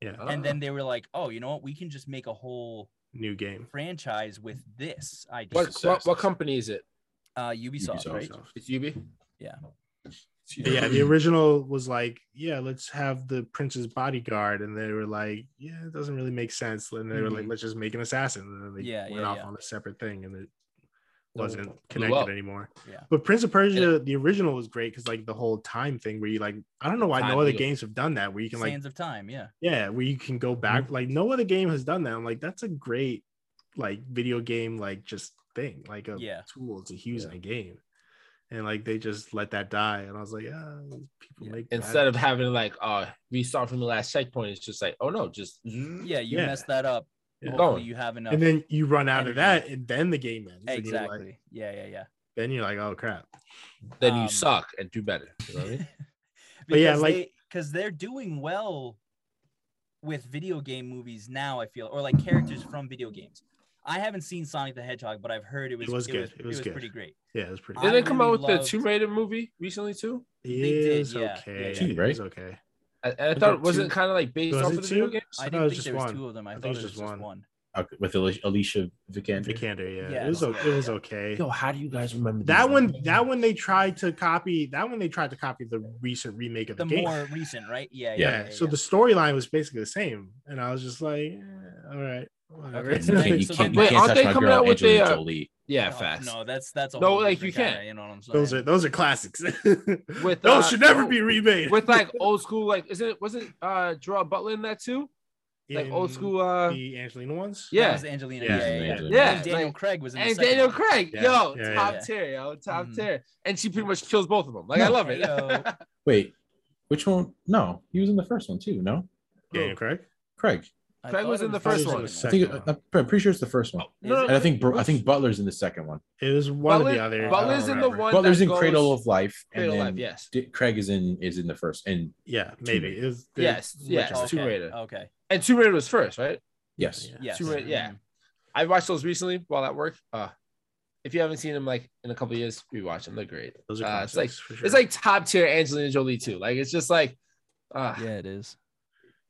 Speaker 3: yeah
Speaker 1: And then they were like, "Oh, you know what? We can just make a whole
Speaker 3: new game.
Speaker 1: franchise with this idea."
Speaker 4: what, what what company is it?
Speaker 1: Uh, Ubisoft,
Speaker 2: Ubisoft.
Speaker 1: right?
Speaker 4: It's Ubi.
Speaker 3: But yeah,
Speaker 1: Mm-hmm.
Speaker 3: the original was like yeah let's have the prince's bodyguard, and they were like yeah it doesn't really make sense, and they were like
Speaker 1: Mhm.
Speaker 3: let's just make an assassin, and then they
Speaker 1: Yeah,
Speaker 3: went
Speaker 1: yeah,
Speaker 3: off
Speaker 1: yeah.
Speaker 3: on a separate thing, and it
Speaker 4: Blew-
Speaker 3: wasn't
Speaker 4: blew up.
Speaker 3: connected anymore.
Speaker 1: Yeah.
Speaker 3: But Prince of Persia, the original was great because like the whole time thing where you like I don't know why
Speaker 4: Time
Speaker 3: no other
Speaker 4: loop.
Speaker 3: games have done that where you can like
Speaker 1: Sands of Time, yeah.
Speaker 3: yeah where you can go back
Speaker 1: Mm-hmm.
Speaker 3: like no other game has done that i'm like that's a great like video game like just thing like a
Speaker 1: Yeah.
Speaker 3: tool to use in a game and like they just let that die and i was like yeah people
Speaker 1: Yeah.
Speaker 3: make bad-
Speaker 4: Instead of having like uh restart from the last checkpoint, it's just like, oh no, just
Speaker 1: Yeah, you
Speaker 3: Yeah.
Speaker 1: messed that up.
Speaker 3: Yeah.
Speaker 1: Hopefully
Speaker 4: Going.
Speaker 1: you have enough.
Speaker 3: and then you run out of
Speaker 1: energy.
Speaker 3: that and then the game ends and you're like-
Speaker 1: exactly. yeah, yeah, yeah.
Speaker 3: then you're like oh crap
Speaker 4: then you
Speaker 1: Um,
Speaker 4: suck and do better. You know what I
Speaker 1: *laughs*
Speaker 4: mean?
Speaker 3: But yeah,
Speaker 1: because
Speaker 3: like-
Speaker 1: they, because they're doing well with video game movies now. I feel or like characters from video games. I haven't seen Sonic the Hedgehog, but I've heard it was
Speaker 3: was good.
Speaker 1: Was,
Speaker 3: It was good.
Speaker 1: pretty great.
Speaker 3: yeah it was pretty
Speaker 1: I
Speaker 4: Didn't it come out
Speaker 1: really
Speaker 4: with
Speaker 1: loved-
Speaker 4: the Tomb Raider movie recently too?
Speaker 3: it
Speaker 1: did,
Speaker 3: was
Speaker 1: yeah.
Speaker 3: okay
Speaker 1: Yeah,
Speaker 2: yeah.
Speaker 3: it was okay
Speaker 4: I, I
Speaker 3: Was
Speaker 4: thought
Speaker 3: it
Speaker 4: it wasn't
Speaker 3: two?
Speaker 4: kind of like based
Speaker 3: Was
Speaker 4: off
Speaker 3: it
Speaker 4: of the video
Speaker 3: two?
Speaker 4: games.
Speaker 1: I
Speaker 3: thought it
Speaker 1: didn't
Speaker 3: was
Speaker 1: think
Speaker 3: just
Speaker 1: there was
Speaker 3: one.
Speaker 1: two of them. I, thought, it was just one.
Speaker 2: Uh, with Alicia, Alicia Vikander.
Speaker 3: vikander yeah,
Speaker 1: Yeah,
Speaker 3: it was
Speaker 1: yeah,
Speaker 3: okay it was
Speaker 1: yeah.
Speaker 3: okay
Speaker 4: Yo, how do you guys remember
Speaker 3: that one that one they tried to copy that one they tried to copy the recent remake of the,
Speaker 1: The
Speaker 3: game
Speaker 1: more recent, right? Yeah, yeah.
Speaker 3: yeah, so the storyline was basically the same and i was just like eh, all right whatever.
Speaker 1: Okay,
Speaker 2: You can't, you
Speaker 1: So then-
Speaker 2: can't, you
Speaker 1: Wait,
Speaker 2: can't
Speaker 4: aren't
Speaker 2: touch
Speaker 4: they
Speaker 2: my
Speaker 4: coming
Speaker 2: girl,
Speaker 4: out with the,
Speaker 2: Angelina
Speaker 4: uh,
Speaker 2: Jolie.
Speaker 4: Yeah,
Speaker 1: No,
Speaker 4: facts.
Speaker 1: Oh, No, that's that's a
Speaker 4: No,
Speaker 1: whole
Speaker 4: like, you
Speaker 1: different
Speaker 4: can't.
Speaker 1: you know what I'm saying?
Speaker 3: *laughs* those are those are classics *laughs*
Speaker 4: With
Speaker 3: those
Speaker 4: uh,
Speaker 3: should never
Speaker 4: no,
Speaker 3: be remade
Speaker 4: *laughs* with like old school. Like, is it was it uh Gerard Butler in that too? Like old
Speaker 3: In
Speaker 4: school. uh
Speaker 3: the angelina ones
Speaker 1: That
Speaker 4: Yeah,
Speaker 1: was Angelina.
Speaker 3: Yeah.
Speaker 1: Yeah, yeah. yeah.
Speaker 2: Angelina
Speaker 4: Yeah.
Speaker 1: And Daniel
Speaker 4: like-
Speaker 1: Craig was in the
Speaker 4: and
Speaker 1: second
Speaker 4: Daniel
Speaker 1: one.
Speaker 4: Craig.
Speaker 3: Yeah,
Speaker 4: Yo,
Speaker 3: yeah,
Speaker 4: top
Speaker 1: yeah.
Speaker 4: tier, yo, top
Speaker 1: Mhm.
Speaker 4: tier. And she pretty much kills both of them. Like, I
Speaker 1: No.
Speaker 4: love it.
Speaker 1: Yo.
Speaker 2: Wait, which one? No, he was in the first one too. No,
Speaker 3: daniel craig
Speaker 2: Craig.
Speaker 1: I
Speaker 4: Craig
Speaker 1: thought
Speaker 4: was
Speaker 1: it
Speaker 4: in the
Speaker 1: the
Speaker 4: first
Speaker 1: first
Speaker 4: one.
Speaker 1: one.
Speaker 2: I think I- I'm pretty sure it's the first one.
Speaker 4: *laughs* No,
Speaker 1: Is
Speaker 2: And
Speaker 1: it?
Speaker 2: I think Bur- I think Butler's in the second one.
Speaker 3: It was one or the
Speaker 4: Butler-
Speaker 3: other. I
Speaker 4: Butler's
Speaker 3: don't
Speaker 4: in the
Speaker 3: remember.
Speaker 4: one.
Speaker 2: Butler's
Speaker 4: that
Speaker 2: in
Speaker 4: goes-
Speaker 2: Cradle of Life, and
Speaker 4: Cradle of
Speaker 2: then
Speaker 4: Life. Yes.
Speaker 2: D- Craig is in is in the first. And
Speaker 3: Yeah, maybe. It was the-
Speaker 4: Yes. Yes.
Speaker 3: Richard.
Speaker 4: Tomb
Speaker 1: Okay,
Speaker 4: Raider.
Speaker 1: Okay.
Speaker 4: And Tomb Raider was first, right?
Speaker 2: yes,
Speaker 3: Yeah.
Speaker 1: Yes.
Speaker 4: Tomb Raider, oh, yeah.
Speaker 3: Mm-hmm.
Speaker 1: Mhm.
Speaker 4: I watched those recently while at work. Uh, if you haven't seen them like in a couple of years, rewatch them. They're great.
Speaker 3: Those are
Speaker 4: Uh,
Speaker 3: classics
Speaker 4: it's like
Speaker 3: for
Speaker 4: it's like top tier Angelina Jolie too. Like it's just like, uh,
Speaker 1: Yeah, it is.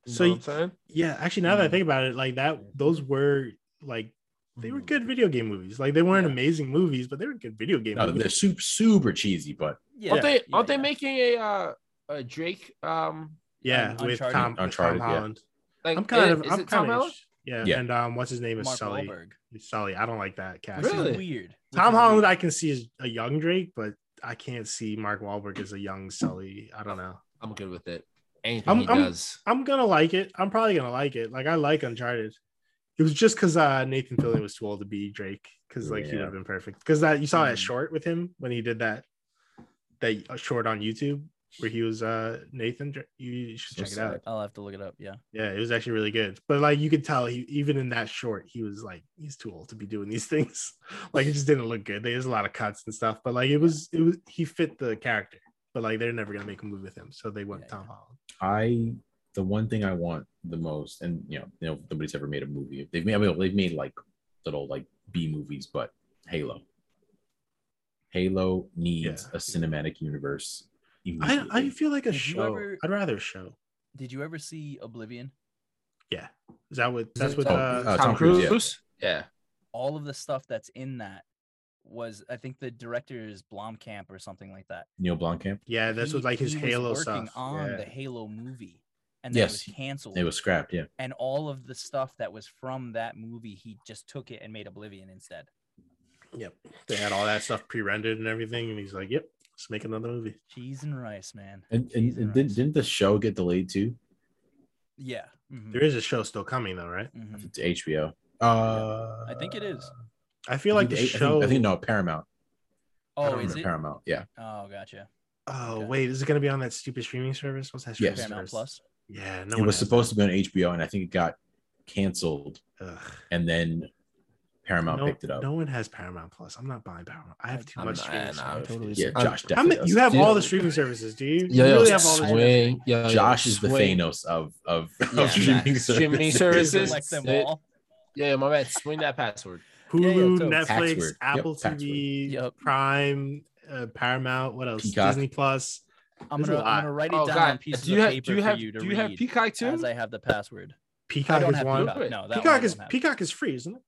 Speaker 3: So
Speaker 4: so
Speaker 3: you- yeah. Actually, now that I
Speaker 1: Mm.
Speaker 3: think about it, like that, those were like they
Speaker 2: Mm.
Speaker 3: were good video game movies. Like they weren't
Speaker 4: Yeah.
Speaker 3: amazing movies, but they were good video game
Speaker 2: no, they're
Speaker 3: movies.
Speaker 2: super super cheesy, but
Speaker 1: Yeah.
Speaker 4: aren't they
Speaker 1: yeah,
Speaker 4: aren't
Speaker 1: yeah.
Speaker 4: they making a uh, a Drake um
Speaker 3: Yeah,
Speaker 1: Un-
Speaker 3: with
Speaker 1: Uncharted.
Speaker 3: Tom, with Tom
Speaker 2: Uncharted, yeah.
Speaker 3: Holland.
Speaker 4: like
Speaker 3: I'm kind
Speaker 4: is-
Speaker 3: of
Speaker 4: is
Speaker 3: I'm
Speaker 4: it Tom
Speaker 3: kind of
Speaker 4: Holland?
Speaker 3: yeah.
Speaker 2: Yeah.
Speaker 3: And um, what's his name is
Speaker 1: Mark
Speaker 3: Sully.
Speaker 1: Wahlberg.
Speaker 3: Sully. I don't like that cast.
Speaker 1: Which is
Speaker 4: Really?
Speaker 1: weird. Which
Speaker 3: Tom
Speaker 1: is
Speaker 3: Holland,
Speaker 1: weird.
Speaker 3: I can see as a young Drake, but I can't see Mark Wahlberg as a young Sully. I don't know.
Speaker 4: I'm good with it. Anything
Speaker 3: I'm-
Speaker 4: he
Speaker 3: I'm-
Speaker 4: does.
Speaker 3: I'm gonna like it. I'm probably gonna like it. Like I like Uncharted. It was just because uh, Nathan Fillion was too old to be Drake, because like he would
Speaker 2: Yeah.
Speaker 3: have been perfect. Because that you saw that
Speaker 1: Mm.
Speaker 3: short with him when he did that that uh, short on YouTube where he was uh Nathan. Dra- You, you should
Speaker 2: So
Speaker 3: check it
Speaker 2: sad.
Speaker 3: out.
Speaker 1: I'll have to look it up. Yeah.
Speaker 3: Yeah, it was actually really good. But like you could tell, he even in that short, he was like, he's too old to be doing these *laughs* things. like it just didn't look good. There's a lot of cuts and stuff, but like it was, it was he fit the character. But like they're never gonna make a movie with him, so they went
Speaker 1: Yeah,
Speaker 3: Tom
Speaker 1: yeah.
Speaker 3: Holland.
Speaker 2: I the one thing I want the most, and you know, you know, nobody's ever made a movie. They've made I mean, they've made like little like B movies, but Halo. Halo needs
Speaker 3: Yeah.
Speaker 2: a cinematic universe.
Speaker 3: I, I
Speaker 2: immediately.
Speaker 3: feel like a
Speaker 1: Did you
Speaker 3: show.
Speaker 1: ever-
Speaker 3: I'd rather a show.
Speaker 1: Did you ever see Oblivion?
Speaker 3: Yeah, is that what?
Speaker 4: Is
Speaker 3: That's
Speaker 4: it
Speaker 3: what.
Speaker 2: Tom-
Speaker 3: Uh,
Speaker 2: uh,
Speaker 4: Tom,
Speaker 2: Tom
Speaker 4: Cruise.
Speaker 2: Cruise,
Speaker 4: Yeah.
Speaker 1: All of the stuff that's in that was, I think, the director is Blomkamp or something like that.
Speaker 2: Neil Blomkamp.
Speaker 3: yeah, that's
Speaker 1: He-
Speaker 3: what like his
Speaker 1: he was
Speaker 3: Halo
Speaker 1: working
Speaker 3: stuff.
Speaker 1: on
Speaker 3: yeah.
Speaker 1: the Halo movie, and then
Speaker 2: Yes,
Speaker 1: it was canceled.
Speaker 2: It was scrapped. Yeah,
Speaker 1: and all of the stuff that was from that movie, he just took it and made Oblivion instead.
Speaker 3: Yep, they had all that stuff pre-rendered and everything, and he's like, "Yep, let's make another movie."
Speaker 1: Cheese and rice, man.
Speaker 2: and,
Speaker 1: Cheese
Speaker 2: and,
Speaker 1: and
Speaker 2: and didn't,
Speaker 1: rice.
Speaker 2: didn't the show get delayed too?
Speaker 1: Yeah. mhm,
Speaker 3: There is a show still coming though, right?
Speaker 1: mhm.
Speaker 2: It's HBO. Uh,
Speaker 1: I think it is.
Speaker 3: I feel like
Speaker 2: I
Speaker 3: the
Speaker 2: think,
Speaker 3: show.
Speaker 2: I think no Paramount.
Speaker 1: Oh,
Speaker 3: don't
Speaker 1: is
Speaker 2: Paramount,
Speaker 1: it?
Speaker 2: Paramount. Yeah.
Speaker 1: Oh, gotcha.
Speaker 3: Oh
Speaker 1: Okay.
Speaker 3: wait, is it gonna be on that stupid streaming service? What's that streaming
Speaker 2: Yes.
Speaker 1: Paramount Plus.
Speaker 3: service? Yeah, no.
Speaker 2: it
Speaker 3: one
Speaker 2: was
Speaker 3: has
Speaker 2: supposed to be on HBO, and I think it got canceled,
Speaker 3: that. Ugh.
Speaker 2: and then Paramount
Speaker 3: No,
Speaker 2: picked it up.
Speaker 3: no one has Paramount Plus. I'm not buying Paramount. I have too
Speaker 4: I'm
Speaker 3: much
Speaker 4: not-
Speaker 3: streaming.
Speaker 4: nah,
Speaker 3: services.
Speaker 1: totally
Speaker 2: yeah,
Speaker 4: I'm-
Speaker 2: Josh.
Speaker 3: How many,
Speaker 2: definitely
Speaker 3: you
Speaker 2: does.
Speaker 3: have
Speaker 4: Dude.
Speaker 3: all the streaming services, do you? you
Speaker 4: Yo, yo,
Speaker 3: really have all the streaming
Speaker 4: swing. Yo, yo,
Speaker 2: Josh is the
Speaker 4: swing.
Speaker 2: Thanos of of,
Speaker 4: Oh, Yeah,
Speaker 2: of streaming,
Speaker 4: exactly. Streaming
Speaker 2: *laughs* services.
Speaker 4: services.
Speaker 1: Select them
Speaker 4: It-
Speaker 1: all.
Speaker 4: Yeah, my man. Swing that password.
Speaker 1: Yeah, yeah,
Speaker 3: Hulu,
Speaker 1: totally.
Speaker 3: Netflix,
Speaker 2: Paxword. Yep,
Speaker 3: Apple
Speaker 2: Paxword.
Speaker 3: TV,
Speaker 1: Yep.
Speaker 3: Prime, uh, Paramount. What else?
Speaker 2: Peacock.
Speaker 3: Disney Plus.
Speaker 1: I'm
Speaker 3: There's a
Speaker 1: gonna, I'm
Speaker 3: lot.
Speaker 1: gonna write it
Speaker 4: Oh
Speaker 1: down on
Speaker 4: God,
Speaker 1: pieces
Speaker 4: do you
Speaker 1: of
Speaker 4: have
Speaker 1: paper
Speaker 4: do you have
Speaker 1: for you to
Speaker 4: do you
Speaker 1: read
Speaker 4: have Peacock too?
Speaker 1: as I have the password. I
Speaker 3: Peacock
Speaker 1: don't
Speaker 3: is
Speaker 1: have
Speaker 3: one.
Speaker 1: Peacock.
Speaker 4: Wait,
Speaker 1: No, that one I
Speaker 3: Peacock
Speaker 1: don't
Speaker 3: is
Speaker 1: have.
Speaker 3: Peacock is free, isn't it?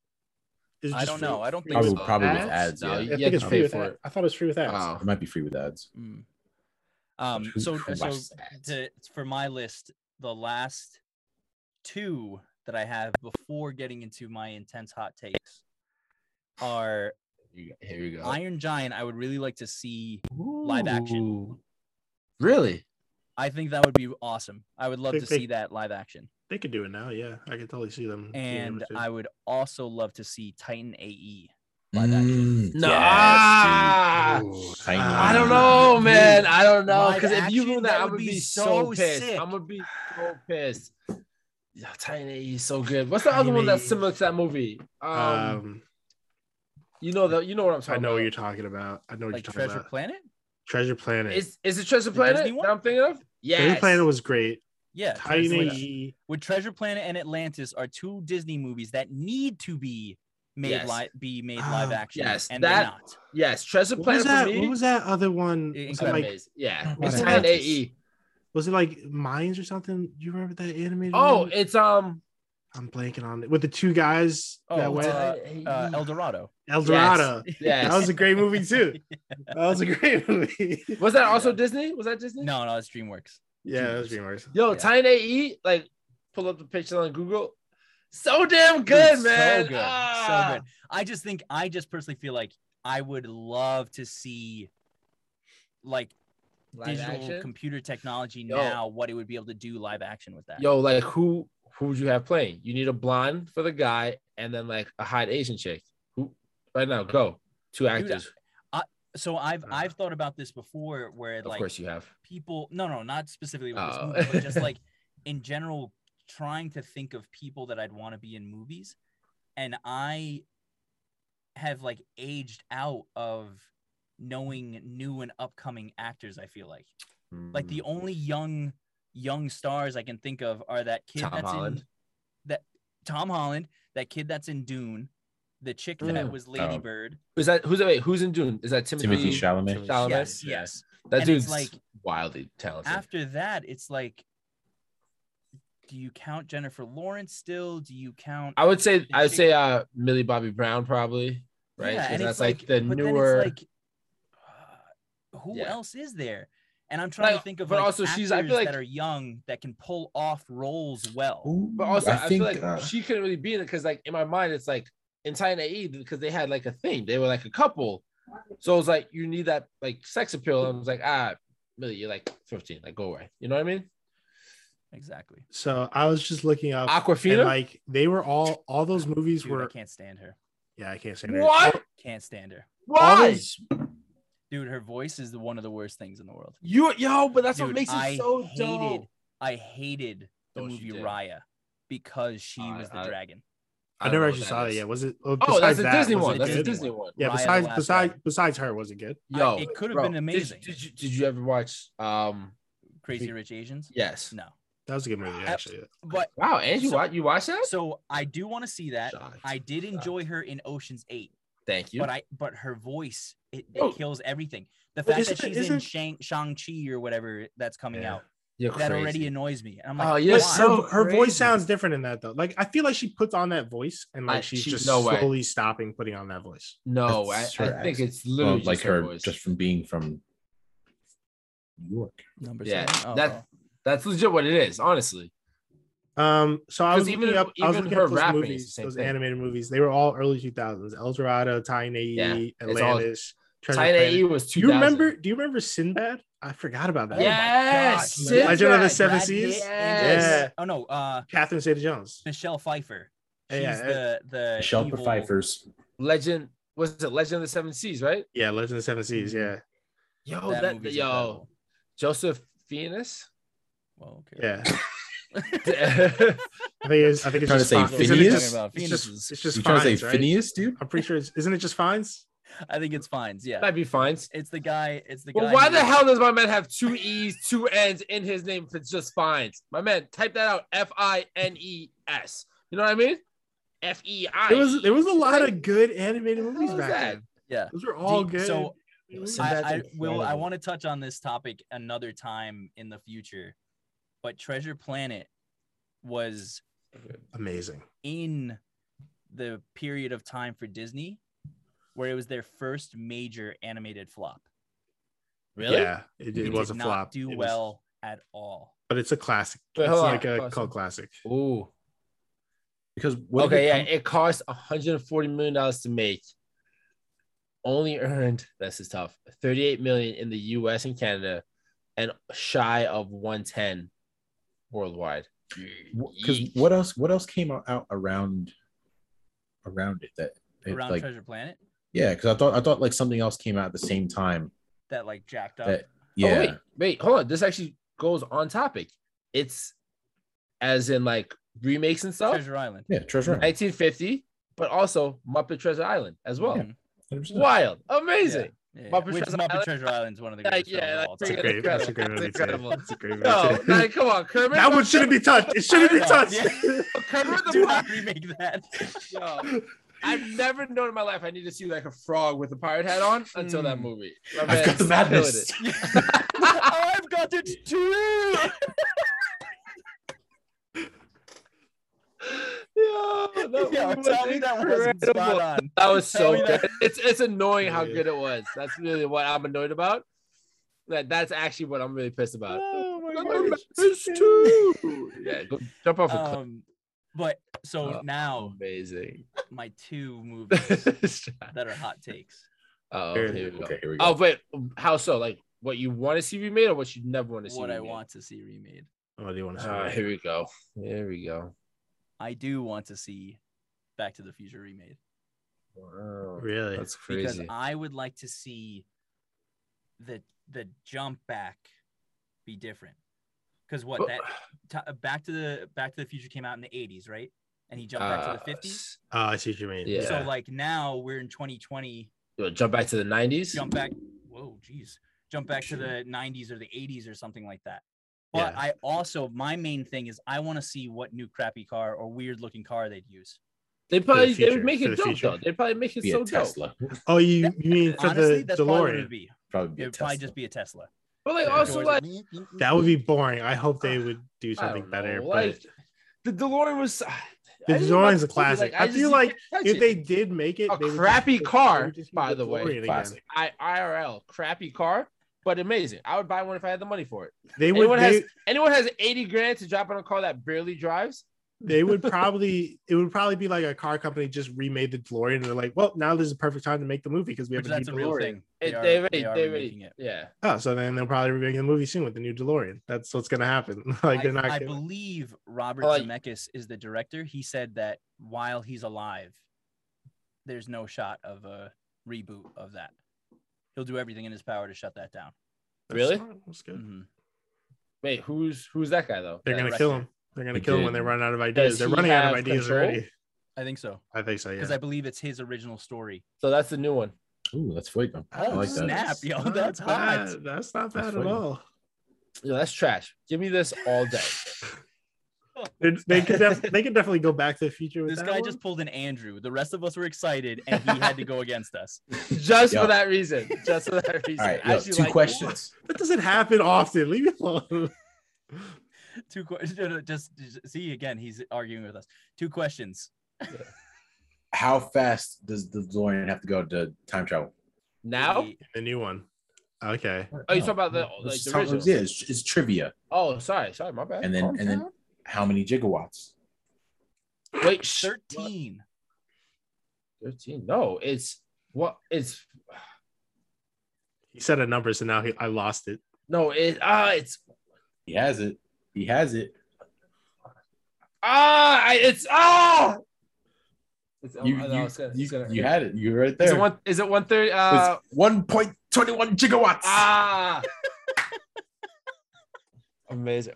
Speaker 3: Is it
Speaker 1: I
Speaker 3: just
Speaker 1: don't know. I don't
Speaker 3: free
Speaker 1: think
Speaker 3: with
Speaker 1: so.
Speaker 2: Probably, probably with
Speaker 3: Ads?
Speaker 2: ads.
Speaker 4: No,
Speaker 2: yeah.
Speaker 3: I
Speaker 4: you
Speaker 3: think
Speaker 4: have
Speaker 3: it's
Speaker 4: to
Speaker 3: free
Speaker 4: pay
Speaker 3: with
Speaker 4: for
Speaker 3: ads.
Speaker 4: it.
Speaker 3: I thought it was free with ads.
Speaker 4: Wow.
Speaker 2: It might be free with ads.
Speaker 1: Mm. Um,
Speaker 2: Who-
Speaker 1: so,
Speaker 2: who
Speaker 1: so
Speaker 2: watches ads?
Speaker 1: to, for my list, the last two that I have before getting into my intense hot takes are
Speaker 4: You- Here we go.
Speaker 1: Iron Giant. I would really like to see. live action.
Speaker 4: Ooh. Really?
Speaker 1: I think that would be awesome. I would love
Speaker 3: They-
Speaker 1: to
Speaker 3: they-
Speaker 1: see that live action,
Speaker 3: They could do it now. Yeah, I could totally see them. doing
Speaker 1: and
Speaker 3: number two.
Speaker 1: I would also love to see Titan E. AE. Live
Speaker 2: Mm,
Speaker 4: No. Ah!
Speaker 2: yes,
Speaker 3: Ooh.
Speaker 2: Tiny.
Speaker 4: I don't know,
Speaker 1: Dude,
Speaker 4: man. I don't know.
Speaker 1: live
Speaker 4: Because if you
Speaker 1: action,
Speaker 4: do that,
Speaker 1: that
Speaker 4: I'm
Speaker 1: would
Speaker 4: gonna
Speaker 1: be
Speaker 4: be,
Speaker 1: so
Speaker 4: so pissed.
Speaker 1: sick.
Speaker 4: I'm gonna be so pissed. Yeah, Tiny AE is so good. What's the other
Speaker 3: Tiny
Speaker 4: one that's
Speaker 3: AE.
Speaker 4: similar to that movie? Um,
Speaker 3: Um,
Speaker 4: you know the you know what I'm
Speaker 3: I
Speaker 4: talking
Speaker 3: know what
Speaker 4: about.
Speaker 3: you're talking about. I know what
Speaker 1: Like
Speaker 3: you're talking
Speaker 1: Treasure
Speaker 3: about.
Speaker 1: Planet?
Speaker 3: Treasure Planet.
Speaker 4: Is is it Treasure
Speaker 1: The
Speaker 4: Planet
Speaker 1: Disney one?
Speaker 4: that I'm thinking of? Yes.
Speaker 3: Treasure Planet was great.
Speaker 1: Yeah.
Speaker 3: Titan E.
Speaker 1: Treasure Planet.
Speaker 3: AE.
Speaker 1: with Treasure Planet and Atlantis are two Disney movies that need to be made
Speaker 4: Yes. Oh,
Speaker 1: live be made
Speaker 3: Ah,
Speaker 1: live action.
Speaker 4: yes,
Speaker 1: and
Speaker 4: that-
Speaker 1: they're not.
Speaker 4: yes, Treasure
Speaker 3: What was
Speaker 4: Planet
Speaker 3: that?
Speaker 4: for me.
Speaker 3: What was that other one?
Speaker 1: It-
Speaker 3: Was
Speaker 1: that?
Speaker 3: it like
Speaker 4: amazing. yeah,
Speaker 2: What
Speaker 4: it's E.
Speaker 2: about
Speaker 4: Tiny
Speaker 2: Atlantis?
Speaker 4: AE.
Speaker 3: was it like mines or something? Do you remember that animated?
Speaker 4: Oh,
Speaker 3: one?
Speaker 4: it's um
Speaker 3: I'm blanking on it with the two guys
Speaker 1: Oh,
Speaker 3: that went
Speaker 1: uh,
Speaker 4: Tiny
Speaker 1: Uh,
Speaker 4: AE.
Speaker 1: El Dorado.
Speaker 3: El Dorado.
Speaker 4: Yes.
Speaker 3: That was a great movie too.
Speaker 4: *laughs*
Speaker 3: That was a great movie.
Speaker 4: Was that also Disney? Was that Disney?
Speaker 1: No, no, it's DreamWorks.
Speaker 3: yeah, that was DreamWorks.
Speaker 4: Yo,
Speaker 1: Yeah.
Speaker 4: Tiny AE, like pull up the picture on Google. So damn good,
Speaker 1: Dude,
Speaker 4: man.
Speaker 1: So good.
Speaker 4: Ah.
Speaker 1: So good. I just think I just personally feel like I would love to see like
Speaker 4: Live
Speaker 1: digital
Speaker 4: action?
Speaker 1: computer technology
Speaker 4: Yo.
Speaker 1: now, what it would be able to do live action with that.
Speaker 4: Yo, like who who would you have playing? You need a blonde for the guy, and then like a hot Asian chick. Who right now? Go two actors.
Speaker 1: So I've
Speaker 3: Uh.
Speaker 1: I've thought about this before where
Speaker 4: Uh-huh. of
Speaker 1: like
Speaker 4: course, you have. *laughs*
Speaker 1: people no no not specifically with this
Speaker 4: Oh.
Speaker 1: movie, but just like in general trying to think of people that I'd want to be in movies, and I have like aged out of knowing new and upcoming actors. I feel like like
Speaker 4: Hmm. Mm.
Speaker 1: the only young young stars I can think of are that kid
Speaker 4: Tom
Speaker 1: that's in
Speaker 4: Holland.
Speaker 1: that Tom Holland, that kid that's in Dune, the chick that
Speaker 4: Mm.
Speaker 1: was Ladybird.
Speaker 4: Is that who's that? Wait, who's in Dune? Is that Timothy?
Speaker 2: Timothy Chalamet.
Speaker 4: Chalamet?
Speaker 1: yes, yes.
Speaker 4: That
Speaker 1: And it's
Speaker 4: dude's
Speaker 1: like-
Speaker 4: wildly talented.
Speaker 1: After that, it's like, do you count Jennifer Lawrence still? Do you count?
Speaker 4: I would say
Speaker 1: the
Speaker 4: I'd
Speaker 1: chick-
Speaker 4: say uh Millie Bobby Brown probably right.
Speaker 1: Yeah,
Speaker 4: 'Cause
Speaker 1: and
Speaker 4: that's
Speaker 1: it's
Speaker 4: like, the
Speaker 1: but then it's
Speaker 4: newer.
Speaker 1: like, uh, who
Speaker 4: Yeah.
Speaker 1: else is there? And I'm trying to
Speaker 4: Like,
Speaker 1: think of
Speaker 4: but
Speaker 1: like
Speaker 4: also she's- I feel
Speaker 1: actors
Speaker 4: like-
Speaker 1: that are young that can pull off roles well.
Speaker 4: but also I,
Speaker 2: I think
Speaker 4: feel like
Speaker 2: uh,
Speaker 4: she couldn't really be in it because like in my mind it's like in Ty and Aid because they had like a thing. They were like a couple, so it was like you need that like sex appeal. And I was like ah Millie, you're like 15, like go away. You know what I mean?
Speaker 1: Exactly.
Speaker 3: So I was just looking up, and
Speaker 4: Aquafina.
Speaker 3: like they were all all those movies
Speaker 1: Dude, I
Speaker 3: were.
Speaker 1: can't stand her.
Speaker 3: Yeah, I can't say Oh, that.
Speaker 4: what?
Speaker 1: Can't stand her.
Speaker 3: All
Speaker 4: Why?
Speaker 3: those-
Speaker 1: Dude, her voice is the, one of the worst things in the world.
Speaker 4: You yo, but that's what
Speaker 1: Dude,
Speaker 4: makes
Speaker 1: I
Speaker 4: it so
Speaker 1: hated,
Speaker 4: dope.
Speaker 1: I hated the
Speaker 4: Oh, she
Speaker 1: movie
Speaker 4: did.
Speaker 1: Raya because she
Speaker 4: I-
Speaker 1: was the
Speaker 4: I-
Speaker 1: dragon.
Speaker 3: I
Speaker 4: don't
Speaker 3: never
Speaker 4: know
Speaker 3: actually
Speaker 4: what
Speaker 3: saw
Speaker 4: that
Speaker 3: that
Speaker 4: is.
Speaker 3: yet. Was it? Oh,
Speaker 4: Oh, that's
Speaker 3: besides
Speaker 4: a
Speaker 3: that,
Speaker 4: Disney
Speaker 3: was
Speaker 4: one.
Speaker 3: it
Speaker 4: That's a
Speaker 3: good?
Speaker 4: Disney one.
Speaker 3: Yeah,
Speaker 1: Raya the
Speaker 3: besides
Speaker 1: Last
Speaker 3: besides
Speaker 1: Dragon.
Speaker 3: besides her, was it good?
Speaker 4: Yo,
Speaker 1: it could've
Speaker 4: bro,
Speaker 1: been
Speaker 4: did-
Speaker 1: amazing.
Speaker 4: Did, you did you ever watch? Um,
Speaker 1: Crazy
Speaker 4: Sweet.
Speaker 1: Rich Asians?
Speaker 4: yes.
Speaker 1: No.
Speaker 3: That was a good movie,
Speaker 1: Ab-
Speaker 3: actually.
Speaker 1: But
Speaker 4: Wow, and you
Speaker 1: So-
Speaker 4: watch you watch that?
Speaker 1: so I do want to see that.
Speaker 4: Shocked.
Speaker 1: I did enjoy her in Ocean's 8,
Speaker 4: Thank you.
Speaker 1: but I but her voice it,
Speaker 4: Oh.
Speaker 1: it kills everything. The
Speaker 3: But
Speaker 1: fact that
Speaker 3: isn't-
Speaker 1: she's in
Speaker 3: isn't-
Speaker 1: Shang Shang-Chi or whatever that's coming
Speaker 3: Yeah.
Speaker 1: out,
Speaker 4: You're
Speaker 1: that
Speaker 4: crazy.
Speaker 1: already annoys me. And I'm like,
Speaker 4: Oh,
Speaker 1: why?
Speaker 4: you're
Speaker 3: But
Speaker 4: so
Speaker 3: her, her
Speaker 4: crazy.
Speaker 3: voice sounds different in that though. Like I feel like she puts on that voice, and like
Speaker 4: I-
Speaker 3: she's
Speaker 4: she-
Speaker 3: just
Speaker 4: no way.
Speaker 3: slowly stopping putting on that voice.
Speaker 4: No, I,
Speaker 2: That's her
Speaker 4: I think
Speaker 2: accent.
Speaker 4: it's literally
Speaker 2: well, like
Speaker 4: just her,
Speaker 2: her
Speaker 4: voice.
Speaker 2: just from being from New York.
Speaker 1: Number
Speaker 4: Yeah,
Speaker 1: seven? Oh,
Speaker 4: that- That's legit what it is, honestly.
Speaker 3: Um, so I was
Speaker 4: 'Cause even
Speaker 3: looking
Speaker 4: if-
Speaker 3: up, I was
Speaker 4: even
Speaker 3: looking
Speaker 4: her
Speaker 3: up those
Speaker 4: rapping is the
Speaker 3: movies,
Speaker 4: same
Speaker 3: those
Speaker 4: thing.
Speaker 3: animated movies. They were all early two thousands. El Dorado, Tiny,
Speaker 4: Yeah,
Speaker 3: E,
Speaker 4: all-
Speaker 3: Atlantis, Treasure
Speaker 4: Tight
Speaker 3: Planet.
Speaker 4: AE E was
Speaker 3: Do
Speaker 4: 2000.
Speaker 3: you remember? Do you remember Sinbad? I forgot about that.
Speaker 1: my Yeah.
Speaker 4: Yes.
Speaker 1: gosh,
Speaker 4: Sinbad.
Speaker 3: Legend of the
Speaker 1: Brad
Speaker 3: Seven
Speaker 1: Pitt and-
Speaker 3: Seas?
Speaker 4: Yes.
Speaker 3: Yeah.
Speaker 1: Oh no, uh
Speaker 3: Catherine Zeta Jones.
Speaker 1: Michelle Pfeiffer. She's
Speaker 3: Yeah,
Speaker 1: the the
Speaker 2: Shelter
Speaker 1: evil-
Speaker 2: Pfeiffer's
Speaker 4: Legend was it Legend of the Seven Seas, right?
Speaker 3: Yeah, Legend of the Seven Seas. Yeah,
Speaker 4: Yo,
Speaker 1: That
Speaker 4: Oh, that,
Speaker 1: movie's
Speaker 4: yo,
Speaker 1: incredible.
Speaker 4: Joseph Phoenix.
Speaker 1: Well, okay.
Speaker 3: yeah.
Speaker 4: *laughs* Phoenix
Speaker 3: I think it's. I think
Speaker 2: Trying to
Speaker 3: it's just
Speaker 2: say
Speaker 3: fines. Isn't it
Speaker 2: Phineas?
Speaker 3: just-
Speaker 1: Talking about
Speaker 3: It's just,
Speaker 1: Phoenuses.
Speaker 3: it's just
Speaker 2: you trying
Speaker 3: fines,
Speaker 2: to say
Speaker 3: right?
Speaker 2: Phineas, dude?
Speaker 3: I'm pretty sure. It's, isn't it just fines?
Speaker 1: I think it's fines. Yeah.
Speaker 4: *laughs* might be fines.
Speaker 1: It's the guy. It's the guy.
Speaker 4: But why
Speaker 1: who-
Speaker 4: the hell does my man have two E's, two N's in his name if it's just fines? My man, type that out. F I N E S. You know what I mean? F E I.
Speaker 3: There was there was a lot of good animated movies
Speaker 4: hell
Speaker 3: back
Speaker 4: is that?
Speaker 3: then.
Speaker 1: Yeah.
Speaker 3: Those were all
Speaker 1: Do-
Speaker 3: good.
Speaker 1: So
Speaker 3: Yo,
Speaker 1: I,
Speaker 3: Sinbad's
Speaker 1: I will. I
Speaker 3: incredible.
Speaker 1: want to touch on this topic another time in the future, but Treasure Planet was
Speaker 3: amazing.
Speaker 1: in the period of time for Disney where it was their first major animated flop.
Speaker 4: Really?
Speaker 3: Yeah, it, it,
Speaker 1: It
Speaker 3: was
Speaker 1: did
Speaker 3: a
Speaker 1: not
Speaker 3: flop. It
Speaker 1: Do
Speaker 3: was-
Speaker 1: well at all.
Speaker 3: but it's a classic.
Speaker 4: Wait,
Speaker 3: it's
Speaker 4: hold on.
Speaker 3: like a
Speaker 4: Classic.
Speaker 3: cult classic.
Speaker 4: Ooh.
Speaker 2: Because
Speaker 4: okay, yeah, it cost 140 million dollars to make. Only earned this is tough 38 million in the US and Canada, and shy of 110 worldwide.
Speaker 2: Because what else? What else came out, out around around it that it,
Speaker 1: Around
Speaker 2: like
Speaker 1: Treasure Planet,
Speaker 2: yeah? Because I thought I thought like something else came out at the same time.
Speaker 1: that like jacked up.
Speaker 2: That
Speaker 4: Oh,
Speaker 2: yeah,
Speaker 4: wait, wait, hold on. This actually goes on topic. It's as in like remakes and stuff.
Speaker 1: Treasure Island.
Speaker 2: yeah, Treasure Island.
Speaker 4: 1950, but also Muppet Treasure Island as well.
Speaker 1: Yeah.
Speaker 2: 100%.
Speaker 4: Wild, amazing.
Speaker 1: Yeah, yeah.
Speaker 4: Muppet
Speaker 1: Which
Speaker 4: Treasure
Speaker 1: Muppet
Speaker 4: Island-
Speaker 1: Treasure Island is one of the
Speaker 4: Like,
Speaker 1: greatest films
Speaker 4: yeah,
Speaker 1: of all
Speaker 3: It's
Speaker 4: that's
Speaker 1: time.
Speaker 3: a
Speaker 4: freaking
Speaker 3: great, that's a great movie. too.
Speaker 4: incredible.
Speaker 3: It's a great movie.
Speaker 4: No,
Speaker 3: too.
Speaker 4: like, come on, Kermit.
Speaker 3: *laughs* that one shouldn't be touched. It shouldn't be
Speaker 4: Yeah.
Speaker 3: touched. *laughs*
Speaker 1: Yeah. *laughs*
Speaker 4: Kermit the
Speaker 1: Do
Speaker 4: Frog.
Speaker 1: not remake that. *laughs*
Speaker 4: Yo, I've never known in my life I need to see like a frog with a pirate hat on until that
Speaker 1: Hmm.
Speaker 4: movie.
Speaker 2: I've got the
Speaker 4: *laughs*
Speaker 2: madness.
Speaker 1: Oh, I've got it too.
Speaker 4: Yo, that,
Speaker 1: Yo,
Speaker 4: movie
Speaker 1: tell me that wasn't spot
Speaker 4: incredible.
Speaker 1: on.
Speaker 4: That was
Speaker 1: Tell
Speaker 4: so
Speaker 1: me that-
Speaker 4: good. It's it's annoying how
Speaker 3: Yeah.
Speaker 4: good it was. That's really what I'm annoyed about. That that's actually what I'm really pissed about.
Speaker 1: Oh my
Speaker 4: Got
Speaker 1: God.
Speaker 4: the madness too. Yeah, go jump off a cliff.
Speaker 1: Um, but so
Speaker 4: Uh,
Speaker 1: now
Speaker 4: Amazing. *laughs*
Speaker 1: my two movies
Speaker 4: oh,
Speaker 1: that are hot takes.
Speaker 4: here we go.
Speaker 2: Okay, here we go.
Speaker 4: Oh, wait. How so? Like what you want to see remade or what you never want to see?
Speaker 1: What I
Speaker 4: remade?
Speaker 1: want to see remade.
Speaker 3: Oh, do you want to?
Speaker 4: Uh, here we go. Here we go.
Speaker 1: I do want to see Back to the Future remade
Speaker 4: Wow.
Speaker 3: really?
Speaker 4: That's
Speaker 1: because
Speaker 4: crazy.
Speaker 1: I would like to see the the jump back be different. Because what that
Speaker 4: Uh.
Speaker 1: t- Back to the Back to the Future came out in the '80s, right? And he jumped back
Speaker 4: Uh,
Speaker 1: to the '50s.
Speaker 3: Oh, I see what you mean.
Speaker 4: Yeah.
Speaker 1: So like now we're in 2020.
Speaker 4: Uh, Jump back to the 90s.
Speaker 1: Jump back. Whoa, geez. Jump back to the '90s or the '80s or something like that. But
Speaker 3: Yeah.
Speaker 1: I also my main thing is I want to see what new crappy car or weird looking car they'd use.
Speaker 4: They probably they
Speaker 3: future,
Speaker 4: would make
Speaker 3: for
Speaker 4: it
Speaker 3: the
Speaker 4: dope
Speaker 3: future.
Speaker 4: though. They probably make it
Speaker 2: Be
Speaker 4: so
Speaker 2: a
Speaker 4: dope.
Speaker 2: Tesla.
Speaker 3: Oh, you, you mean for
Speaker 1: Honestly,
Speaker 3: the
Speaker 1: that's probably what it'd
Speaker 3: DeLorean?
Speaker 1: be.
Speaker 2: Probably be a
Speaker 1: It'd probably
Speaker 2: Tesla.
Speaker 1: just be a Tesla.
Speaker 4: But like
Speaker 3: Yeah.
Speaker 4: also like
Speaker 3: That would be boring. I hope they would do
Speaker 4: I don't
Speaker 3: something better.
Speaker 4: know,
Speaker 3: but
Speaker 4: like the DeLorean was.
Speaker 3: The
Speaker 4: I just want
Speaker 3: DeLorean's a
Speaker 4: to be
Speaker 3: classic. I
Speaker 4: just
Speaker 3: feel like
Speaker 4: can't touch
Speaker 3: if
Speaker 4: it.
Speaker 3: they did make it,
Speaker 4: A
Speaker 3: they would
Speaker 4: crappy
Speaker 3: they would
Speaker 4: car,
Speaker 3: just use
Speaker 4: by the way.
Speaker 3: DeLorean again.
Speaker 2: Classic.
Speaker 4: I IRL crappy car, but amazing. I would buy one if I had the money for it.
Speaker 3: They
Speaker 4: Anyone
Speaker 3: would.
Speaker 4: has
Speaker 3: They,
Speaker 4: anyone has eighty grand to drop on a car that barely drives.
Speaker 3: they
Speaker 4: *laughs*
Speaker 3: would probably. It would probably be like a car company just remade the DeLorean. And they're like, well, now this is the perfect time to make the movie because we have
Speaker 1: Which
Speaker 3: a new
Speaker 1: that's a real
Speaker 3: DeLorean.
Speaker 1: thing.
Speaker 4: It,
Speaker 1: are-
Speaker 4: they already,
Speaker 1: are
Speaker 4: they
Speaker 1: remaking
Speaker 4: already,
Speaker 1: it.
Speaker 4: yeah.
Speaker 3: Oh, so then they'll probably be making the movie soon with the new DeLorean. That's what's gonna happen. *laughs* like they're
Speaker 1: I,
Speaker 3: not.
Speaker 1: I
Speaker 3: gonna,
Speaker 1: believe Robert
Speaker 4: Like-
Speaker 1: Zemeckis is the director. He said that while he's alive, there's no shot of a reboot of that. He'll do everything in his power to shut that down.
Speaker 3: That's
Speaker 4: Really?
Speaker 3: smart. That's good.
Speaker 1: Mhm.
Speaker 4: Wait, who's who's that guy though?
Speaker 3: They're
Speaker 4: That
Speaker 3: gonna
Speaker 4: wrecked
Speaker 3: kill
Speaker 4: it?
Speaker 3: him. They're gonna
Speaker 2: They
Speaker 3: kill him
Speaker 2: did.
Speaker 3: when they run out of ideas.
Speaker 4: Does
Speaker 3: They're
Speaker 4: he
Speaker 3: running out of
Speaker 4: have
Speaker 3: ideas
Speaker 4: control?
Speaker 3: already.
Speaker 1: I think so
Speaker 3: I think so. Yeah.
Speaker 1: because I believe it's his original story.
Speaker 4: So that's the new one.
Speaker 2: Ooh, that's Fuego. I
Speaker 1: Oh,
Speaker 2: like that.
Speaker 1: snap, yo, that's hot.
Speaker 3: bad. That's not
Speaker 2: That's
Speaker 3: bad at
Speaker 2: funny.
Speaker 3: all.
Speaker 4: Yo, that's trash. Give me this all
Speaker 2: *laughs*
Speaker 4: day.
Speaker 3: They, they could def- they could definitely go back to the future with
Speaker 1: This
Speaker 3: that
Speaker 1: guy
Speaker 3: one.
Speaker 1: just pulled an Andrew. The rest of us were excited, and he had to go against us.
Speaker 4: Just
Speaker 2: Yo.
Speaker 4: for that reason. Just for that
Speaker 2: *laughs*
Speaker 4: reason.
Speaker 2: All right,
Speaker 4: I
Speaker 2: yo,
Speaker 4: actually
Speaker 2: two
Speaker 4: like-
Speaker 2: questions.
Speaker 3: that doesn't happen often. Leave me alone.
Speaker 1: Two questions. *laughs* Just, just see again. He's arguing with us. Two questions.
Speaker 2: How fast does the DeLorean have to go to time travel?
Speaker 4: Now?
Speaker 1: The-
Speaker 3: The new one. Okay.
Speaker 4: Oh, you talking about the like
Speaker 2: It's
Speaker 4: the
Speaker 2: top-
Speaker 4: original?
Speaker 2: yeah, it's, it's trivia.
Speaker 4: Oh, sorry, sorry, my bad.
Speaker 2: And then-
Speaker 4: Calm
Speaker 2: and then-
Speaker 4: down.
Speaker 2: How many gigawatts?
Speaker 4: wait, sh-
Speaker 1: Thirteen.
Speaker 4: thirteen. No, it's what? It's
Speaker 3: He said a number, so now he, I lost it.
Speaker 4: no, it ah, it's
Speaker 2: He has it. He has it.
Speaker 4: ah, I, it's ah. It's,
Speaker 2: You
Speaker 4: oh, no,
Speaker 2: you,
Speaker 4: it's gonna-
Speaker 2: you,
Speaker 4: it's gonna
Speaker 2: you
Speaker 4: hurt.
Speaker 2: had it. You were right
Speaker 4: Is
Speaker 2: there.
Speaker 4: it one? Is it one thirty? Uh,
Speaker 2: it's one point twenty one gigawatts.
Speaker 1: *laughs*
Speaker 4: ah. Amazing.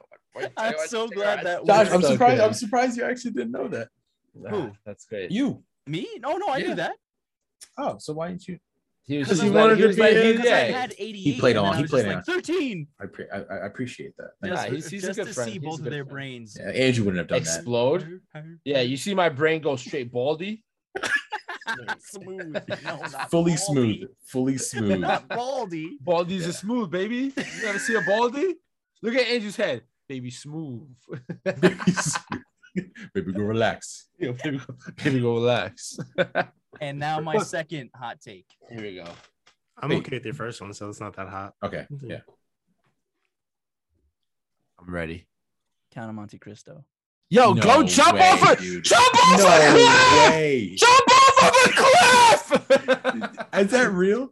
Speaker 1: I'm so glad that
Speaker 2: Josh,
Speaker 1: was-
Speaker 2: I'm
Speaker 4: So
Speaker 2: surprised.
Speaker 4: good.
Speaker 2: I'm surprised you actually didn't know that.
Speaker 1: Who?
Speaker 4: That's great.
Speaker 2: You.
Speaker 1: Me? No, no, I
Speaker 2: Yeah.
Speaker 1: knew that.
Speaker 2: Oh, so why didn't you?
Speaker 4: He was
Speaker 3: 'Cause
Speaker 4: just
Speaker 3: he
Speaker 4: like-
Speaker 3: wanted
Speaker 4: was
Speaker 3: to be
Speaker 4: like, he-
Speaker 3: in-
Speaker 1: Because I
Speaker 4: yeah.
Speaker 1: had 88.
Speaker 2: He played
Speaker 1: and
Speaker 2: along.
Speaker 1: I
Speaker 2: He
Speaker 1: was
Speaker 2: played
Speaker 1: just
Speaker 2: along.
Speaker 1: like 13.
Speaker 2: I pre- I, I appreciate that. Thanks.
Speaker 4: Yeah,
Speaker 1: just
Speaker 4: he's- he's a
Speaker 1: just
Speaker 4: good
Speaker 1: to
Speaker 4: friend.
Speaker 1: see
Speaker 4: He's a
Speaker 1: both of
Speaker 4: good
Speaker 1: their
Speaker 4: friend.
Speaker 1: brains.
Speaker 2: Yeah, Andrew wouldn't have done that.
Speaker 4: explode.
Speaker 1: *laughs*
Speaker 4: Yeah, you see my brain go straight baldy.
Speaker 1: smooth. No, not
Speaker 2: Fully
Speaker 1: baldy.
Speaker 2: smooth. Fully *laughs* smooth.
Speaker 1: *laughs* Not baldy.
Speaker 4: Baldy's a smooth baby. You ever see a baldy? Look at Andrew's head, baby smooth. *laughs*
Speaker 2: Baby, smooth. Baby, go relax.
Speaker 4: Yo, baby, go- baby, go relax.
Speaker 1: And now my second hot take.
Speaker 4: Here we go.
Speaker 3: I'm
Speaker 2: Hey.
Speaker 3: okay with your first one, so it's not that hot.
Speaker 2: Okay. Yeah.
Speaker 4: I'm ready.
Speaker 1: Count of Monte Cristo.
Speaker 4: Yo,
Speaker 2: No
Speaker 4: go jump
Speaker 2: way,
Speaker 4: off a
Speaker 2: dude.
Speaker 4: jump off
Speaker 2: No
Speaker 4: a
Speaker 2: *laughs*
Speaker 4: cliff.
Speaker 2: way.
Speaker 4: Jump off of a cliff. *laughs*
Speaker 2: Is that real?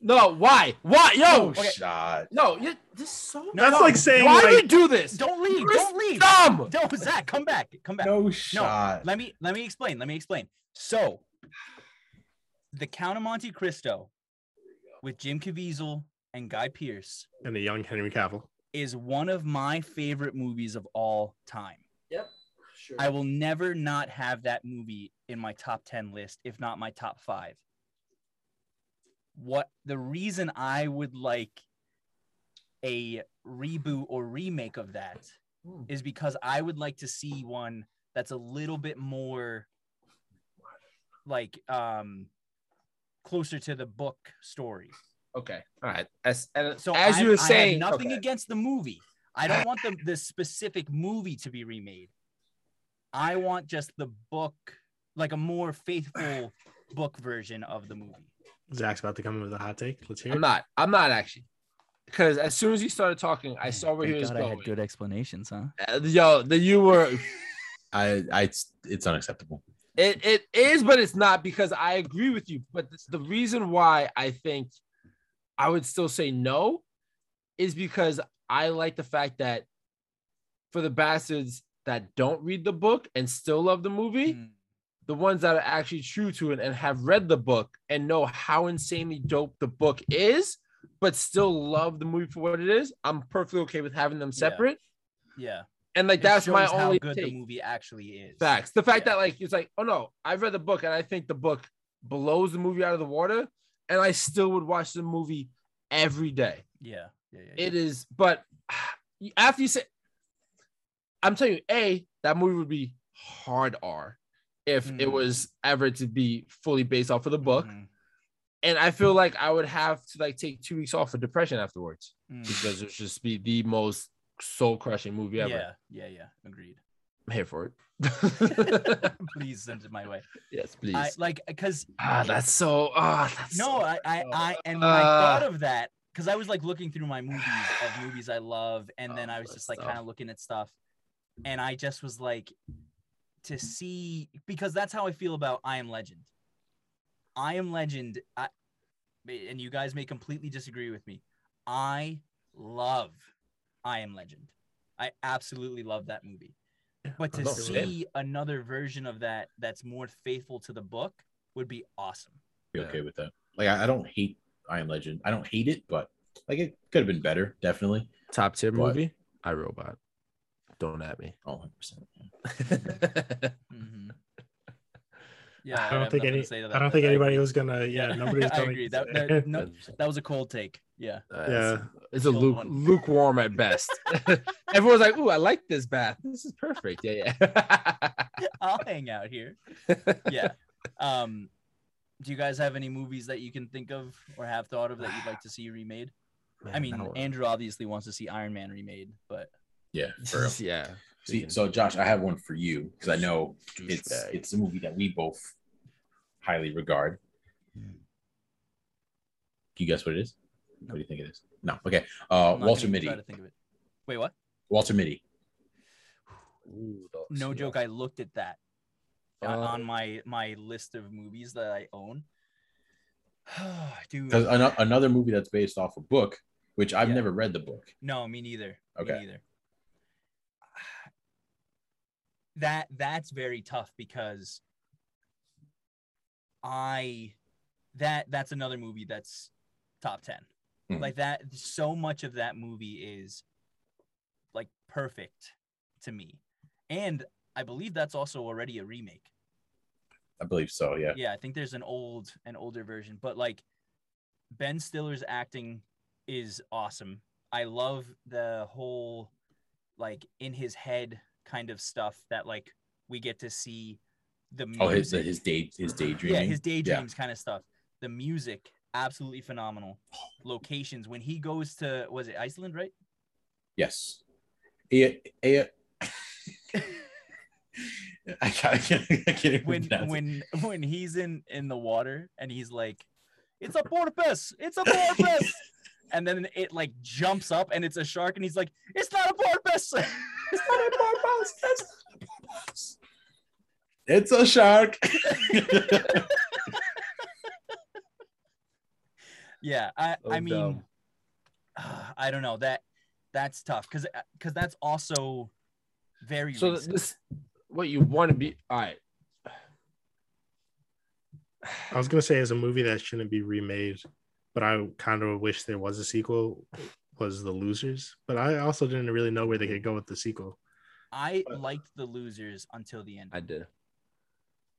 Speaker 4: no, why? Why? Yo,
Speaker 2: No
Speaker 4: okay.
Speaker 2: shot.
Speaker 4: no, you this is so.
Speaker 1: No,
Speaker 3: That's
Speaker 1: no,
Speaker 3: like saying
Speaker 4: why do
Speaker 3: like,
Speaker 4: you do this?
Speaker 1: Don't leave.
Speaker 4: Chris-
Speaker 1: Don't leave.
Speaker 4: Dumb.
Speaker 1: No, Zach, come back. Come back.
Speaker 2: No shot.
Speaker 1: Let me let me explain. Let me explain. So the Count of Monte Cristo with Jim Caviezel and Guy Pearce
Speaker 3: and a young Henry Cavill.
Speaker 1: is one of my favorite movies of all time.
Speaker 4: Sure.
Speaker 1: I will never not have that movie in my top 10 list, if not my top five. What the reason I would like a reboot or remake of that
Speaker 4: Hmm.
Speaker 1: is because I would like to see one that's a little bit more like um closer to the book story.
Speaker 4: Okay. All right. As and
Speaker 1: So
Speaker 4: as
Speaker 1: I,
Speaker 4: you were
Speaker 1: I have
Speaker 4: saying,
Speaker 1: nothing
Speaker 4: okay.
Speaker 1: against the movie. I don't want the, the specific movie to be remade. I want just the book, like a more faithful book version of the movie.
Speaker 3: Zach's about to come in with a hot take. Let's hear
Speaker 4: I'm
Speaker 3: it.
Speaker 4: not. I'm not actually. Because as soon as you started talking, I saw where he was going.
Speaker 1: explanations, huh?
Speaker 4: Uh, Yo, that you were.
Speaker 2: I, I, it's unacceptable.
Speaker 4: It it is, but it's not because I agree with you. But th- the reason why I think I would still say no is because I like the fact that for the bastards that don't read the book and still love the
Speaker 1: Mm.
Speaker 4: movie, the ones that are actually true to it and have read the book and know how insanely dope the book is but still love the movie for what it is, I'm perfectly okay with having them separate.
Speaker 1: yeah.
Speaker 4: And like
Speaker 1: It
Speaker 4: that's my
Speaker 1: shows how
Speaker 4: only
Speaker 1: good
Speaker 4: take.
Speaker 1: the movie actually is.
Speaker 4: Facts. The fact
Speaker 1: Yeah.
Speaker 4: that like it's like, oh no, I've read the book and I think the book blows the movie out of the water, and I still would watch the movie every day.
Speaker 1: Yeah. Yeah. yeah, yeah.
Speaker 4: It is, but *sighs* after you say, I'm telling you, a that movie would be hard R if it
Speaker 1: Mm.
Speaker 4: was ever to be fully based off of the book,
Speaker 1: Mhm.
Speaker 4: and I feel like I would have to like take two weeks off for depression afterwards
Speaker 1: Mm.
Speaker 4: because it would just be the most soul crushing movie
Speaker 1: Yeah.
Speaker 4: ever.
Speaker 1: yeah. Yeah.
Speaker 4: *laughs*
Speaker 1: Agreed. *laughs*
Speaker 4: I'm here for it.
Speaker 1: Please send it my way.
Speaker 4: yes, please.
Speaker 1: I like because
Speaker 4: Ah, that's so. Ah, that's
Speaker 1: no,
Speaker 4: so-
Speaker 1: I, I,
Speaker 4: uh,
Speaker 1: I, and when I
Speaker 4: uh,
Speaker 1: thought of that, because I was like looking through my movies of movies I love, and then
Speaker 4: Oh,
Speaker 1: I was
Speaker 4: that's
Speaker 1: just like
Speaker 4: tough.
Speaker 1: kind of looking at stuff, and I just was like, to see because that's how I feel about I Am Legend. I Am Legend, I, and you guys may completely disagree with me. I love I Am Legend. I absolutely love that movie. But to
Speaker 4: no, same.
Speaker 1: see another version of that that's more faithful to the book would be awesome.
Speaker 2: Be okay with that. Like I, I don't hate I Am Legend. I don't hate it, but like it could have been better, definitely.
Speaker 4: top tier
Speaker 2: What?
Speaker 4: movie. I Robot. Don't at me.
Speaker 2: Oh, 100%. Mm-hmm.
Speaker 1: hmm *laughs* Yeah,
Speaker 3: I don't
Speaker 1: have
Speaker 3: think
Speaker 1: nothing to
Speaker 3: any.
Speaker 1: say to that,
Speaker 3: I don't
Speaker 1: but *laughs*
Speaker 3: think anybody
Speaker 1: agree.
Speaker 3: was gonna. Yeah, nobody's
Speaker 1: I
Speaker 3: gonna.
Speaker 1: agree.
Speaker 3: *laughs*
Speaker 1: That, that, *laughs* no,
Speaker 4: *laughs* That's- uh,
Speaker 1: that was a cold take. Yeah.
Speaker 4: that's-
Speaker 3: Yeah.
Speaker 4: it's a
Speaker 1: Killed
Speaker 4: luke,
Speaker 1: one.
Speaker 3: *laughs*
Speaker 4: lukewarm at best. *laughs* Everyone's like, "Ooh, I like this bath. This is perfect." Yeah,
Speaker 3: *laughs*
Speaker 4: yeah.
Speaker 1: I'll hang out here. Yeah. Um, do you guys have any movies that you can think of or have thought of that you'd like to see
Speaker 3: *sighs*
Speaker 1: remade? I
Speaker 4: Man,
Speaker 1: mean,
Speaker 4: *laughs* that one-
Speaker 1: Andrew obviously wants to see Iron Man remade, but *laughs*
Speaker 2: Yeah, for real.
Speaker 3: *laughs*
Speaker 4: yeah.
Speaker 2: See, so Josh, I have one for you because I know it's
Speaker 4: Douchebag.
Speaker 2: it's a movie that we both highly regard. Can you guess what it is? What do you think it is? No. Okay. Uh,
Speaker 1: I'm not
Speaker 2: Walter
Speaker 1: gonna try
Speaker 2: Mitty.
Speaker 1: to think of it. Wait, what?
Speaker 2: Walter Mitty.
Speaker 4: Ooh, the-
Speaker 1: No
Speaker 4: see,
Speaker 1: joke.
Speaker 4: uh,
Speaker 1: I looked at that uh,
Speaker 4: Uh,
Speaker 1: on my my list of movies that I own. *sighs* Dude,
Speaker 2: Because an- another movie that's based off a book, which I've
Speaker 1: Yeah.
Speaker 2: never read the book.
Speaker 1: No, me neither.
Speaker 2: Okay.
Speaker 1: Me neither. *sighs* That that's very tough because I that that's another movie that's top 10.
Speaker 2: Mhm.
Speaker 1: Like that so much of that movie is like perfect to me. And I believe that's also already a remake
Speaker 2: I believe so. Yeah.
Speaker 1: yeah i think there's an old an older version but like ben stiller's acting is awesome i love the whole like in his head kind of stuff that like we get to see the music.
Speaker 2: Oh, his his day his daydreaming.
Speaker 1: Yeah, his daydreams kind of stuff. The music, absolutely phenomenal. Locations when he goes to was it Iceland, right?
Speaker 2: Yes. Yeah. yeah. *laughs* I can't. I can't, I can't even
Speaker 1: When
Speaker 2: pronounce it.
Speaker 1: when when he's in in the water and he's like, "It's a porpoise! It's a porpoise!" and then it like jumps up and it's a shark and he's like, "It's not a porpoise!" *laughs*
Speaker 2: It's a shark.
Speaker 1: yeah, I
Speaker 4: so
Speaker 1: I mean.
Speaker 4: dumb.
Speaker 1: Ah, *sighs* I don't know that that's tough because because that's also very
Speaker 4: so th-
Speaker 1: recent.
Speaker 4: this what you want to be. All right.
Speaker 3: I was gonna say as a movie that shouldn't be remade, but I kind of wish there was a sequel. Was the losers, but I also didn't really know where they could go with the sequel
Speaker 1: I liked the losers until the end.
Speaker 4: I did.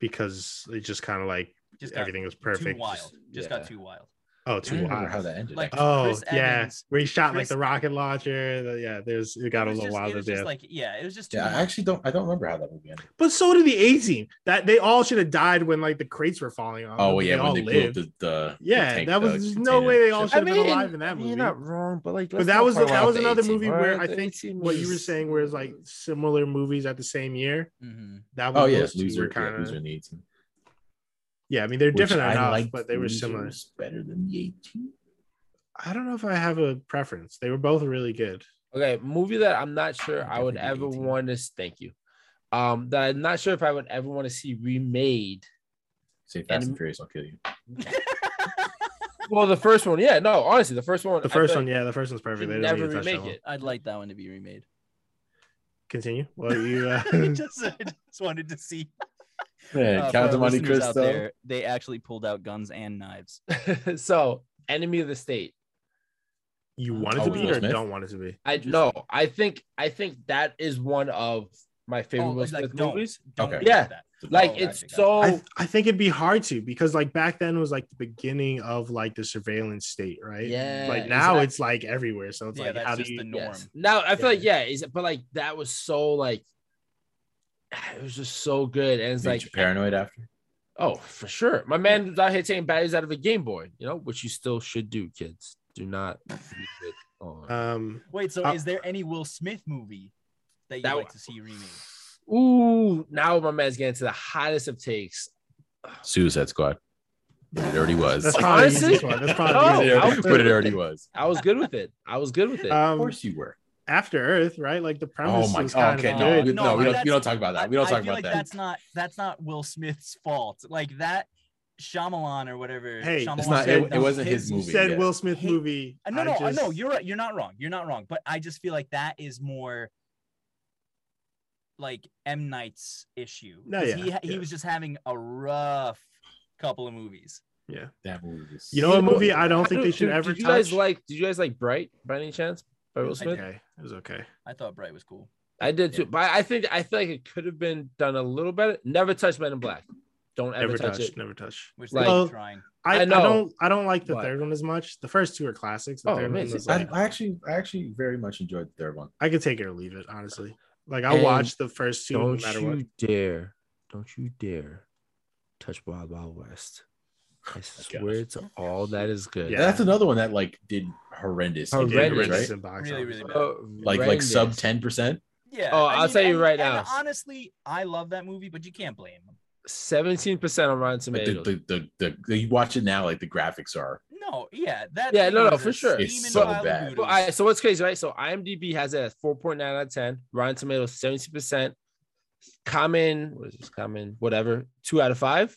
Speaker 3: because it just kind of like
Speaker 1: Just got
Speaker 3: everything was
Speaker 1: too
Speaker 3: perfect.
Speaker 1: wild. Just
Speaker 4: yeah.
Speaker 1: got too wild.
Speaker 3: Oh,
Speaker 2: I
Speaker 3: too
Speaker 2: don't remember
Speaker 3: wild.
Speaker 2: how that ended.
Speaker 1: Like-
Speaker 3: Oh,
Speaker 1: Chris
Speaker 3: yeah,
Speaker 1: Evans-
Speaker 3: where he shot
Speaker 1: Chris-
Speaker 3: like the rocket launcher. the- yeah, there's it got
Speaker 1: it
Speaker 3: a
Speaker 1: was
Speaker 3: little
Speaker 1: just, it
Speaker 3: wilder
Speaker 1: was just
Speaker 3: there.
Speaker 1: like yeah, it was just too
Speaker 2: yeah, I
Speaker 1: much.
Speaker 2: actually don't. I don't remember how that movie ended.
Speaker 3: but so did the A team. That they all should have died when like the crates were falling on.
Speaker 2: Oh
Speaker 3: them,
Speaker 2: well,
Speaker 3: but
Speaker 2: yeah,
Speaker 3: all
Speaker 2: when they
Speaker 3: lived.
Speaker 2: blew up the, the
Speaker 3: Yeah,
Speaker 2: the tank,
Speaker 3: that was-
Speaker 2: the
Speaker 3: there's no
Speaker 2: container
Speaker 3: way they
Speaker 2: and
Speaker 3: all
Speaker 2: shit.
Speaker 3: should've been alive in that movie.
Speaker 4: You're not wrong, but like,
Speaker 3: but that was that was another movie where I think what you were saying, where it's like similar movies at the same year.
Speaker 1: Mhm.
Speaker 3: That was
Speaker 2: Oh yeah,
Speaker 3: loser
Speaker 2: loser, yeah,
Speaker 3: kind of.
Speaker 2: loser in the eighteen.
Speaker 3: Yeah, I mean they're
Speaker 2: Which
Speaker 3: different
Speaker 2: I
Speaker 3: enough,
Speaker 2: liked
Speaker 3: but they were
Speaker 2: Losers
Speaker 3: similar.
Speaker 2: Better than the eighteen.
Speaker 3: I don't know if I have a preference. They were both really good.
Speaker 4: Okay, movie that I'm not sure I would
Speaker 2: Definitely
Speaker 4: ever
Speaker 2: 18.
Speaker 4: want to. Thank you. Um, that I'm not sure if I would ever want to see remade.
Speaker 2: Say Fast and,
Speaker 4: And-
Speaker 2: Furious, I'll kill you.
Speaker 4: Well, the first one, yeah, no, honestly, the first one,
Speaker 3: The
Speaker 4: I
Speaker 3: first
Speaker 4: feel
Speaker 3: one,
Speaker 4: like
Speaker 3: yeah, the first one's perfect.
Speaker 4: should
Speaker 3: They don't
Speaker 4: never
Speaker 3: need to touch that
Speaker 4: remake
Speaker 3: one.
Speaker 4: it.
Speaker 1: I'd like that one to be remade.
Speaker 3: Continue.
Speaker 1: *laughs*
Speaker 3: Well, you. Uh,
Speaker 1: I just, I just wanted to see.
Speaker 2: Man,
Speaker 1: uh, for
Speaker 2: Count
Speaker 1: our
Speaker 2: of Monte
Speaker 1: listeners out
Speaker 2: Cristo.
Speaker 4: *laughs*
Speaker 1: there, they actually pulled out guns and knives.
Speaker 4: so, Enemy of the State,
Speaker 3: you want it to
Speaker 2: Oh,
Speaker 3: be
Speaker 2: Will
Speaker 3: or
Speaker 2: Smith?
Speaker 3: don't want it to be.
Speaker 4: I no, I think I think that is one of my favorite
Speaker 1: Oh,
Speaker 4: Will Smith
Speaker 1: like, don't,
Speaker 4: movies.
Speaker 1: don't
Speaker 2: Okay.
Speaker 1: do
Speaker 4: Yeah.
Speaker 1: that.
Speaker 4: Like
Speaker 1: Oh,
Speaker 4: it's
Speaker 1: gotcha, gotcha.
Speaker 4: so
Speaker 3: I, I think it'd be hard to because like back then was like the beginning of like the surveillance state, right?
Speaker 4: yeah.
Speaker 3: Like now
Speaker 4: exactly.
Speaker 3: it's like everywhere. So it's
Speaker 1: yeah,
Speaker 3: like
Speaker 1: that's
Speaker 3: how do
Speaker 1: just
Speaker 3: you
Speaker 1: the norm.
Speaker 4: Yes. Now I feel
Speaker 3: Yeah.
Speaker 4: like yeah, is but like that was so like *sighs* it was just so good, and it's
Speaker 2: Made
Speaker 4: like
Speaker 2: you paranoid after.
Speaker 4: oh for sure, my man was out here taking batteries out of a Game Boy, you know, which you still should do, kids. Do not. use it on-
Speaker 3: um
Speaker 1: Wait, so
Speaker 3: Uh,
Speaker 1: is there any Will Smith movie that you'd
Speaker 4: That
Speaker 1: like
Speaker 4: one-
Speaker 1: to see remade?
Speaker 4: Ooh, now my man's getting to the hottest of takes.
Speaker 2: Suicide Squad. But it already was.
Speaker 3: that's
Speaker 4: Like,
Speaker 3: probably the
Speaker 4: honestly-
Speaker 3: easiest one. That's
Speaker 2: But
Speaker 4: No,
Speaker 2: *laughs*
Speaker 3: probably the
Speaker 2: it
Speaker 3: easiest
Speaker 4: I
Speaker 2: already-
Speaker 4: was
Speaker 2: but
Speaker 4: good
Speaker 2: it already
Speaker 4: with
Speaker 2: was.
Speaker 4: I was good with it. I was good with it.
Speaker 3: one.
Speaker 2: Of
Speaker 3: Um
Speaker 2: course you were.
Speaker 3: After Earth, right? Like the premise
Speaker 2: Oh my
Speaker 3: was
Speaker 2: god.
Speaker 3: kind
Speaker 2: Okay,
Speaker 3: of
Speaker 2: no,
Speaker 3: good.
Speaker 2: we,
Speaker 1: No,
Speaker 2: no,
Speaker 1: but
Speaker 2: we don't. We don't
Speaker 1: that's-
Speaker 2: talk about that.
Speaker 1: I-
Speaker 2: We don't
Speaker 1: I
Speaker 2: talk
Speaker 1: feel
Speaker 2: about
Speaker 1: like
Speaker 2: that.
Speaker 1: That's not that's not Will Smith's fault. Like that, Shyamalan or whatever.
Speaker 3: Hey,
Speaker 1: Shyamalan
Speaker 2: It's not.
Speaker 1: said
Speaker 2: It, it
Speaker 1: those
Speaker 2: wasn't
Speaker 1: kids-
Speaker 2: his
Speaker 3: You
Speaker 2: movie.
Speaker 3: said
Speaker 2: yeah.
Speaker 3: Will Smith
Speaker 1: Hey,
Speaker 3: movie.
Speaker 1: Uh, No,
Speaker 3: I
Speaker 1: no, I
Speaker 3: just-
Speaker 1: no. You're right. You're not wrong. You're not wrong. But I just feel like that is more like M Night's issue.
Speaker 3: No,
Speaker 1: 'Cause
Speaker 3: yeah,
Speaker 1: he ha- he
Speaker 3: yeah.
Speaker 1: was just having a rough couple of movies.
Speaker 3: Yeah.
Speaker 2: That movie was-
Speaker 3: You know what movie I don't
Speaker 4: I
Speaker 3: think they
Speaker 4: don't-
Speaker 3: should
Speaker 4: dude,
Speaker 3: ever
Speaker 4: Did you guys
Speaker 3: touch?
Speaker 4: like? Did you guys like Bright by any chance? By Will Smith.
Speaker 3: Okay, it was okay.
Speaker 1: I thought Bright was cool.
Speaker 4: I did
Speaker 1: Yeah.
Speaker 4: too, but I think I feel like it could have been done a little better. Never touch Men in Black. Don't ever
Speaker 3: Never
Speaker 4: touch
Speaker 3: touch,
Speaker 4: it.
Speaker 3: never touch.
Speaker 1: Which
Speaker 4: Like-
Speaker 1: they
Speaker 3: Well,
Speaker 1: keep trying.
Speaker 3: I,
Speaker 4: I
Speaker 3: I,
Speaker 4: know,
Speaker 3: don't I don't like the
Speaker 4: but-
Speaker 3: third one as much. The first two are classics. The
Speaker 4: Oh,
Speaker 3: third one
Speaker 4: amazing.
Speaker 3: was
Speaker 2: I,
Speaker 3: like,
Speaker 2: I actually, I actually very much enjoyed the third one.
Speaker 3: I could take it or leave it, honestly. Like I'll
Speaker 4: And
Speaker 3: watch the first two no
Speaker 4: Don't
Speaker 3: matter
Speaker 4: you
Speaker 3: what.
Speaker 4: dare! Don't you dare touch Wild Wild West.
Speaker 2: *laughs*
Speaker 4: I swear to all that is good.
Speaker 3: Yeah.
Speaker 2: That's another one that like did horrendous. in
Speaker 3: Did
Speaker 2: numbers,
Speaker 3: horrendous
Speaker 4: Horrendous,
Speaker 2: right?
Speaker 3: in box
Speaker 1: Really,
Speaker 3: office.
Speaker 1: really bad.
Speaker 2: Like, like sub ten percent.
Speaker 1: Yeah.
Speaker 4: Oh, I'll tell you
Speaker 1: and-
Speaker 4: right
Speaker 1: and
Speaker 4: now.
Speaker 1: honestly, I love that movie, but you can't blame him.
Speaker 4: seventeen percent on Rotten
Speaker 2: Like the,
Speaker 4: Tomatoes.
Speaker 2: the, the, the, you watch it now, like the graphics are.
Speaker 1: No, yeah, that.
Speaker 4: Yeah, no,
Speaker 1: thing
Speaker 4: no,
Speaker 1: was
Speaker 4: for
Speaker 1: a
Speaker 4: sure.
Speaker 2: It's
Speaker 1: steaming
Speaker 2: so
Speaker 1: pile of
Speaker 2: bad.
Speaker 1: noodles.
Speaker 4: But I, so what's crazy, right? So IMDb has it at 4.9 out of 10, Rotten Tomatoes 70%, Common, what is this? Common, whatever, two out of five.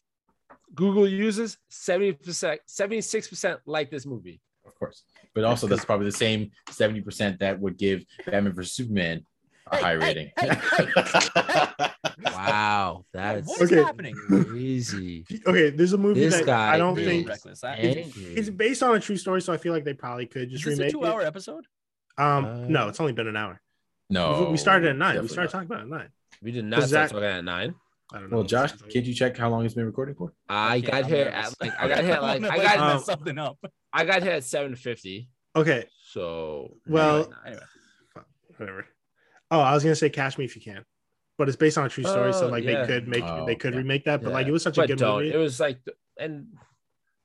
Speaker 4: Google users 70%, 76% like this movie.
Speaker 2: of course. But also, that's probably the same seventy percent that would give Batman vs Superman a
Speaker 1: Hey,
Speaker 2: high
Speaker 1: hey,
Speaker 2: rating.
Speaker 1: hey, hey,
Speaker 2: *laughs*
Speaker 4: *laughs*
Speaker 1: what
Speaker 4: Wow, that's
Speaker 1: is
Speaker 3: Okay.
Speaker 1: happening?
Speaker 4: crazy.
Speaker 3: Okay, there's a movie
Speaker 4: This
Speaker 3: that
Speaker 4: guy
Speaker 3: I don't
Speaker 1: Real
Speaker 3: think
Speaker 1: reckless. I, is
Speaker 3: it's
Speaker 4: Angry.
Speaker 3: based on a true story, so I feel like they probably could just
Speaker 1: this a
Speaker 3: remake it.
Speaker 1: two-hour episode?
Speaker 3: Um,
Speaker 4: Uh,
Speaker 3: no, it's only been an hour.
Speaker 2: no,
Speaker 1: Oh,
Speaker 3: we started at nine. We
Speaker 2: definitely
Speaker 3: started
Speaker 2: not.
Speaker 3: talking about it at nine.
Speaker 4: We did not start
Speaker 3: Zach-
Speaker 4: talking at nine.
Speaker 3: I don't know.
Speaker 2: Well, Josh, can you check how long it's been recording for?
Speaker 4: I
Speaker 1: can't-
Speaker 4: got
Speaker 1: I'm
Speaker 4: here
Speaker 1: nervous.
Speaker 4: at
Speaker 1: *laughs*
Speaker 4: like I got here at, like
Speaker 1: don't
Speaker 4: I
Speaker 1: wanna,
Speaker 4: got
Speaker 3: like-
Speaker 1: mess something up.
Speaker 4: I got here at 750.
Speaker 3: Okay,
Speaker 4: So
Speaker 3: Well,
Speaker 4: anyway.
Speaker 3: whatever. Oh, I was gonna say Catch Me If You Can, but it's based on a true story, so
Speaker 4: Oh,
Speaker 3: like
Speaker 4: yeah.
Speaker 3: they could make
Speaker 2: Oh,
Speaker 3: they could
Speaker 2: yeah.
Speaker 3: remake that. But like
Speaker 4: Yeah.
Speaker 3: it was such a
Speaker 4: but
Speaker 3: good
Speaker 4: don't.
Speaker 3: movie.
Speaker 4: It was like, th- and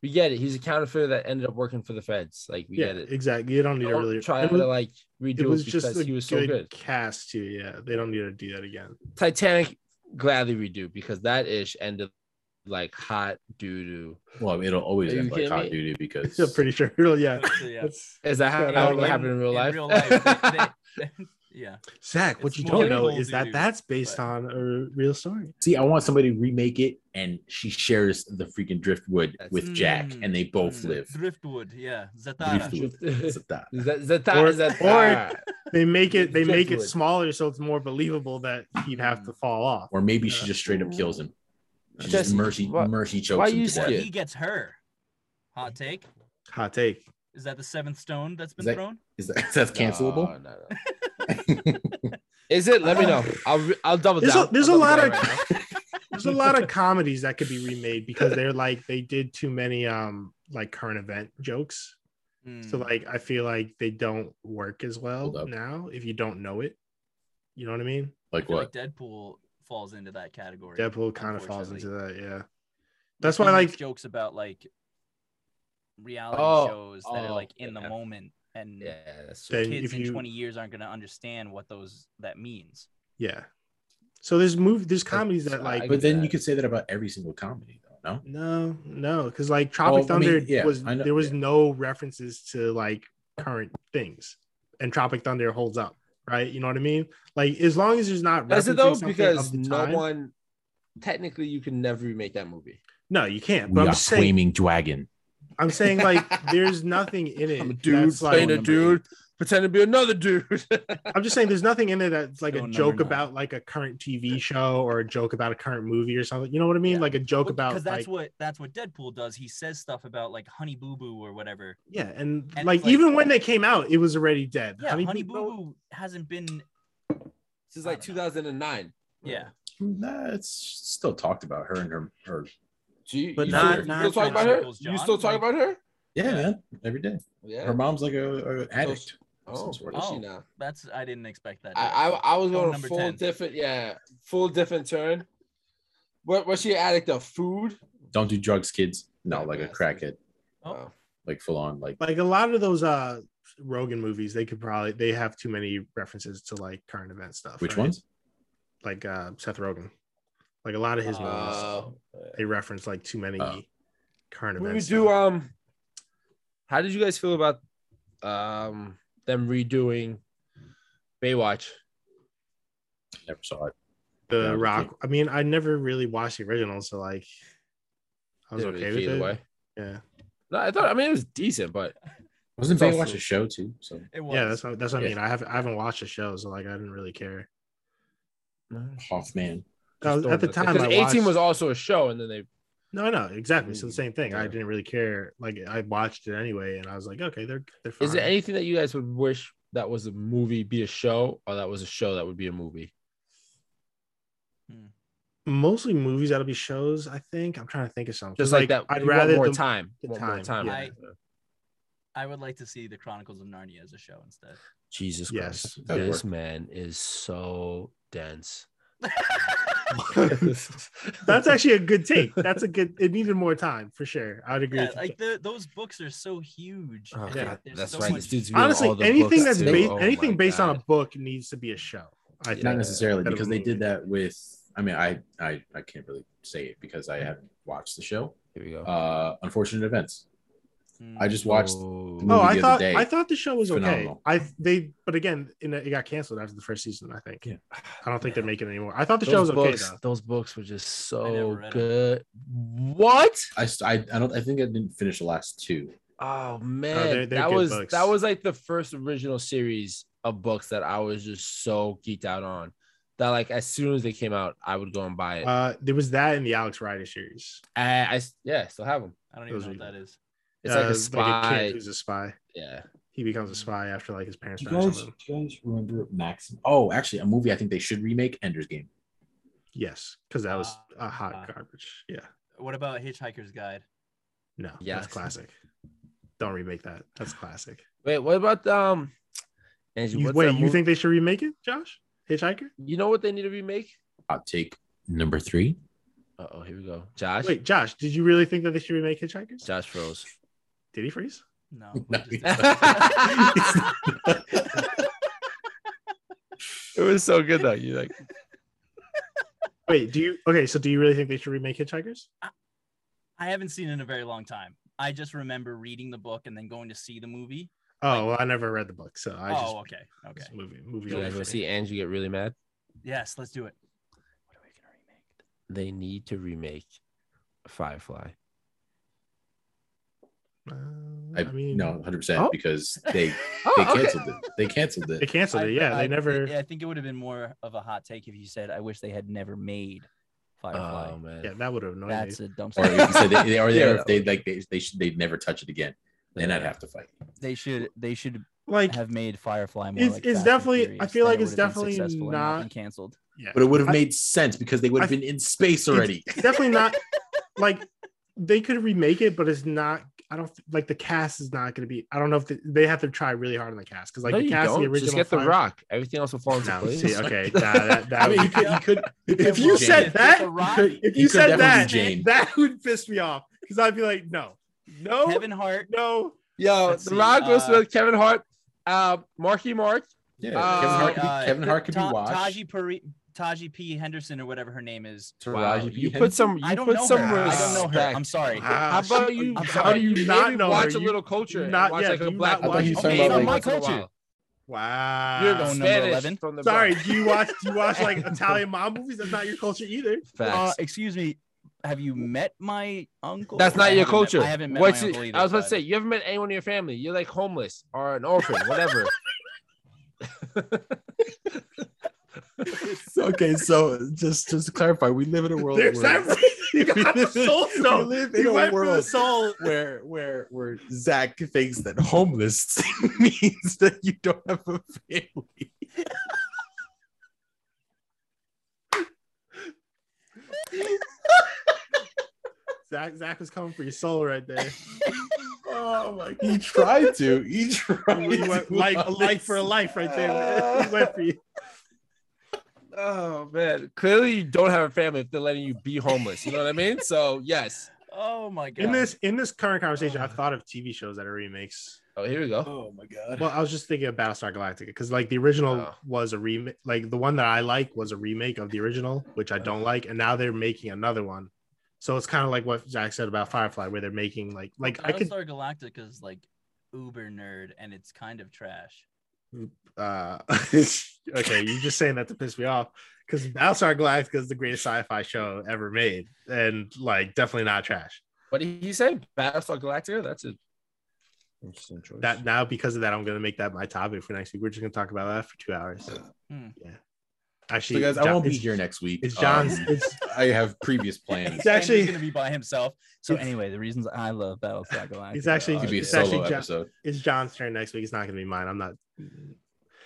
Speaker 4: we get it. He's a counterfeiter that ended up working for the feds. Like we
Speaker 3: yeah,
Speaker 4: get it.
Speaker 3: exactly. You don't need
Speaker 4: Don't
Speaker 3: to really
Speaker 4: try
Speaker 3: it
Speaker 4: to
Speaker 3: was,
Speaker 4: like
Speaker 3: it
Speaker 4: redo it,
Speaker 3: was
Speaker 4: because
Speaker 3: just a
Speaker 4: he was so
Speaker 3: good,
Speaker 4: good.
Speaker 3: cast too. Yeah, they don't need to do that again. *laughs*
Speaker 4: Titanic gladly redo because that ish ended like hot doo doo.
Speaker 2: Well, it'll always
Speaker 4: Are you
Speaker 2: end like
Speaker 4: kidding
Speaker 2: Hot
Speaker 4: me?
Speaker 2: Duty because
Speaker 3: I'm *laughs* pretty sure. yeah.
Speaker 1: So, yeah.
Speaker 3: *laughs* That's-
Speaker 4: Is that how
Speaker 3: Shut
Speaker 4: how
Speaker 3: up.
Speaker 4: it happened in real
Speaker 1: In
Speaker 4: life?
Speaker 1: real life, they- they- yeah.
Speaker 3: Zach, what
Speaker 1: It's
Speaker 3: you
Speaker 1: more
Speaker 3: don't know
Speaker 1: Google
Speaker 3: is that
Speaker 1: dude,
Speaker 3: that's based
Speaker 1: but-
Speaker 3: on a real story.
Speaker 2: see, I want somebody to remake it, and she shares the freaking driftwood
Speaker 4: That's-
Speaker 2: with Jack,
Speaker 1: Mm.
Speaker 2: and they both live.
Speaker 1: Driftwood, yeah. Zatara.
Speaker 2: Driftwood. It's a thought.
Speaker 4: *laughs* Is that, is that,
Speaker 3: Or-
Speaker 4: is that
Speaker 3: or- They make
Speaker 4: *laughs*
Speaker 3: it they make it
Speaker 4: Driftwood.
Speaker 3: smaller so it's more believable that he'd have to
Speaker 4: Mm.
Speaker 3: fall off.
Speaker 2: Or maybe she
Speaker 3: Yeah.
Speaker 2: just straight up kills him. She just
Speaker 4: Jesse,
Speaker 2: mercy,
Speaker 4: what-
Speaker 2: mercy
Speaker 4: why
Speaker 2: chokes him
Speaker 4: you
Speaker 2: to
Speaker 1: Or
Speaker 2: death.
Speaker 4: skip?
Speaker 1: he gets her. Hot take.
Speaker 3: Hot take.
Speaker 1: Is that the seventh stone that's been
Speaker 2: Is that-
Speaker 1: thrown?
Speaker 2: Is that *laughs* that's cancelable?
Speaker 4: No, no, no. is it? Let me know. I'll re- I'll double
Speaker 3: There's
Speaker 4: down.
Speaker 3: a, there's a
Speaker 4: I'll double
Speaker 3: lot
Speaker 4: down
Speaker 3: of
Speaker 4: right now.
Speaker 3: *laughs* there's a lot of comedies that could be remade because they're like they did too many um like current event jokes. So
Speaker 1: Mm.
Speaker 3: like I feel like they don't work as
Speaker 2: Hold
Speaker 3: well
Speaker 2: up.
Speaker 3: now if you don't know it. You know what I mean?
Speaker 1: I
Speaker 2: Like
Speaker 1: feel
Speaker 2: what?
Speaker 1: like Deadpool falls into that category.
Speaker 3: Deadpool kind of falls into
Speaker 1: unfortunately.
Speaker 3: that, yeah. That's
Speaker 1: He
Speaker 3: why
Speaker 1: makes
Speaker 3: like
Speaker 1: jokes about like reality
Speaker 4: Oh,
Speaker 1: shows that are
Speaker 4: oh,
Speaker 1: like in the
Speaker 4: yeah.
Speaker 1: moment and
Speaker 4: Yeah, that's
Speaker 3: Then-
Speaker 1: kids
Speaker 3: if
Speaker 1: in
Speaker 3: you-
Speaker 1: 20 years aren't going to understand what those that means.
Speaker 3: yeah. So there's move there's comedies that
Speaker 4: I-
Speaker 3: like
Speaker 2: But then
Speaker 4: that.
Speaker 2: you could say that about every single comedy, though. No,
Speaker 3: No, no, because like Tropic
Speaker 2: I mean,
Speaker 3: Thunder
Speaker 2: yeah,
Speaker 3: was
Speaker 2: I know-
Speaker 3: there was
Speaker 2: yeah.
Speaker 3: no references to like current things, and Tropic Thunder holds up, right? You know what I mean? Like as long as there's not
Speaker 4: Does
Speaker 3: referencing
Speaker 4: it though?
Speaker 3: something of
Speaker 4: Because
Speaker 3: the
Speaker 4: no
Speaker 3: time-
Speaker 4: one, technically, you can never remake that movie.
Speaker 3: no, you can't. But I'm just saying,
Speaker 2: flaming dragon. *laughs*
Speaker 3: I'm saying like there's nothing in it.
Speaker 4: I'm a dude
Speaker 3: that's, like,
Speaker 4: playing a dude pretend to be another dude. *laughs*
Speaker 3: I'm just saying there's nothing in there that's like
Speaker 1: Still
Speaker 3: a
Speaker 1: a
Speaker 3: joke
Speaker 1: number nine.
Speaker 3: about like a current TV show or a joke about a current movie or something. You know what I mean?
Speaker 1: Yeah.
Speaker 3: Like a joke about
Speaker 1: because that's
Speaker 3: like,
Speaker 1: what that's what Deadpool does. He says stuff about like Honey Boo Boo or whatever.
Speaker 3: yeah, and,
Speaker 1: and
Speaker 3: like,
Speaker 1: it's like-
Speaker 3: even when they came out, it was already dead.
Speaker 1: Yeah, Honey, Boo
Speaker 3: Boo-
Speaker 1: Boo hasn't been.
Speaker 4: This is like 2009.
Speaker 1: Yeah,
Speaker 2: Nah, it's still talked about her and her. her.
Speaker 4: Gee,
Speaker 2: But
Speaker 4: you
Speaker 2: not-
Speaker 4: still,
Speaker 2: not
Speaker 4: you still talk
Speaker 1: Prince
Speaker 4: about her.
Speaker 1: Michael's
Speaker 4: You still
Speaker 1: John,
Speaker 4: talk
Speaker 1: like-
Speaker 4: about her?
Speaker 2: Yeah, man, every day.
Speaker 4: Yeah.
Speaker 2: Her mom's like a, a addict.
Speaker 4: oh,
Speaker 2: some sort
Speaker 1: of-
Speaker 4: is she
Speaker 1: Oh.
Speaker 4: now?
Speaker 1: that's I didn't expect that.
Speaker 4: I, I I was
Speaker 1: Phone
Speaker 4: going
Speaker 1: number
Speaker 4: full
Speaker 1: 10.
Speaker 4: different, yeah, full different turn. What was she an addict of food?
Speaker 2: *laughs* Don't do drugs, kids. No, like a
Speaker 4: Bastard.
Speaker 2: crackhead,
Speaker 1: Oh.
Speaker 4: Wow.
Speaker 2: like full on, like
Speaker 3: like a lot of those uh Rogan movies, they could probably they have too many references to like current event stuff.
Speaker 2: which
Speaker 3: right?
Speaker 2: ones?
Speaker 3: Like uh Seth Rogan. Like a lot of his movies,
Speaker 4: Uh,
Speaker 3: they reference like too many
Speaker 2: Oh.
Speaker 3: current
Speaker 4: we
Speaker 3: events.
Speaker 4: do um. How did you guys feel about um them redoing Baywatch?
Speaker 2: Never saw it.
Speaker 3: the
Speaker 2: Yeah, I
Speaker 3: Rock.
Speaker 2: think-
Speaker 3: I mean, I never really watched the original, so like, I was
Speaker 4: Didn't really
Speaker 3: okay
Speaker 4: feel
Speaker 3: with it.
Speaker 4: either way.
Speaker 3: Yeah,
Speaker 4: No, I thought I mean it was decent, but
Speaker 2: Wasn't
Speaker 4: It's
Speaker 2: Baywatch
Speaker 4: also-
Speaker 2: a show too? So
Speaker 1: it was.
Speaker 3: yeah, that's what, that's what
Speaker 2: Yeah.
Speaker 3: I mean. I haven't I haven't watched the show, so like, I didn't really care.
Speaker 2: *laughs* Hoffman.
Speaker 3: I was- at the time, I
Speaker 4: because
Speaker 3: watched,
Speaker 4: eighteen was also a show, and then they
Speaker 3: no, no, exactly. So the same thing. I
Speaker 4: Mm. Yeah.
Speaker 3: didn't really care. Like, I watched it anyway, and I was like, okay, they're they're fine.
Speaker 4: Is there anything that you guys would wish that was a movie be a show, or that was a show that would be a movie?
Speaker 3: Mostly movies that'll be shows. I think I'm trying to think of something.
Speaker 4: Just
Speaker 3: 'Cause,
Speaker 4: like, that.
Speaker 3: I'd
Speaker 4: you want
Speaker 3: rather
Speaker 4: more
Speaker 3: the-
Speaker 4: time.
Speaker 3: the
Speaker 4: Want more
Speaker 3: time,
Speaker 4: time. uh,
Speaker 1: yeah. I would like to see the Chronicles of Narnia as a show instead.
Speaker 4: Jesus
Speaker 3: Yes,
Speaker 4: Christ,
Speaker 2: that would
Speaker 4: this
Speaker 2: work.
Speaker 4: man is so dense.
Speaker 3: That's actually a good
Speaker 4: *laughs*
Speaker 3: take. That's a good. It needed more time for sure. I'd agree.
Speaker 1: yeah,
Speaker 3: with you.
Speaker 1: like the, those books are so huge.
Speaker 4: Oh,
Speaker 1: and
Speaker 4: God,
Speaker 1: there's
Speaker 4: that's
Speaker 1: so
Speaker 4: right.
Speaker 1: much-
Speaker 4: This dude's reading all
Speaker 3: Honestly,
Speaker 4: the
Speaker 3: anything
Speaker 4: books,
Speaker 3: that's
Speaker 4: too.
Speaker 3: based
Speaker 4: Oh, my
Speaker 3: anything based on a
Speaker 4: God.
Speaker 3: book needs to be a show. I think.
Speaker 2: Not necessarily
Speaker 3: Better
Speaker 2: because they
Speaker 3: movie.
Speaker 2: did that with. I mean, I, I I can't really say it because I haven't watched the show.
Speaker 4: Here we go.
Speaker 2: Uh, unfortunate events.
Speaker 1: Mm.
Speaker 2: I just watched.
Speaker 4: Oh.
Speaker 2: movie
Speaker 3: Oh, I
Speaker 2: the other
Speaker 3: thought
Speaker 2: day.
Speaker 3: I thought the show was
Speaker 2: Phenomenal.
Speaker 3: okay. I they but again, in it got canceled after the first season. I think.
Speaker 2: Yeah.
Speaker 3: I don't think they're making it anymore. I thought the show
Speaker 4: those
Speaker 3: was okay
Speaker 4: books,
Speaker 3: though.
Speaker 4: those books were just
Speaker 1: never
Speaker 4: so
Speaker 1: read 'em.
Speaker 4: good. What?
Speaker 2: I, st- I I don't I think I didn't finish the last two.
Speaker 4: Oh man,
Speaker 3: they're- they're
Speaker 4: that
Speaker 3: good
Speaker 4: was
Speaker 3: books.
Speaker 4: that was like the first original series of books that I was just so geeked out on. That like as soon as they came out, I would go and buy it.
Speaker 3: Uh, there was that in the Alex Rider series.
Speaker 4: I, I s- yeah, I still have them.
Speaker 1: I don't even
Speaker 3: those
Speaker 1: know
Speaker 3: are-
Speaker 1: what that is.
Speaker 4: It's
Speaker 3: Uh,
Speaker 4: like a
Speaker 3: Like a
Speaker 4: spy. Mm.
Speaker 3: kid who's a spy.
Speaker 4: yeah,
Speaker 3: He becomes a spy after like his parents
Speaker 2: Do you,
Speaker 3: die. or
Speaker 2: guys, do
Speaker 3: something.
Speaker 2: you guys remember Maxim? Oh, actually, a movie I think they should remake Ender's Game.
Speaker 3: Yes, because that was a
Speaker 1: Ah.
Speaker 3: hot garbage. Yeah.
Speaker 1: What about Hitchhiker's Guide?
Speaker 3: No.
Speaker 4: Yes.
Speaker 3: That's classic. Don't remake that. That's classic.
Speaker 4: Wait, what about um? Angie,
Speaker 3: You,
Speaker 4: what's
Speaker 3: wait,
Speaker 4: that
Speaker 3: you
Speaker 4: mov-
Speaker 3: think they should remake it, Josh? Hitchhiker?
Speaker 4: you know what they need to remake?
Speaker 2: Hot take number *laughs* three.
Speaker 4: Uh oh, here we go. Josh,
Speaker 3: Wait, Josh, did you really think that they should remake Hitchhikers?
Speaker 4: Josh froze.
Speaker 3: Did he freeze?
Speaker 1: No.
Speaker 2: No,
Speaker 1: we just-
Speaker 3: *laughs*
Speaker 4: It was so good though. You like
Speaker 3: Wait, do you okay? So, do you really think they should remake Hitchhikers?
Speaker 1: I haven't seen it in a very long time. I just remember reading the book and then going to see the movie.
Speaker 3: Oh, well, I never read the book, so I just
Speaker 1: oh, okay. Okay.
Speaker 3: this movie movie.
Speaker 4: you guys
Speaker 3: only.
Speaker 4: want to see Angie get really mad?
Speaker 1: Yes, let's do it. What are we gonna remake?
Speaker 4: They need to remake Firefly.
Speaker 3: Uh,
Speaker 2: I,
Speaker 3: I mean,
Speaker 2: no, hundred percent
Speaker 4: Oh.
Speaker 2: because they they
Speaker 4: Oh, okay.
Speaker 2: canceled it. They canceled
Speaker 3: they
Speaker 2: it.
Speaker 3: canceled it.
Speaker 1: I-
Speaker 3: Yeah,
Speaker 1: I-
Speaker 3: they never.
Speaker 1: I think it would have been more of a hot take if you said, "I wish they had never made Firefly."
Speaker 4: Oh man,
Speaker 3: Yeah, that would have annoyed
Speaker 1: That's
Speaker 3: me.
Speaker 1: a
Speaker 2: Or
Speaker 1: dumpster.
Speaker 2: if you
Speaker 1: *laughs*
Speaker 2: said they, they, or *laughs* they,
Speaker 4: Yeah.
Speaker 2: if they like they they should they'd never touch it again. Then I'd have to fight.
Speaker 1: they should. They should
Speaker 3: Like,
Speaker 1: have made Firefly more.
Speaker 3: It's-
Speaker 1: like Fast
Speaker 3: it's
Speaker 1: and
Speaker 3: definitely- I
Speaker 1: Furious,
Speaker 3: feel
Speaker 1: then
Speaker 3: like
Speaker 1: it
Speaker 3: it's
Speaker 1: would have been
Speaker 3: definitely
Speaker 1: successful and been
Speaker 3: not-
Speaker 1: canceled.
Speaker 3: yeah,
Speaker 2: But it would have
Speaker 3: I-
Speaker 2: made sense because they would have
Speaker 3: I-
Speaker 2: been in space already.
Speaker 3: it's definitely not. Like, they could remake it, but it's not. I don't like the cast is not going to be. I don't know if the, they have to try really hard on the cast because like
Speaker 4: no,
Speaker 3: the
Speaker 4: you
Speaker 3: cast,
Speaker 4: don't.
Speaker 3: the original.
Speaker 4: Just get the
Speaker 3: five-
Speaker 4: rock. Everything else will fall into
Speaker 3: No,
Speaker 4: place.
Speaker 3: see, okay, nah,
Speaker 4: *laughs*
Speaker 3: that, that
Speaker 2: I mean,
Speaker 3: would-
Speaker 2: you could, you could
Speaker 3: if you said that,
Speaker 1: The Rock,
Speaker 3: you could- *laughs* if
Speaker 2: he
Speaker 3: you
Speaker 2: could
Speaker 3: said
Speaker 2: definitely
Speaker 3: that,
Speaker 2: be Jane.
Speaker 3: that would piss me off because I'd be like, no, no,
Speaker 1: Kevin Hart.
Speaker 3: no.
Speaker 4: Yo,
Speaker 1: Let's
Speaker 4: the
Speaker 1: see,
Speaker 4: rock goes
Speaker 1: uh,
Speaker 4: with Kevin Hart, uh, Marky Mark.
Speaker 2: yeah,
Speaker 4: Uh,
Speaker 2: Kevin Hart could be,
Speaker 1: uh,
Speaker 2: Kevin Hart could be
Speaker 1: Ta-
Speaker 2: washed.
Speaker 1: Taji, Pari- Taji P. Henderson or whatever her name is.
Speaker 4: Wow,
Speaker 2: Taraji P.
Speaker 4: you
Speaker 2: Henson. *laughs*
Speaker 4: put some. You
Speaker 1: I don't
Speaker 4: put
Speaker 1: know
Speaker 4: some.
Speaker 1: her. I don't know her.
Speaker 4: respect.
Speaker 1: I'm sorry.
Speaker 4: How about you?
Speaker 1: I'm
Speaker 4: How
Speaker 1: sorry.
Speaker 4: do you
Speaker 3: Not
Speaker 4: not
Speaker 3: know her.
Speaker 4: watch a
Speaker 3: You-
Speaker 4: little culture?
Speaker 3: not
Speaker 4: and watch
Speaker 3: yet.
Speaker 4: like a
Speaker 3: You
Speaker 4: black
Speaker 3: not
Speaker 2: watch- I thought you were talking
Speaker 4: okay,
Speaker 2: about,
Speaker 4: from
Speaker 1: like-
Speaker 4: my culture.
Speaker 1: culture.
Speaker 4: You're
Speaker 3: *laughs* Wow.
Speaker 1: number
Speaker 4: Spanish
Speaker 1: 11?
Speaker 4: from the
Speaker 3: Sorry,
Speaker 4: Bronx.
Speaker 3: do you watch do you watch
Speaker 4: *laughs*
Speaker 3: like Italian mob movies? That's not your culture either.
Speaker 1: Uh,
Speaker 4: Facts.
Speaker 1: excuse me. Have you met my uncle? I
Speaker 4: That's not your
Speaker 1: haven't met-
Speaker 4: culture.
Speaker 1: I haven't met
Speaker 4: What's
Speaker 1: my
Speaker 4: it-
Speaker 1: uncle either.
Speaker 4: I was about to
Speaker 1: but-
Speaker 4: say you haven't met anyone in your family. You're like homeless or an orphan, whatever.
Speaker 2: okay, so just just to clarify, we live in a world
Speaker 3: There's
Speaker 2: where, *laughs*
Speaker 3: *laughs* that
Speaker 2: we
Speaker 3: got
Speaker 4: *laughs*
Speaker 3: the soul
Speaker 2: we
Speaker 3: stone.
Speaker 2: live in
Speaker 3: he
Speaker 2: a
Speaker 3: went for the
Speaker 2: world
Speaker 3: soul.
Speaker 2: where where where Zach thinks that homeless *laughs* means that you don't have a family.
Speaker 3: Zach, Zach was coming for your soul right there.
Speaker 2: Oh my! He tried to. He tried.
Speaker 3: *laughs* He went
Speaker 2: to,
Speaker 3: like a life for a life right there. He went for you.
Speaker 4: *laughs* Oh man, clearly you don't have a family if they're letting you be homeless. You know what I mean? So yes.
Speaker 1: Oh my god.
Speaker 3: In this in this current conversation, I thought of TV shows that are remakes.
Speaker 4: Oh, here we go.
Speaker 2: Oh my god!
Speaker 3: Well, I was just thinking of Battlestar Galactica because like the original
Speaker 4: Oh.
Speaker 3: was a remake, like the one that I like was a remake of the original, which I don't like, and now they're making another one. So it's kind of like what Zach said about Firefly, where they're making like like I could
Speaker 1: Battlestar Galactica is like uber nerd and it's kind of trash.
Speaker 3: uh *laughs* okay, you're just saying that to piss me off because Battlestar Galactica is the greatest sci-fi show ever made, and like definitely not trash.
Speaker 4: But he said Battlestar Galactica. That's a interesting choice.
Speaker 3: That now because of that, I'm gonna make that my topic for next week. We're just gonna talk about that for two hours.
Speaker 1: Hmm.
Speaker 3: Yeah, actually,
Speaker 2: So guys, I
Speaker 3: John-
Speaker 2: won't be
Speaker 3: it's-
Speaker 2: here next week.
Speaker 3: It's John's.
Speaker 2: Um,
Speaker 3: it's
Speaker 2: I have *laughs* previous plans.
Speaker 3: It's actually-
Speaker 1: Andrew's gonna be by himself. So
Speaker 3: it's-
Speaker 1: anyway, the reasons I love
Speaker 4: *laughs*
Speaker 1: Battlestar Galactica.
Speaker 3: It's actually-
Speaker 2: It could be a
Speaker 3: It's
Speaker 2: solo
Speaker 3: actually John-
Speaker 2: episode.
Speaker 3: it's John's turn next week. It's not gonna be mine.
Speaker 2: *laughs*
Speaker 3: I'm not.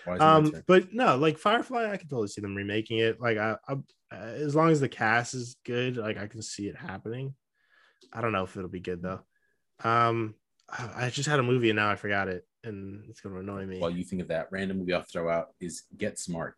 Speaker 2: Why is it my
Speaker 3: Um,
Speaker 2: turn?
Speaker 3: but no, like Firefly, I could totally see them remaking it. Like I, I, as long as the cast is good, like I can see it happening. I don't know if it'll be good though. Um, I I just had a movie and now I forgot it, and it's gonna annoy me.
Speaker 2: While you think of that, random movie I'll throw out is Get Smart.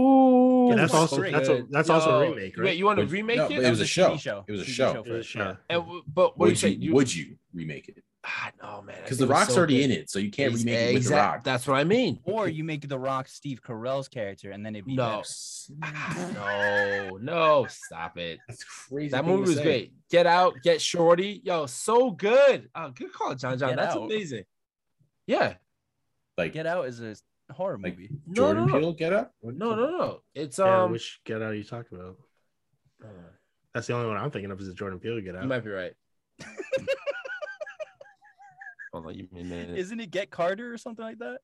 Speaker 4: Ooh,
Speaker 3: Yeah, that's also-
Speaker 1: that's
Speaker 3: a- that's also a remake, right?
Speaker 4: Wait, you want to
Speaker 2: Which-
Speaker 4: remake
Speaker 2: no,
Speaker 4: it?
Speaker 2: but it was a
Speaker 1: TV
Speaker 2: show. It was a
Speaker 1: TV
Speaker 2: show.
Speaker 3: It was-
Speaker 1: first,
Speaker 3: yeah.
Speaker 4: And w- but what do you
Speaker 2: would
Speaker 4: say?
Speaker 2: you, would you remake it?
Speaker 4: Ah, no, man.
Speaker 2: Because The Rock's already in it, so you can't remake it with The Rock.
Speaker 4: That's what I mean.
Speaker 1: Or you make the Rock Steve Carell's character, and then it'd be
Speaker 4: No.
Speaker 1: better.
Speaker 4: Ah, no, no, stop it.
Speaker 2: That's crazy.
Speaker 4: That
Speaker 2: thing to
Speaker 4: movie was
Speaker 2: say.
Speaker 4: great. Get out, get shorty. Yo, so good. Oh, good call, John. John,
Speaker 1: Get
Speaker 4: that's
Speaker 1: Out.
Speaker 4: amazing. Yeah.
Speaker 2: Like
Speaker 1: Get Out is a horror
Speaker 2: Like-
Speaker 1: movie.
Speaker 4: No, no,
Speaker 2: Jordan
Speaker 4: no,
Speaker 2: Peele, Get Up. What-
Speaker 4: no, no, no. It's
Speaker 3: Yeah,
Speaker 4: um.
Speaker 3: which Get Out are you talking about?
Speaker 4: uh,
Speaker 3: That's the only one I'm thinking of is the Jordan Peele Get
Speaker 4: You
Speaker 3: Out.
Speaker 4: might
Speaker 3: *laughs*
Speaker 4: be right. Hold on, give me a minute.
Speaker 1: Isn't it Get Carter or something like that?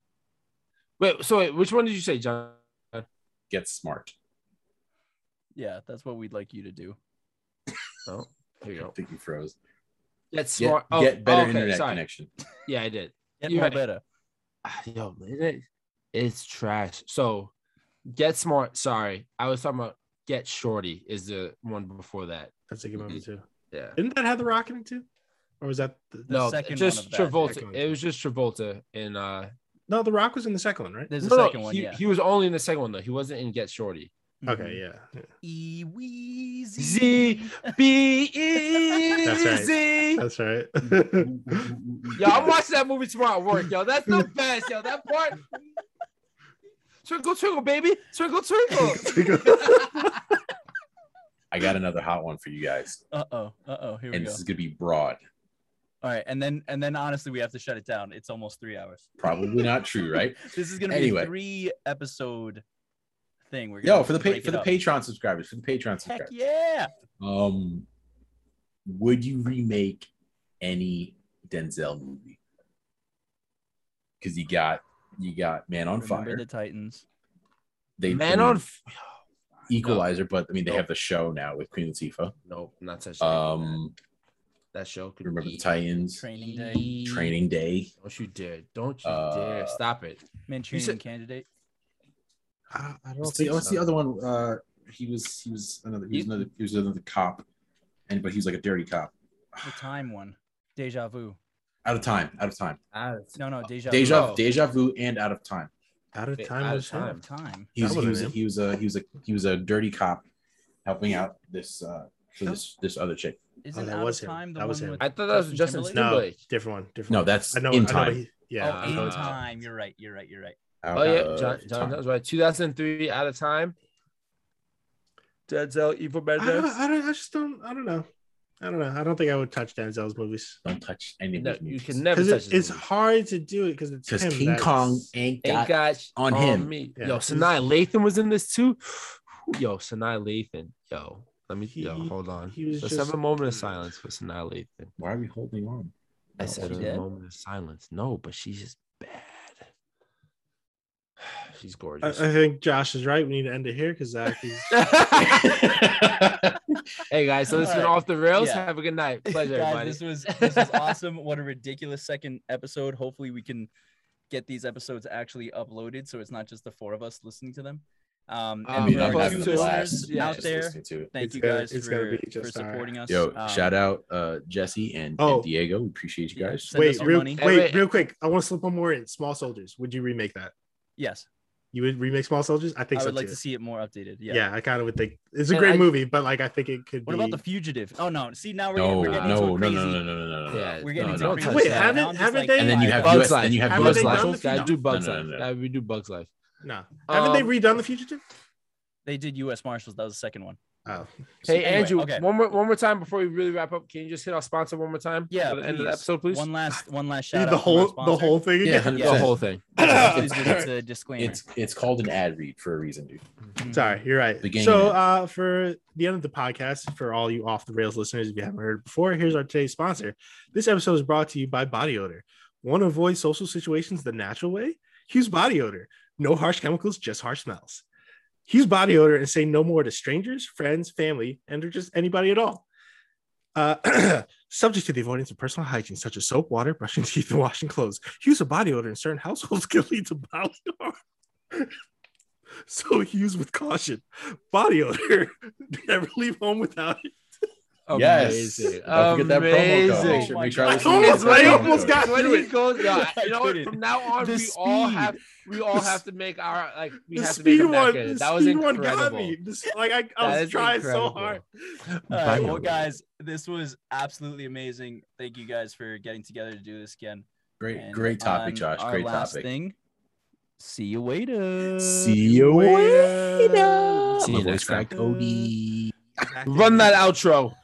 Speaker 4: Wait, so wait, which one did you say, John?
Speaker 2: Get Smart.
Speaker 1: Yeah, that's what we'd like you to do.
Speaker 4: Oh, here you
Speaker 2: I
Speaker 4: go.
Speaker 2: think you froze.
Speaker 4: That's
Speaker 2: Get,
Speaker 4: smart. oh,
Speaker 2: get better
Speaker 4: okay,
Speaker 2: internet
Speaker 4: sorry.
Speaker 2: connection.
Speaker 4: Yeah, I did.
Speaker 1: Get
Speaker 4: You're
Speaker 1: more
Speaker 4: right.
Speaker 1: better.
Speaker 4: Ah, Yo, it is, it's trash. So, get smart. Sorry, I was talking about get shorty. Is the one before that?
Speaker 3: That's a good movie too.
Speaker 4: Yeah.
Speaker 3: Didn't that have the Rock in it too? Or was that the,
Speaker 1: The
Speaker 4: no,
Speaker 1: second one
Speaker 4: just
Speaker 1: of that.
Speaker 4: Travolta.
Speaker 3: Second one.
Speaker 4: It was just Travolta and uh.
Speaker 3: no? The Rock was in the second one, right?
Speaker 1: There's a
Speaker 4: no, no,
Speaker 1: second one.
Speaker 4: he,
Speaker 1: yeah.
Speaker 4: he was only in the second one though. He wasn't in
Speaker 1: *laughs*
Speaker 4: Get Shorty.
Speaker 3: Okay, yeah. yeah. *laughs*
Speaker 1: E Weezy.
Speaker 4: Z B E
Speaker 3: right.
Speaker 4: Z.
Speaker 3: That's right.
Speaker 2: *laughs*
Speaker 3: *laughs*
Speaker 4: Mm-hmm. Yo, I'm watching that movie tomorrow at work, yo. That's the best, yo. That part. Twinkle, twinkle, baby.
Speaker 2: *laughs*
Speaker 4: Twinkle, twinkle.
Speaker 2: I got another hot one for you guys,
Speaker 1: Uh oh. Uh oh. Here we
Speaker 2: and
Speaker 1: go.
Speaker 2: this is gonna be broad.
Speaker 1: All right, and then and then honestly, we have to shut it down. It's almost three hours.
Speaker 2: Probably not
Speaker 1: *laughs*
Speaker 2: true, right?
Speaker 1: This is gonna be
Speaker 2: Anyway.
Speaker 1: a three episode thing. We're gonna
Speaker 2: Yo, for the pa-
Speaker 1: break
Speaker 2: for
Speaker 1: it
Speaker 2: the
Speaker 1: up.
Speaker 2: Patreon subscribers, for the Patreon
Speaker 1: Heck
Speaker 2: subscribers.
Speaker 1: yeah!
Speaker 2: Um, would you remake any Denzel movie? Because you got you got Man on
Speaker 1: Remember
Speaker 2: Fire.
Speaker 1: the Titans.
Speaker 2: they
Speaker 4: Man
Speaker 2: I mean,
Speaker 4: on. F-
Speaker 2: Equalizer, but I mean they
Speaker 4: No.
Speaker 2: have the show now with Queen Latifah.
Speaker 4: Nope, not such. Um,
Speaker 2: Um,
Speaker 4: that show. Could
Speaker 2: remember
Speaker 4: be-
Speaker 2: the Titans,
Speaker 1: Training Day.
Speaker 2: Training Day.
Speaker 4: Don't you dare! Don't you
Speaker 2: Uh,
Speaker 4: dare! Stop it.
Speaker 1: Manchurian
Speaker 4: said-
Speaker 1: Candidate.
Speaker 3: I, I don't
Speaker 2: What's the,
Speaker 3: think
Speaker 2: what's
Speaker 3: so.
Speaker 2: the other one? Uh, he was he was another he was another he was another cop, and but he was like a dirty cop.
Speaker 1: The time one. Deja vu.
Speaker 2: Out of time, out of time.
Speaker 1: No, no, deja.
Speaker 2: Deja
Speaker 4: Oh.
Speaker 2: deja vu and out of time.
Speaker 3: Out of
Speaker 4: Wait,
Speaker 3: time
Speaker 4: Out
Speaker 3: was
Speaker 4: of
Speaker 1: vu. Out
Speaker 3: time.
Speaker 1: of time.
Speaker 2: He was,
Speaker 3: That
Speaker 2: he was,
Speaker 3: wasn't
Speaker 2: he was a he was a he was a dirty cop, helping out this uh for this this other chick.
Speaker 1: Isn't
Speaker 3: that
Speaker 1: out
Speaker 3: was
Speaker 1: of
Speaker 3: him.
Speaker 1: time the
Speaker 3: That
Speaker 1: one
Speaker 3: was him.
Speaker 1: with?
Speaker 4: I thought that was
Speaker 1: Justin
Speaker 4: Justin
Speaker 1: Timberlake?
Speaker 3: No,
Speaker 4: Timberlake.
Speaker 3: different one. Different.
Speaker 2: No,
Speaker 3: one.
Speaker 2: that's
Speaker 3: I know.
Speaker 2: in
Speaker 3: I know
Speaker 2: time.
Speaker 3: what he- yeah.
Speaker 1: oh,
Speaker 3: I know
Speaker 1: in
Speaker 3: it's-
Speaker 1: time. You're right. You're right. You're right.
Speaker 2: Out
Speaker 4: Oh yeah,
Speaker 2: of
Speaker 4: John, John,
Speaker 2: time.
Speaker 4: that was right. 2003, out of time. Denzel, Evil
Speaker 3: I don't, I don't. I just don't. I don't know. I don't know. I don't think I would touch Denzel's movies
Speaker 2: Don't touch any of
Speaker 4: No,
Speaker 2: these
Speaker 4: you
Speaker 2: movies.
Speaker 4: can never
Speaker 3: because
Speaker 4: touch
Speaker 3: it,
Speaker 4: this
Speaker 3: it's
Speaker 4: movie.
Speaker 3: hard to do it because it's
Speaker 2: because
Speaker 3: him
Speaker 2: King
Speaker 3: that's-
Speaker 2: Kong ain't got
Speaker 4: Ain't got
Speaker 2: on him.
Speaker 4: Me.
Speaker 3: Yeah.
Speaker 4: Yo, Sanaa Lathan was in this too. Yo, Sanaa Lathan. Yo, let me. yo,
Speaker 3: He-
Speaker 4: hold on.
Speaker 3: he was
Speaker 4: Let's
Speaker 3: just-
Speaker 4: have a moment of silence for Sanaa Lathan.
Speaker 2: Why are we holding on?
Speaker 4: I
Speaker 2: Oh,
Speaker 4: said
Speaker 2: she
Speaker 4: a
Speaker 1: dead?
Speaker 4: moment of silence. No, but she's just bad. *sighs* she's
Speaker 3: I, I
Speaker 4: gorgeous.
Speaker 3: think Josh is right. We need to end it here uh,
Speaker 1: *laughs*
Speaker 3: because Zach is.
Speaker 4: *laughs* hey guys, so this has been
Speaker 1: All right.
Speaker 4: off the rails.
Speaker 1: Yeah.
Speaker 4: Have a good night. Pleasure,
Speaker 1: Guys,
Speaker 4: everybody.
Speaker 1: this was
Speaker 3: *laughs*
Speaker 1: this was awesome. What a ridiculous second episode. Hopefully we can get these episodes actually uploaded so it's not just the four of us listening to them. Um,
Speaker 4: I
Speaker 2: I
Speaker 1: and
Speaker 2: mean,
Speaker 1: for
Speaker 4: Yeah,
Speaker 2: I'm
Speaker 1: our
Speaker 4: but
Speaker 2: having a
Speaker 1: new
Speaker 4: two
Speaker 2: blast
Speaker 1: listeners
Speaker 4: yeah.
Speaker 1: out
Speaker 2: just
Speaker 1: there.
Speaker 2: listening to it.
Speaker 1: Thank
Speaker 3: It's
Speaker 1: you
Speaker 3: gonna-
Speaker 1: guys
Speaker 3: it's gonna
Speaker 1: for,
Speaker 3: be
Speaker 1: for
Speaker 3: just all right.
Speaker 1: supporting us.
Speaker 2: Yo,
Speaker 1: Um,
Speaker 2: shout out uh, Jesse and, and
Speaker 3: Oh.
Speaker 2: Diego. We appreciate you
Speaker 1: Yeah,
Speaker 2: guys.
Speaker 1: send us
Speaker 3: Wait,
Speaker 1: your
Speaker 3: real,
Speaker 1: money.
Speaker 3: wait,
Speaker 4: Hey, wait.
Speaker 3: real quick. I want to slip one more in. Small Soldiers. Would you remake that?
Speaker 1: Yes,
Speaker 3: You would remake Small Soldiers? I think
Speaker 1: I
Speaker 3: so
Speaker 1: would like
Speaker 3: too.
Speaker 1: to see it more updated.
Speaker 3: yeah.
Speaker 1: Yeah.
Speaker 3: I kind of would think it's a
Speaker 4: And
Speaker 3: great
Speaker 4: I-
Speaker 3: movie, but like I think it could
Speaker 1: What
Speaker 3: be.
Speaker 1: about the fugitive? Oh no! See now we're,
Speaker 2: No,
Speaker 1: we're getting into
Speaker 2: no, no, no,
Speaker 1: a crazy.
Speaker 2: no, no, no, no, no, no.
Speaker 4: Yeah,
Speaker 1: We're getting
Speaker 4: no,
Speaker 1: into
Speaker 4: don't
Speaker 1: a crazy.
Speaker 4: touch
Speaker 3: Wait,
Speaker 1: now
Speaker 4: that.
Speaker 3: haven't-
Speaker 1: I'm just
Speaker 3: haven't
Speaker 1: like-
Speaker 3: they-
Speaker 2: And then you have
Speaker 4: Bugs
Speaker 2: US,
Speaker 4: Life.
Speaker 2: then you have
Speaker 3: Haven't
Speaker 2: US
Speaker 4: Bugs
Speaker 3: they
Speaker 2: Life.
Speaker 3: done
Speaker 4: Life.
Speaker 3: the
Speaker 4: Gotta
Speaker 3: future?
Speaker 4: do Bugs
Speaker 2: No, no,
Speaker 4: Life.
Speaker 2: no, no.
Speaker 4: Gotta redo Bugs Life.
Speaker 3: No. Haven't they
Speaker 4: Um,
Speaker 3: redone The Fugitive?
Speaker 1: They did U.S. Marshals. That was the second one.
Speaker 3: Oh.
Speaker 1: Anyway,
Speaker 4: Hey Andrew,
Speaker 1: okay.
Speaker 4: one more one more time before we really wrap up. Can you just hit our sponsor one more time?
Speaker 1: Yeah,
Speaker 4: for the end of the
Speaker 1: please.
Speaker 4: episode, please.
Speaker 1: One last, one last shout
Speaker 3: The
Speaker 1: out. from our
Speaker 3: whole the
Speaker 1: sponsor.
Speaker 3: whole thing *laughs*
Speaker 2: Yeah,
Speaker 3: again.
Speaker 2: 100%.
Speaker 4: the whole thing.
Speaker 1: *coughs* It's, it's a disclaimer.
Speaker 2: It's it's called an ad read for a reason, dude.
Speaker 1: Mhm.
Speaker 3: Sorry, you're right.
Speaker 2: Beginning
Speaker 3: So,
Speaker 2: of-
Speaker 3: uh, for the end of the podcast, for all you off the rails listeners, if you haven't heard before, here's our today's sponsor. This episode is brought to you by Body Odor. Want to avoid social situations the natural way? Use Body Odor. No harsh chemicals, just harsh smells. Use Body Odor and say no more to strangers, friends, family, and or just anybody at all. Uh, *clears throat* subject to the avoidance of personal hygiene such as soap, water, brushing *laughs* teeth, and washing clothes. Use of body odor in certain households *laughs* can lead to body odor. so use with caution. Body odor. *laughs* Never leave home without it.
Speaker 4: Amazing.
Speaker 2: Yes. Don't forget that promo code. Make
Speaker 4: Amazing.
Speaker 2: sure,
Speaker 1: Oh
Speaker 2: make
Speaker 1: my
Speaker 2: sure
Speaker 1: God.
Speaker 2: I
Speaker 3: I
Speaker 2: listen to
Speaker 3: almost,
Speaker 2: that
Speaker 3: I
Speaker 2: promo
Speaker 3: almost
Speaker 2: code.
Speaker 3: got
Speaker 4: When
Speaker 3: through
Speaker 4: he
Speaker 3: it.
Speaker 4: goes, no,
Speaker 1: I
Speaker 4: you know what?
Speaker 1: couldn't.
Speaker 4: From now on,
Speaker 1: The
Speaker 4: we all
Speaker 1: speed.
Speaker 4: have we all
Speaker 3: The
Speaker 4: have
Speaker 3: s-
Speaker 4: to make our like we
Speaker 3: The
Speaker 4: have to make
Speaker 3: speed
Speaker 4: them that
Speaker 3: one,
Speaker 4: good.
Speaker 3: the
Speaker 4: That was
Speaker 3: speed one
Speaker 4: incredible.
Speaker 3: got me. This, like I,
Speaker 4: That
Speaker 3: I was
Speaker 4: is
Speaker 3: trying
Speaker 4: incredible.
Speaker 3: so hard.
Speaker 1: All right, well,
Speaker 4: Bye.
Speaker 1: guys, this was absolutely amazing. Thank you guys for getting together to do this again.
Speaker 2: Great,
Speaker 1: And um,
Speaker 2: great topic,
Speaker 1: on
Speaker 2: Josh.
Speaker 1: our
Speaker 2: Great
Speaker 1: last
Speaker 2: topic.
Speaker 1: Thing, see you later.
Speaker 2: you later.
Speaker 1: uh,
Speaker 4: See you
Speaker 2: My
Speaker 4: next
Speaker 2: voice cracked,
Speaker 1: time.
Speaker 2: Odie.
Speaker 4: Run that outro.